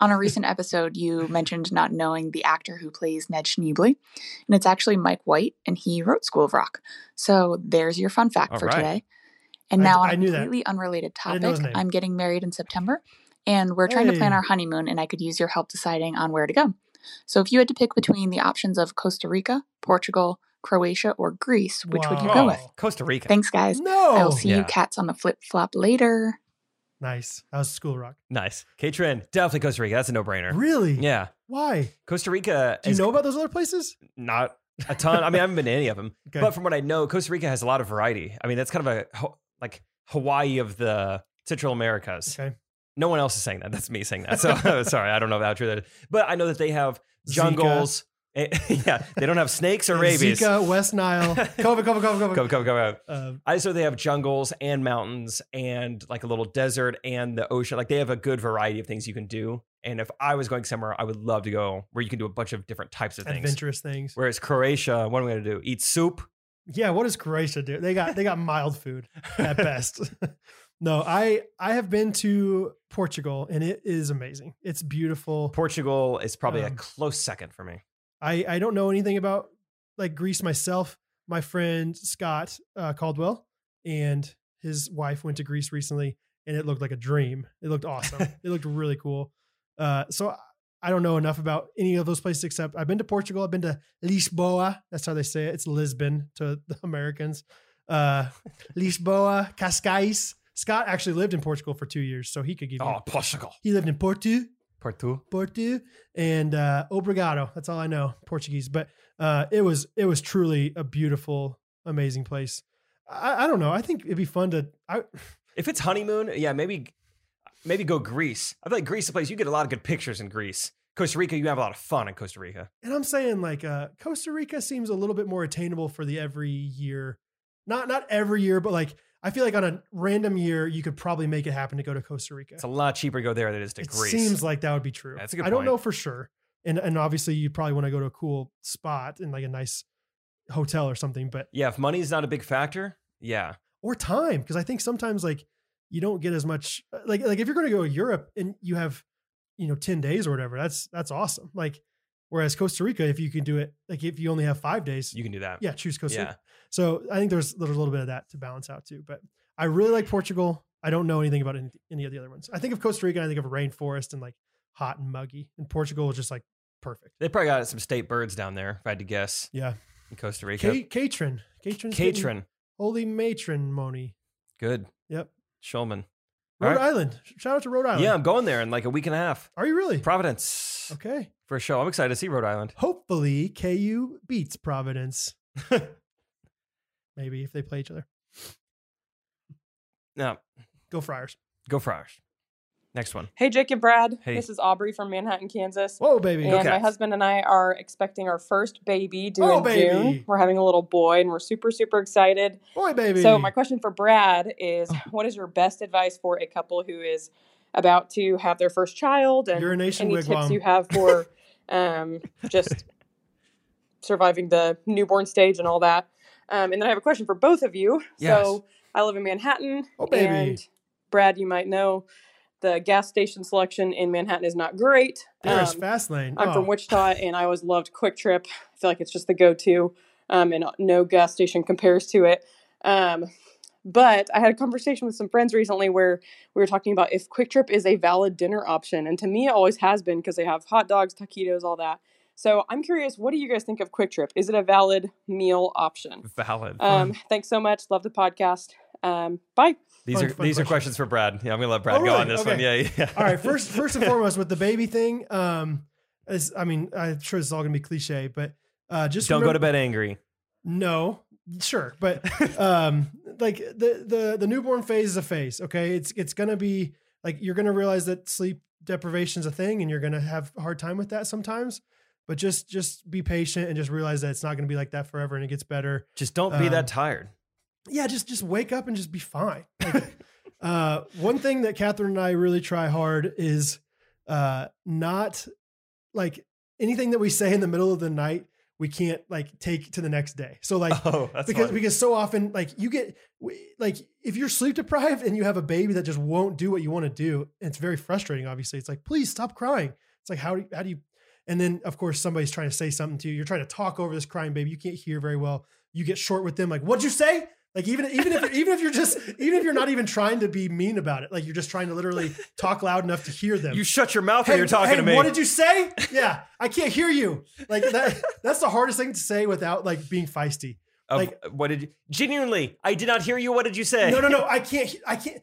C: On a recent episode, you mentioned not knowing the actor who plays Ned Schneebly, and it's actually Mike White, and he wrote School of Rock. So there's your fun fact
A: All
C: for
A: right.
C: today. And
B: I-
C: now, on
B: I
C: a
B: knew that.
C: completely unrelated
B: I didn't know his
C: topic,
B: name.
C: I'm getting married in September, and we're trying to plan
B: Hey.
C: our honeymoon, and I could use your help deciding on where to go. So if you had to pick between the options of Costa Rica, Portugal, Croatia, or Greece, which would you
B: Wow.
C: go
A: Oh,
C: with?
A: Costa Rica.
C: Thanks, guys.
B: No.
C: I'll see
A: Yeah.
C: you cats on the flip flop later.
B: Nice. That was School Rock.
A: nice. Kay Trin. Definitely Costa Rica. That's a no brainer.
B: Really?
A: Yeah.
B: Why?
A: Costa Rica
B: Do you
A: is
B: know about those other places?
A: not a ton. I mean, I haven't been to any of them.
B: Okay.
A: But from what I know, Costa Rica has a lot of variety. I mean, that's kind of a ho- like Hawaii of the Central Americas.
B: okay.
A: No one else is saying that. That's me saying that. So sorry, I don't know how true that is. But I know that they have jungles. Eh, yeah, they don't have snakes or
B: Zika,
A: rabies.
B: Zika, West Nile, COVID, COVID, COVID,
A: Go,
B: COVID.
A: go, go, go.
B: Uh,
A: I just know they have jungles and mountains and like a little desert and the ocean. Like they have a good variety of things you can do. And if I was going somewhere, I would love to go where you can do a bunch of different types of things.
B: adventurous things.
A: Whereas Croatia, what am I going to do? Eat soup?
B: Yeah, what does Croatia do? They got they got mild food at best. no, I I have been to Portugal and it is amazing. It's beautiful.
A: Portugal is probably a
B: Um,
A: close second for me.
B: I I don't know anything about like Greece myself. My friend Scott uh, Caldwell and his wife went to Greece recently, and it looked like a dream. It looked awesome. it looked really cool. Uh, so I- I don't know enough about any of those places except I've been to Portugal. I've been to Lisboa. That's how they say it. It's Lisbon to the Americans. Uh, Lisboa, Cascais. Scott actually lived in Portugal for two years, so he could give you.
A: Oh, Portugal.
B: He lived in Porto.
A: Porto.
B: Porto and uh, Obrigado. That's all I know Portuguese. But uh, it was it was truly a beautiful, amazing place. I, I don't know. I think it'd be fun to. I,
A: If it's honeymoon, yeah, maybe maybe go Greece. I feel like Greece is a place you get a lot of good pictures in Greece. Costa Rica, you have a lot of fun in Costa Rica.
B: and I'm saying like uh, Costa Rica seems a little bit more attainable for the every year, not not every year, but like I feel like on a random year you could probably make it happen to go to Costa Rica.
A: It's a lot cheaper to go there than it is to
B: it
A: Greece.
B: seems like that would be true.
A: That's a good
B: I don't
A: point.
B: know for sure, and and obviously you probably want to go to a cool spot and like a nice hotel or something, but.
A: yeah, if money's not a big factor, yeah.
B: or time because i think sometimes like you don't get as much uh, like like if you're going to go to europe and you have you know 10 days or whatever that's that's awesome like whereas costa rica if you can do it like if you only have five days
A: You can do that.
B: yeah choose costa
A: Yeah.
B: rica so i think there's there's a little bit of that to balance out too but i really like portugal i don't know anything about any, any of the other ones i think of costa rica i think of rainforest and like hot and muggy and portugal is just like perfect
A: They probably got some state birds down there, if I had to guess,
B: yeah
A: in Costa Rica.
B: Ca- catron catron's getting-
A: Catron.
B: holy matron moni
A: Good.
B: Yep.
A: Shulman. All
B: rhode
A: right.
B: island shout out to rhode island Oh.
A: Yeah, I'm going there in like a week and a half.
B: are you really
A: Providence
B: okay
A: for a show. I'm excited to see Rhode Island.
B: Hopefully, KU beats Providence. Maybe if they play each other.
A: Now,
B: Go Friars.
A: go Friars. Next one.
D: Hey, Jake and Brad.
A: Hey.
D: This is Aubrey from Manhattan, Kansas.
B: Whoa, baby.
D: And
A: Okay.
D: my husband and I are expecting our first baby due
B: Oh,
D: in
B: baby.
D: June. We're having a little boy, and we're super, super excited.
B: Boy, baby.
D: So, my question for Brad is what is your best advice for a couple who is about to have their first child and
B: Urination
D: any
B: wigwam.
D: tips you have for um, just surviving the newborn stage and all that? Um, and then I have a question for both of you.
A: Yes.
D: So, I live in Manhattan.
B: Oh, baby.
D: And Brad, you might know the gas station selection in Manhattan is not great.
B: There's
D: Um,
B: fast lane.
D: I'm
B: oh.
D: from Wichita, and I always loved Quick Trip. I feel like it's just the go-to, um, and no gas station compares to it. Um, but I had a conversation with some friends recently where we were talking about if Quick Trip is a valid dinner option, and to me, it always has been because they have hot dogs, taquitos, all that. So I'm curious, what do you guys think of Quick Trip? Is it a valid meal option?
A: Valid.
D: Um, thanks so much. Love the podcast. Um, bye.
A: these
B: fun-
A: are
B: fun
A: these are
B: question.
A: questions for Brad. Yeah, I'm gonna let Brad
B: Oh,
A: go
B: really?
A: on this
B: Okay.
A: one. Yeah, yeah.
B: all right, first first and foremost with the baby thing, um is I mean, I'm sure this is all gonna be cliche, but uh just
A: don't go
B: remember-
A: to bed angry.
B: No, sure, but um, like the the the newborn phase is a phase. Okay, it's it's gonna be like you're gonna realize that sleep deprivation is a thing, and you're gonna have a hard time with that sometimes. But just just be patient and just realize that it's not gonna be like that forever, and it gets better.
A: Just don't be
B: Um,
A: that tired.
B: Yeah, just just wake up and just be fine. Like, uh, one thing that Catherine and I really try hard is uh, not like anything that we say in the middle of the night. We can't like take to the next day. So like
A: Oh, that's
B: because
A: funny.
B: because so often like you get we- like if you're sleep deprived and you have a baby that just won't do what you want to do, it's very frustrating. Obviously, it's like please stop crying. It's like how do you, how do you? And then of course somebody's trying to say something to you. You're trying to talk over this crying baby. You can't hear very well. You get short with them. Like what'd you say? Like even even if even if you're just even if you're not even trying to be mean about it, like you're just trying to literally talk loud enough to hear them
A: you shut your mouth when you're talking
B: hey,
A: to me.
B: What did you say? Yeah, I can't hear you. Like that, that's the hardest thing to say without like being feisty.
A: Of-
B: like-
A: what did you genuinely? I did not hear you. What did you say?
B: No, no, no. I can't. he- I can't.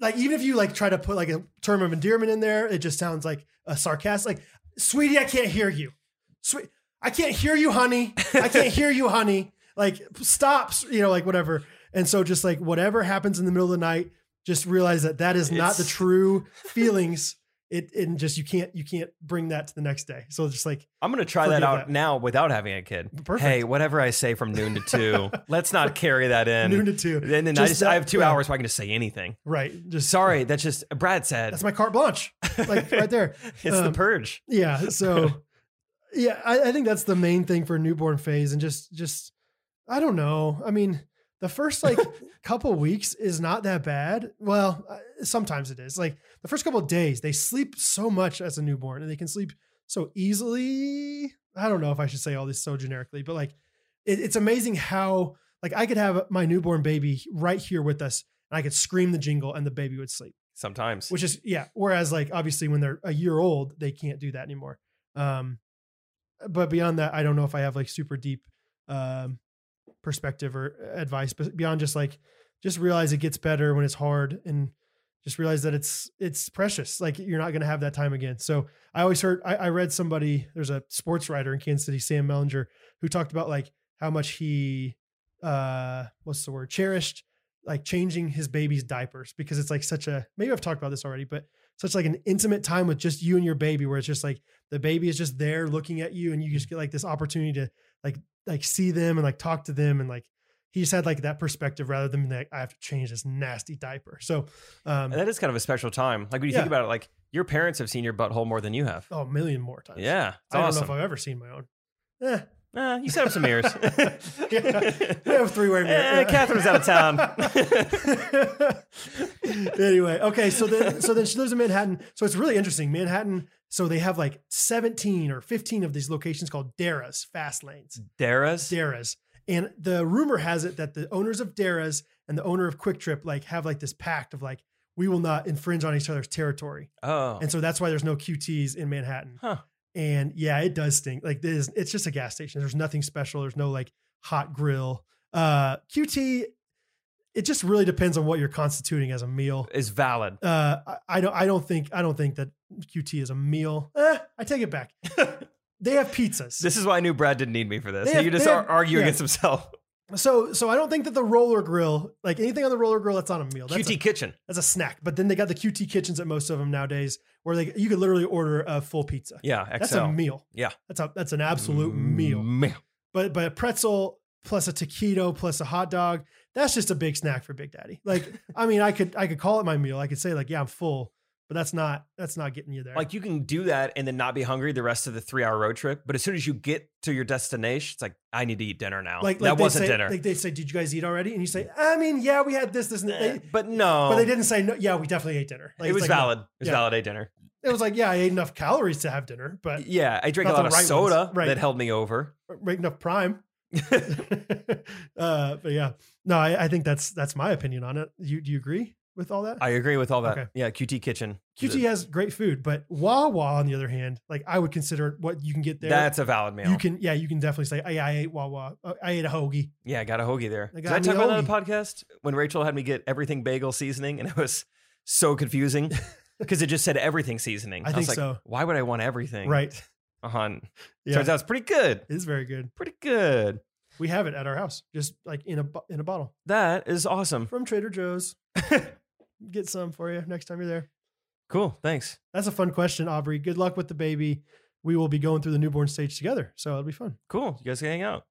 B: Like even if you like try to put like a term of endearment in there, it just sounds like a sarcastic. Like, sweetie, I can't hear you. Sweet, I can't hear you, honey. I can't hear you, honey. Like stop. You know, like whatever. And so just like whatever happens in the middle of the night, just realize that that is not the
A: It's-
B: true feelings. It and just you can't you can't bring that to the next day. So just like
A: I'm gonna try that
B: Forgive
A: out
B: that.
A: now without having a kid.
B: Perfect.
A: Hey, whatever I say from noon to two, let's not carry that in.
B: noon to two.
A: and then I
B: Just
A: just
B: that-
A: I have two
B: yeah.
A: hours where I can just say anything.
B: Right. Just
A: Sorry, that's just Brad said.
B: that's my carte blanche. Like right there.
A: it's the
B: um,
A: purge.
B: Yeah. So yeah, I, I think that's the main thing for newborn phase. And just just I don't know. I mean, the first like couple weeks is not that bad. Well, I- sometimes it is. Like the first couple of days, they sleep so much as a newborn and they can sleep so easily. I don't know if I should say all this so generically, but like it, it's amazing how like I could have my newborn baby right here with us and I could scream the jingle and the baby would sleep
A: Sometimes.
B: which is yeah whereas like obviously when they're a year old they can't do that anymore um but beyond that i don't know if i have like super deep um perspective or advice but beyond just like just realize it gets better when it's hard and just realize that it's it's precious like you're not going to have that time again so i always heard I, I read somebody there's a sports writer in kansas city sam mellinger who talked about like how much he uh what's the word cherished like changing his baby's diapers because it's like such a maybe I've talked about this already, but such like an intimate time with just you and your baby where it's just like the baby is just there looking at you and you just get like this opportunity to like like see them and like talk to them and like he just had like that perspective rather than like I have to change this nasty diaper. So um
A: And that is kind of a special time. Like when you think
B: Yeah.
A: about it, like your parents have seen your butthole more than you have.
B: oh a million more times.
A: Yeah, it's
B: I don't
A: awesome.
B: know if I've ever seen my own. Eh,
A: Eh, you set up some mirrors.
B: we have three way mirror.
A: Eh,
B: Yeah.
A: Catherine's out of town.
B: anyway, okay, so then so then she lives in Manhattan. So it's really interesting. Manhattan, so they have like 17 or 15 of these locations called Daras, fast lanes.
A: Mm. Dara's.
B: Daras. And the rumor has it that the owners of Daras and the owner of Quick Trip like have like this pact of like we will not infringe on each other's territory.
A: oh,
B: And so that's why there's no QTs in Manhattan.
A: Huh.
B: And yeah, it does stink. Like this, it's just a gas station. There's nothing special. There's no like hot grill. Uh, QT, it just really depends on what you're constituting as a meal.
A: is valid.
B: Uh, I, I don't. I don't think. I don't think that QT is a meal. Eh, I take it back. they have pizzas.
A: This is why I knew Brad didn't need me for this.
B: They have-
A: you just
B: they
A: ar-
B: have-
A: argue
B: yeah.
A: against himself.
B: So so I don't think that the roller grill, like anything on the roller grill that's on a meal, that's,
A: QT
B: a,
A: Kitchen.
B: that's a snack. But then they got the QT kitchens at most of them nowadays, where they you could literally order a full pizza.
A: Yeah, XL.
B: That's a meal.
A: Yeah. Mm.
B: that's a that's an absolute meal.
A: Meal.
B: But but a pretzel plus a taquito plus a hot dog, that's just a big snack for Big Daddy. Like I mean, I could I could call it my meal. I could say like, yeah, I'm full, but that's not that's not getting you there.
A: Like you can do that and then not be hungry the rest of the three hour road trip. But as soon as you get to your destination, it's like, I need to eat dinner now.
B: like,
A: that
B: like they
A: wasn't
B: say-
A: dinner.
B: Like they say, did you guys eat already? And you say, I mean, yeah, we had this, this, and that.
A: Eh,
B: They,
A: but no.
B: But they didn't say no. Yeah, we definitely ate dinner. Like,
A: it
B: it's
A: was
B: like, no.
A: valid. It was
B: Yeah.
A: valid a dinner.
B: It was like, yeah, I ate enough calories to have dinner, but
A: Yeah. I drank a
B: Uh, Not the
A: lot of
B: right ones.
A: soda
B: Right.
A: that held me over.
B: right enough prime. uh, but yeah, no, I, I think that's that's my opinion on it. You do you agree with all that?
A: I agree with all that.
B: Okay.
A: Yeah. QT Kitchen.
B: QT has great food, but Wawa on the other hand, like I would consider what you can get there.
A: That's a valid meal.
B: you can, yeah, you can definitely say, "Hey, I ate Wawa. Uh, I ate a hoagie.
A: Yeah, I got a hoagie there.
B: They
A: Did
B: got
A: I
B: me
A: talk about that
B: a
A: on the podcast when Rachel had me get everything bagel seasoning and it was so confusing because it just said everything seasoning.
B: I
A: was
B: think
A: like,
B: so.
A: Why would I want everything?
B: Right?
A: Uh-huh.
B: Yeah,
A: Turns out it's pretty good.
B: it is very good.
A: Pretty good.
B: We have it at our house, just like in a bo- in a bottle
A: That is awesome.
B: from Trader Joe's. get some for you next time you're there.
A: Cool. Thanks.
B: That's a fun question, Aubrey. Good luck with the baby. We will be going through the newborn stage together, so it'll be fun.
A: Cool. You guys can hang out.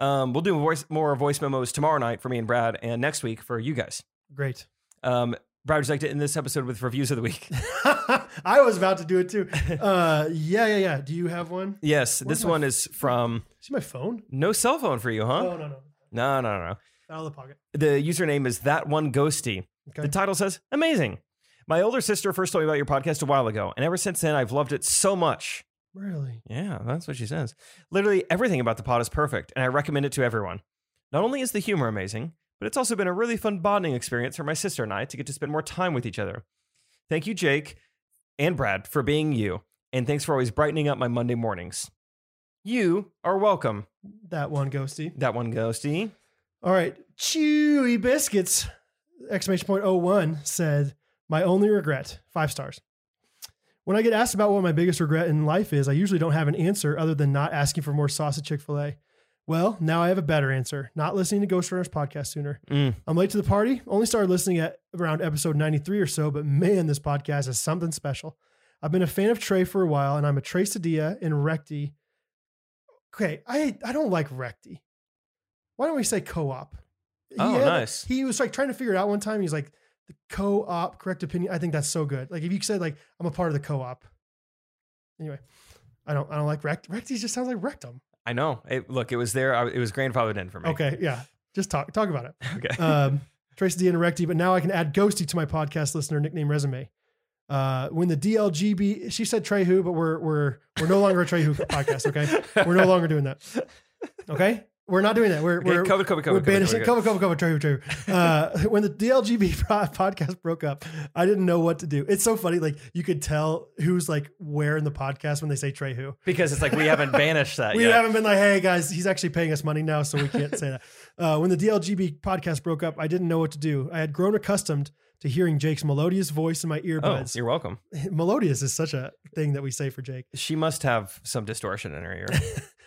A: Um, we'll do voice, more voice memos tomorrow night for me and Brad and next week for you guys.
B: Great.
A: Um, Brad, would you like to end this episode with reviews of the week?
B: I was about to do it too. Uh, yeah, yeah, yeah. Do you have one?
A: yes.
B: Where's
A: this
B: my
A: one is from
B: See my phone?
A: No Cell Phone for You, huh?
B: Oh no, no,
A: No, no, no. no.
B: out of the pocket.
A: The username is That One Ghosty.
B: Okay.
A: The title says, Amazing. My older sister first told me about your podcast a while ago, and ever since then, I've loved it so much.
B: really?
A: Yeah, that's what she says. Literally everything about the pod is perfect, and I recommend it to everyone. Not only is the humor amazing, but it's also been a really fun bonding experience for my sister and I to get to spend more time with each other. Thank you, Jake and Brad, for being you, and thanks for always brightening up my Monday mornings. You are welcome,
B: That one, Ghosty.
A: that one ghosty.
B: All right. Chewy biscuits. Exclamation point oh one said, "My only regret." Five stars. When I get asked about what my biggest regret in life is, I usually don't have an answer other than not asking for more sauce at Chick Fil A. Well, now I have a better answer. Not listening to Ghost Runner's podcast sooner.
A: Mm.
B: I'm late to the party. Only started listening at around episode 93 or so, but man, this podcast is something special. I've been a fan of Trey for a while, and I'm a Tracedia and Recti. Okay, I I don't like Recti. Why don't we say co-op? He
A: Oh,
B: had-
A: nice.
B: He was like trying to figure it out one time. He's like the co-op correct opinion. I think that's so good. Like if you said like I'm a part of the co-op. Anyway, I don't I don't like Rect. Recti just sounds like rectum.
A: I know. It, look, it was there. I, it was grandfathered in for me.
B: Okay, yeah. Just talk talk about it.
A: Okay.
B: um, Tracy D and Recti, but now I can add Ghosty to my podcast listener nickname resume. Uh, when the DLGB, she said Trey who, but we're we're we're no longer a Trey who podcast. Okay, we're no longer doing that. Okay, we're not doing that. We're
A: Okay,
B: we're
A: cover, cover, cover,
B: we're
A: cover,
B: banishing
A: cover.
B: cover cover cover Trey who Trey who. Uh, when the DLGB pro- podcast broke up, I didn't know what to do. It's so funny. Like you could tell who's like where in the podcast when they say Trey who.
A: Because it's like we haven't banished that
B: We
A: yet.
B: haven't been like, hey guys, he's actually paying us money now, so we can't say that. Uh, when the DLGB podcast broke up, I didn't know what to do. I had grown accustomed to hearing Jake's melodious voice in my
A: Oh,
B: earbuds.
A: you're welcome.
B: melodious is such a thing that we say for Jake.
A: She must have some distortion in her ear.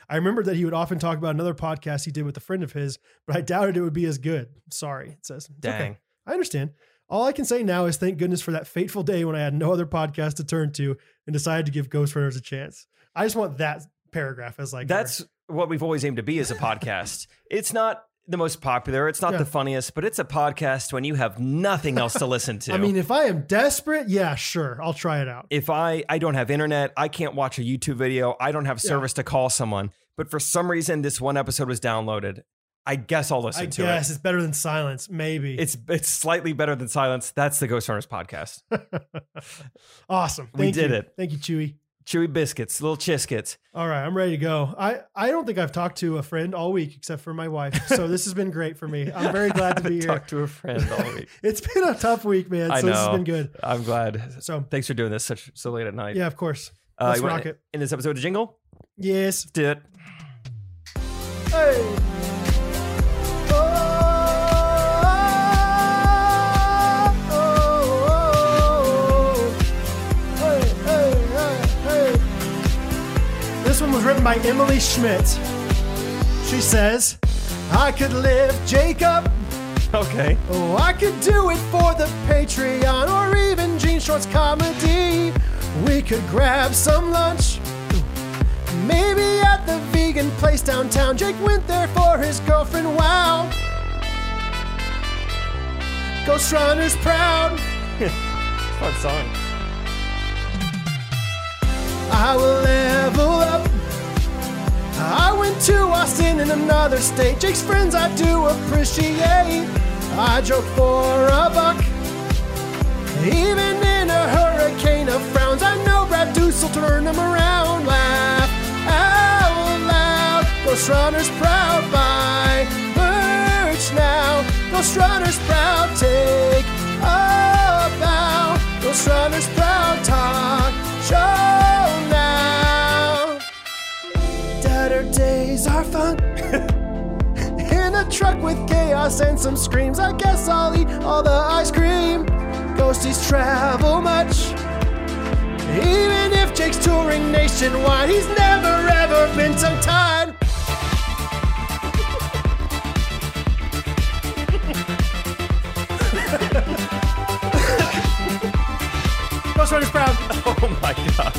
B: I remembered that he would often talk about another podcast he did with a friend of his, but I doubted it would be as good. Sorry, it says. It's okay.
A: Dang.
B: I understand. All I can say now is thank goodness for that fateful day when I had no other podcast to turn to and decided to give Ghost Runners a chance. I just want that paragraph as like our-
A: That's what we've always aimed to be as a podcast. it's not the most popular, it's not
B: Yeah.
A: the funniest, but it's a podcast when you have nothing else to listen to.
B: I mean, if I am desperate, yeah, sure, I'll try it out.
A: if I I don't have internet, I can't watch a YouTube video, I don't have
B: Yeah.
A: service to call someone, but for some reason this one episode was downloaded. I guess I'll listen
B: I
A: to
B: guess it's better than silence, maybe.
A: it. It's it's slightly better than silence. That's the Ghost Runners podcast.
B: awesome.
A: We
B: Thank
A: did
B: you.
A: it.
B: Thank you, Chewy.
A: Chewy biscuits, little chiskets.
B: All right, I'm ready to go. I, I don't think I've talked to a friend all week except for my wife. So this has been great for me. I'm very glad to
A: Haven't
B: be here.
A: talked to a friend all week.
B: It's been a tough week, man.
A: I
B: so this has
A: know.
B: been good.
A: I'm glad.
B: So
A: Thanks for doing this such so late at night.
B: yeah, of course.
A: Uh,
B: Let's
A: you wanna-
B: rock it.
A: In this episode of Jingle,
B: Yes.
A: do it.
B: Hey. This one was written by Emily Schmidt. She says, I could lift Jacob.
A: Okay.
B: Oh, I could do it for the Patreon or even Gene Short's comedy. We could grab some lunch. Maybe at the vegan place downtown. Jake went there for his girlfriend. Wow. Ghost Runner's proud.
A: Fun song.
B: I will level up. I went to Austin in another state. Jake's friends I do appreciate. I joke for a buck. Even in a hurricane of frowns, I know Brad Deuce will turn him around. Laugh out loud. Ghost Runner's proud by merch now. Ghost Runner's proud take a bow. Ghost Runner's proud talk show now. Better days are fun. In a truck with chaos and some screams, I guess I'll eat all the ice cream. Ghosties travel much. Even if Jake's touring nationwide, he's never ever been tongue tied. Ghost Runner's proud.
A: Oh my god.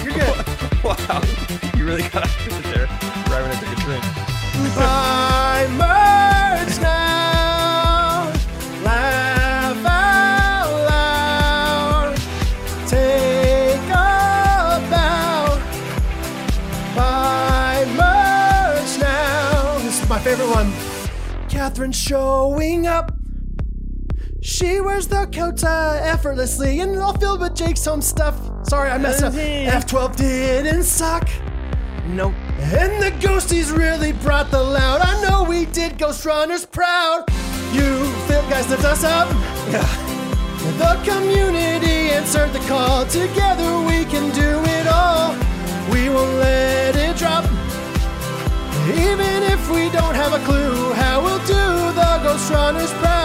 B: You're good.
A: Wow. You really got it there. Right when I took a drink.
B: Buy merch now. Laugh out loud. Take a bow. Buy merch now. This is my favorite one. Catherine showing up. She wears the coat uh, effortlessly and all filled with Jake's home stuff. Sorry, I messed up. F12 didn't suck.
A: Nope.
B: And the ghosties really brought the loud. I know we did Ghost Runners proud. You film guys lift us up. The community answered the call. Together we can do it all. We won't let it drop. Even if we don't have a clue how we'll do the Ghost Runners proud.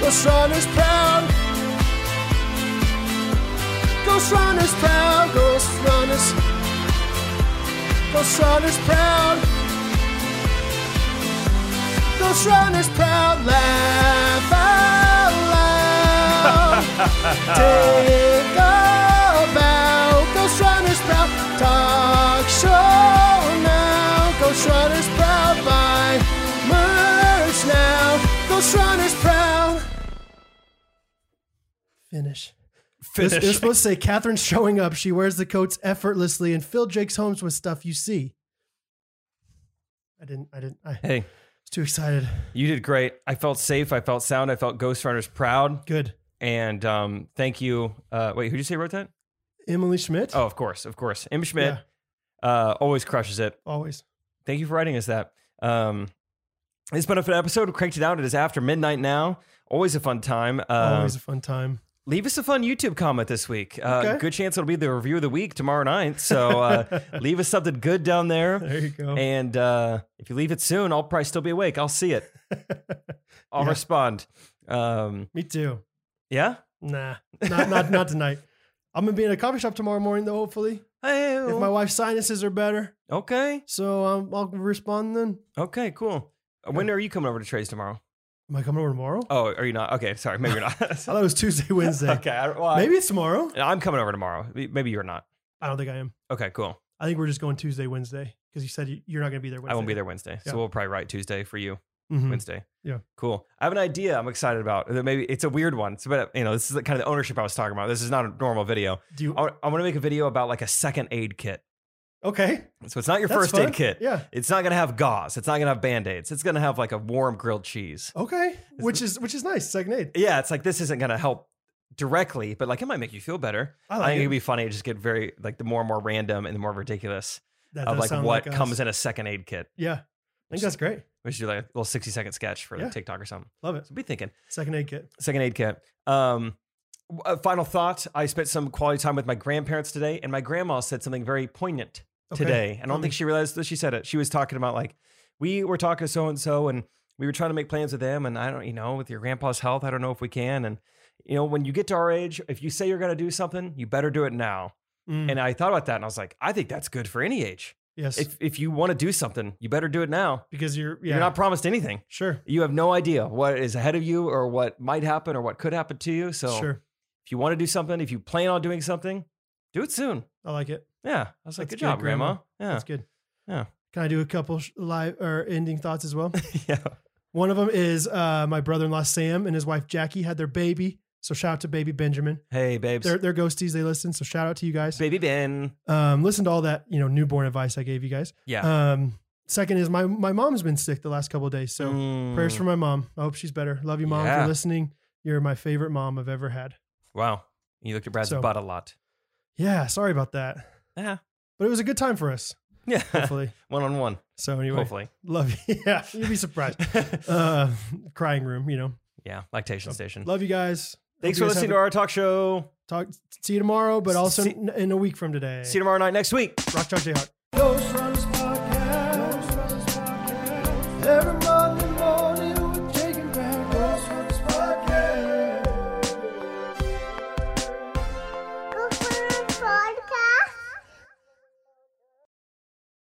B: Ghost Runners proud. Ghost Runners proud. Ghost Runners proud, Ghost Runners. Ghost Runners proud. Ghost Runners proud, laugh out loud. Take a bow, Ghost Runners proud. Talk show now, Ghost Runners proud. Buy merch now, Ghost Runners proud. Finish. It was, it was
A: Finish.
B: supposed to say Catherine's showing up. She wears the coats effortlessly and fill Jake's homes with stuff you see. I didn't. I didn't. I was
A: Hey,
B: too excited.
A: you did great. I felt safe. I felt sound. I felt Ghost Runners proud.
B: Good.
A: And um, thank you. Uh, wait, who did you say wrote that?
B: Emily Schmidt.
A: Oh, of course, of course. Im Schmidt uh, always crushes it.
B: always.
A: Thank you for writing us that. Um, it's been a fun episode of Cranked It Out. It is after midnight now. Always a fun time. Uh,
B: always a fun time.
A: leave us a fun YouTube comment this week. Uh,
B: Okay.
A: Good chance it'll be the review of the week tomorrow night. So uh, leave us something good down there.
B: There you go.
A: And uh, if you leave it soon, I'll probably still be awake. I'll see it. I'll
B: Yeah.
A: respond. Um,
B: Me too.
A: yeah.
B: Nah. Not not not tonight. I'm gonna be in a coffee shop tomorrow morning though. Hopefully, if
A: Oh.
B: my wife's sinuses are better,
A: okay.
B: so um, I'll respond then.
A: Okay. Cool. When are you coming over to Trey's tomorrow?
B: Am I coming over tomorrow?
A: Oh, are you not? Okay. Sorry. Maybe you're
B: I
A: not.
B: thought it was Tuesday, Wednesday.
A: okay. I, well, I-
B: Maybe it's tomorrow.
A: I'm coming over tomorrow. Maybe you're not.
B: I don't think I am.
A: Okay. Cool.
B: I think we're just going Tuesday, Wednesday because you said you- you're not gonna be there. Wednesday.
A: I won't be there Wednesday.
B: Yeah.
A: So we'll probably write Tuesday for you.
B: Mhm.
A: Wednesday.
B: Yeah.
A: Cool. I have an idea I'm excited about. That Maybe it's a weird one. It's about, you know, this is the kind of the ownership I was talking about. This is not a normal video.
B: Do you?
A: I, want to make a video about like a second aid kit.
B: Okay.
A: So it's not your
B: That's
A: first
B: fun.
A: aid kit.
B: Yeah.
A: It's not going to have gauze. It's not going to have band-aids. It's going to have like a warm grilled cheese.
B: Okay. Which is which is nice. Second aid.
A: Yeah, it's like this isn't going to help directly, but like it might make you feel better.
B: I
A: I,
B: like
A: think
B: it.
A: it'd be funny to just get very like the more and more random and the more ridiculous
B: That
A: of
B: does
A: like
B: sound
A: what
B: like us.
A: comes in a second aid kit.
B: Yeah. I think that's great.
A: We should do like a little 60 second sketch for
B: Yeah.
A: like TikTok or something.
B: Love it.
A: So be thinking.
B: Second aid kit.
A: second aid kit. Um, w- a final thought: I spent some quality time with my grandparents today, and my grandma said something very poignant
B: Okay.
A: today. And I
B: Tell
A: don't
B: me.
A: think she realized that she said it. She was talking about like we were talking to so and so, and we were trying to make plans with them. And I don't, you know, with your grandpa's health, I don't know if we can. And you know, when you get to our age, if you say you're going to do something, you better do it now.
B: Mm.
A: And I thought about that, and I was like, I think that's good for any age.
B: Yes.
A: If if you want to do something, you better do it now.
B: because you're, yeah.
A: You're not promised anything.
B: sure.
A: You have no idea what is ahead of you or what might happen or what could happen to you. So
B: Sure.
A: if you want to do something, if you plan on doing something, do it soon.
B: I like it.
A: Yeah. I was like,
B: That's
A: good job,
B: good,
A: grandma.
B: Grandma. That's good.
A: Yeah.
B: Can I do a couple sh- live or ending thoughts as well?
A: Yeah. yeah.
B: One of them is uh, my brother-in-law Sam and his wife Jackie had their baby. So shout out to baby Benjamin.
A: Hey, babes.
B: They're, they're ghosties. They listen. So shout out to you guys.
A: Baby Ben. Uh,
B: Um, listen to all that you know newborn advice I gave you guys.
A: Yeah.
B: Um, second is my my mom's been sick the last couple of days. So
A: Mm.
B: prayers for my mom. I hope she's better. Love you, mom,
A: Yeah.
B: for listening. You're my favorite mom I've ever had.
A: Wow. You looked at Brad's
B: So-
A: butt a lot.
B: Yeah, sorry about that.
A: Yeah.
B: But it was a good time for us,
A: Yeah.
B: hopefully.
A: one on one.
B: so anyway,
A: Hopefully.
B: love you. Yeah, you'd be surprised. Uh, crying room, you know.
A: yeah. Lactation station.
B: Love you guys.
A: Mm. Thanks for
B: Hope you guys
A: listening to
B: have
A: our talk show.
B: a- talk. See you tomorrow, but also
A: See-
B: n- in a week from today.
A: See you tomorrow night next week.
B: Rock Chalk J Hart. Ghost Runners Podcast. Ghost Runners Podcast.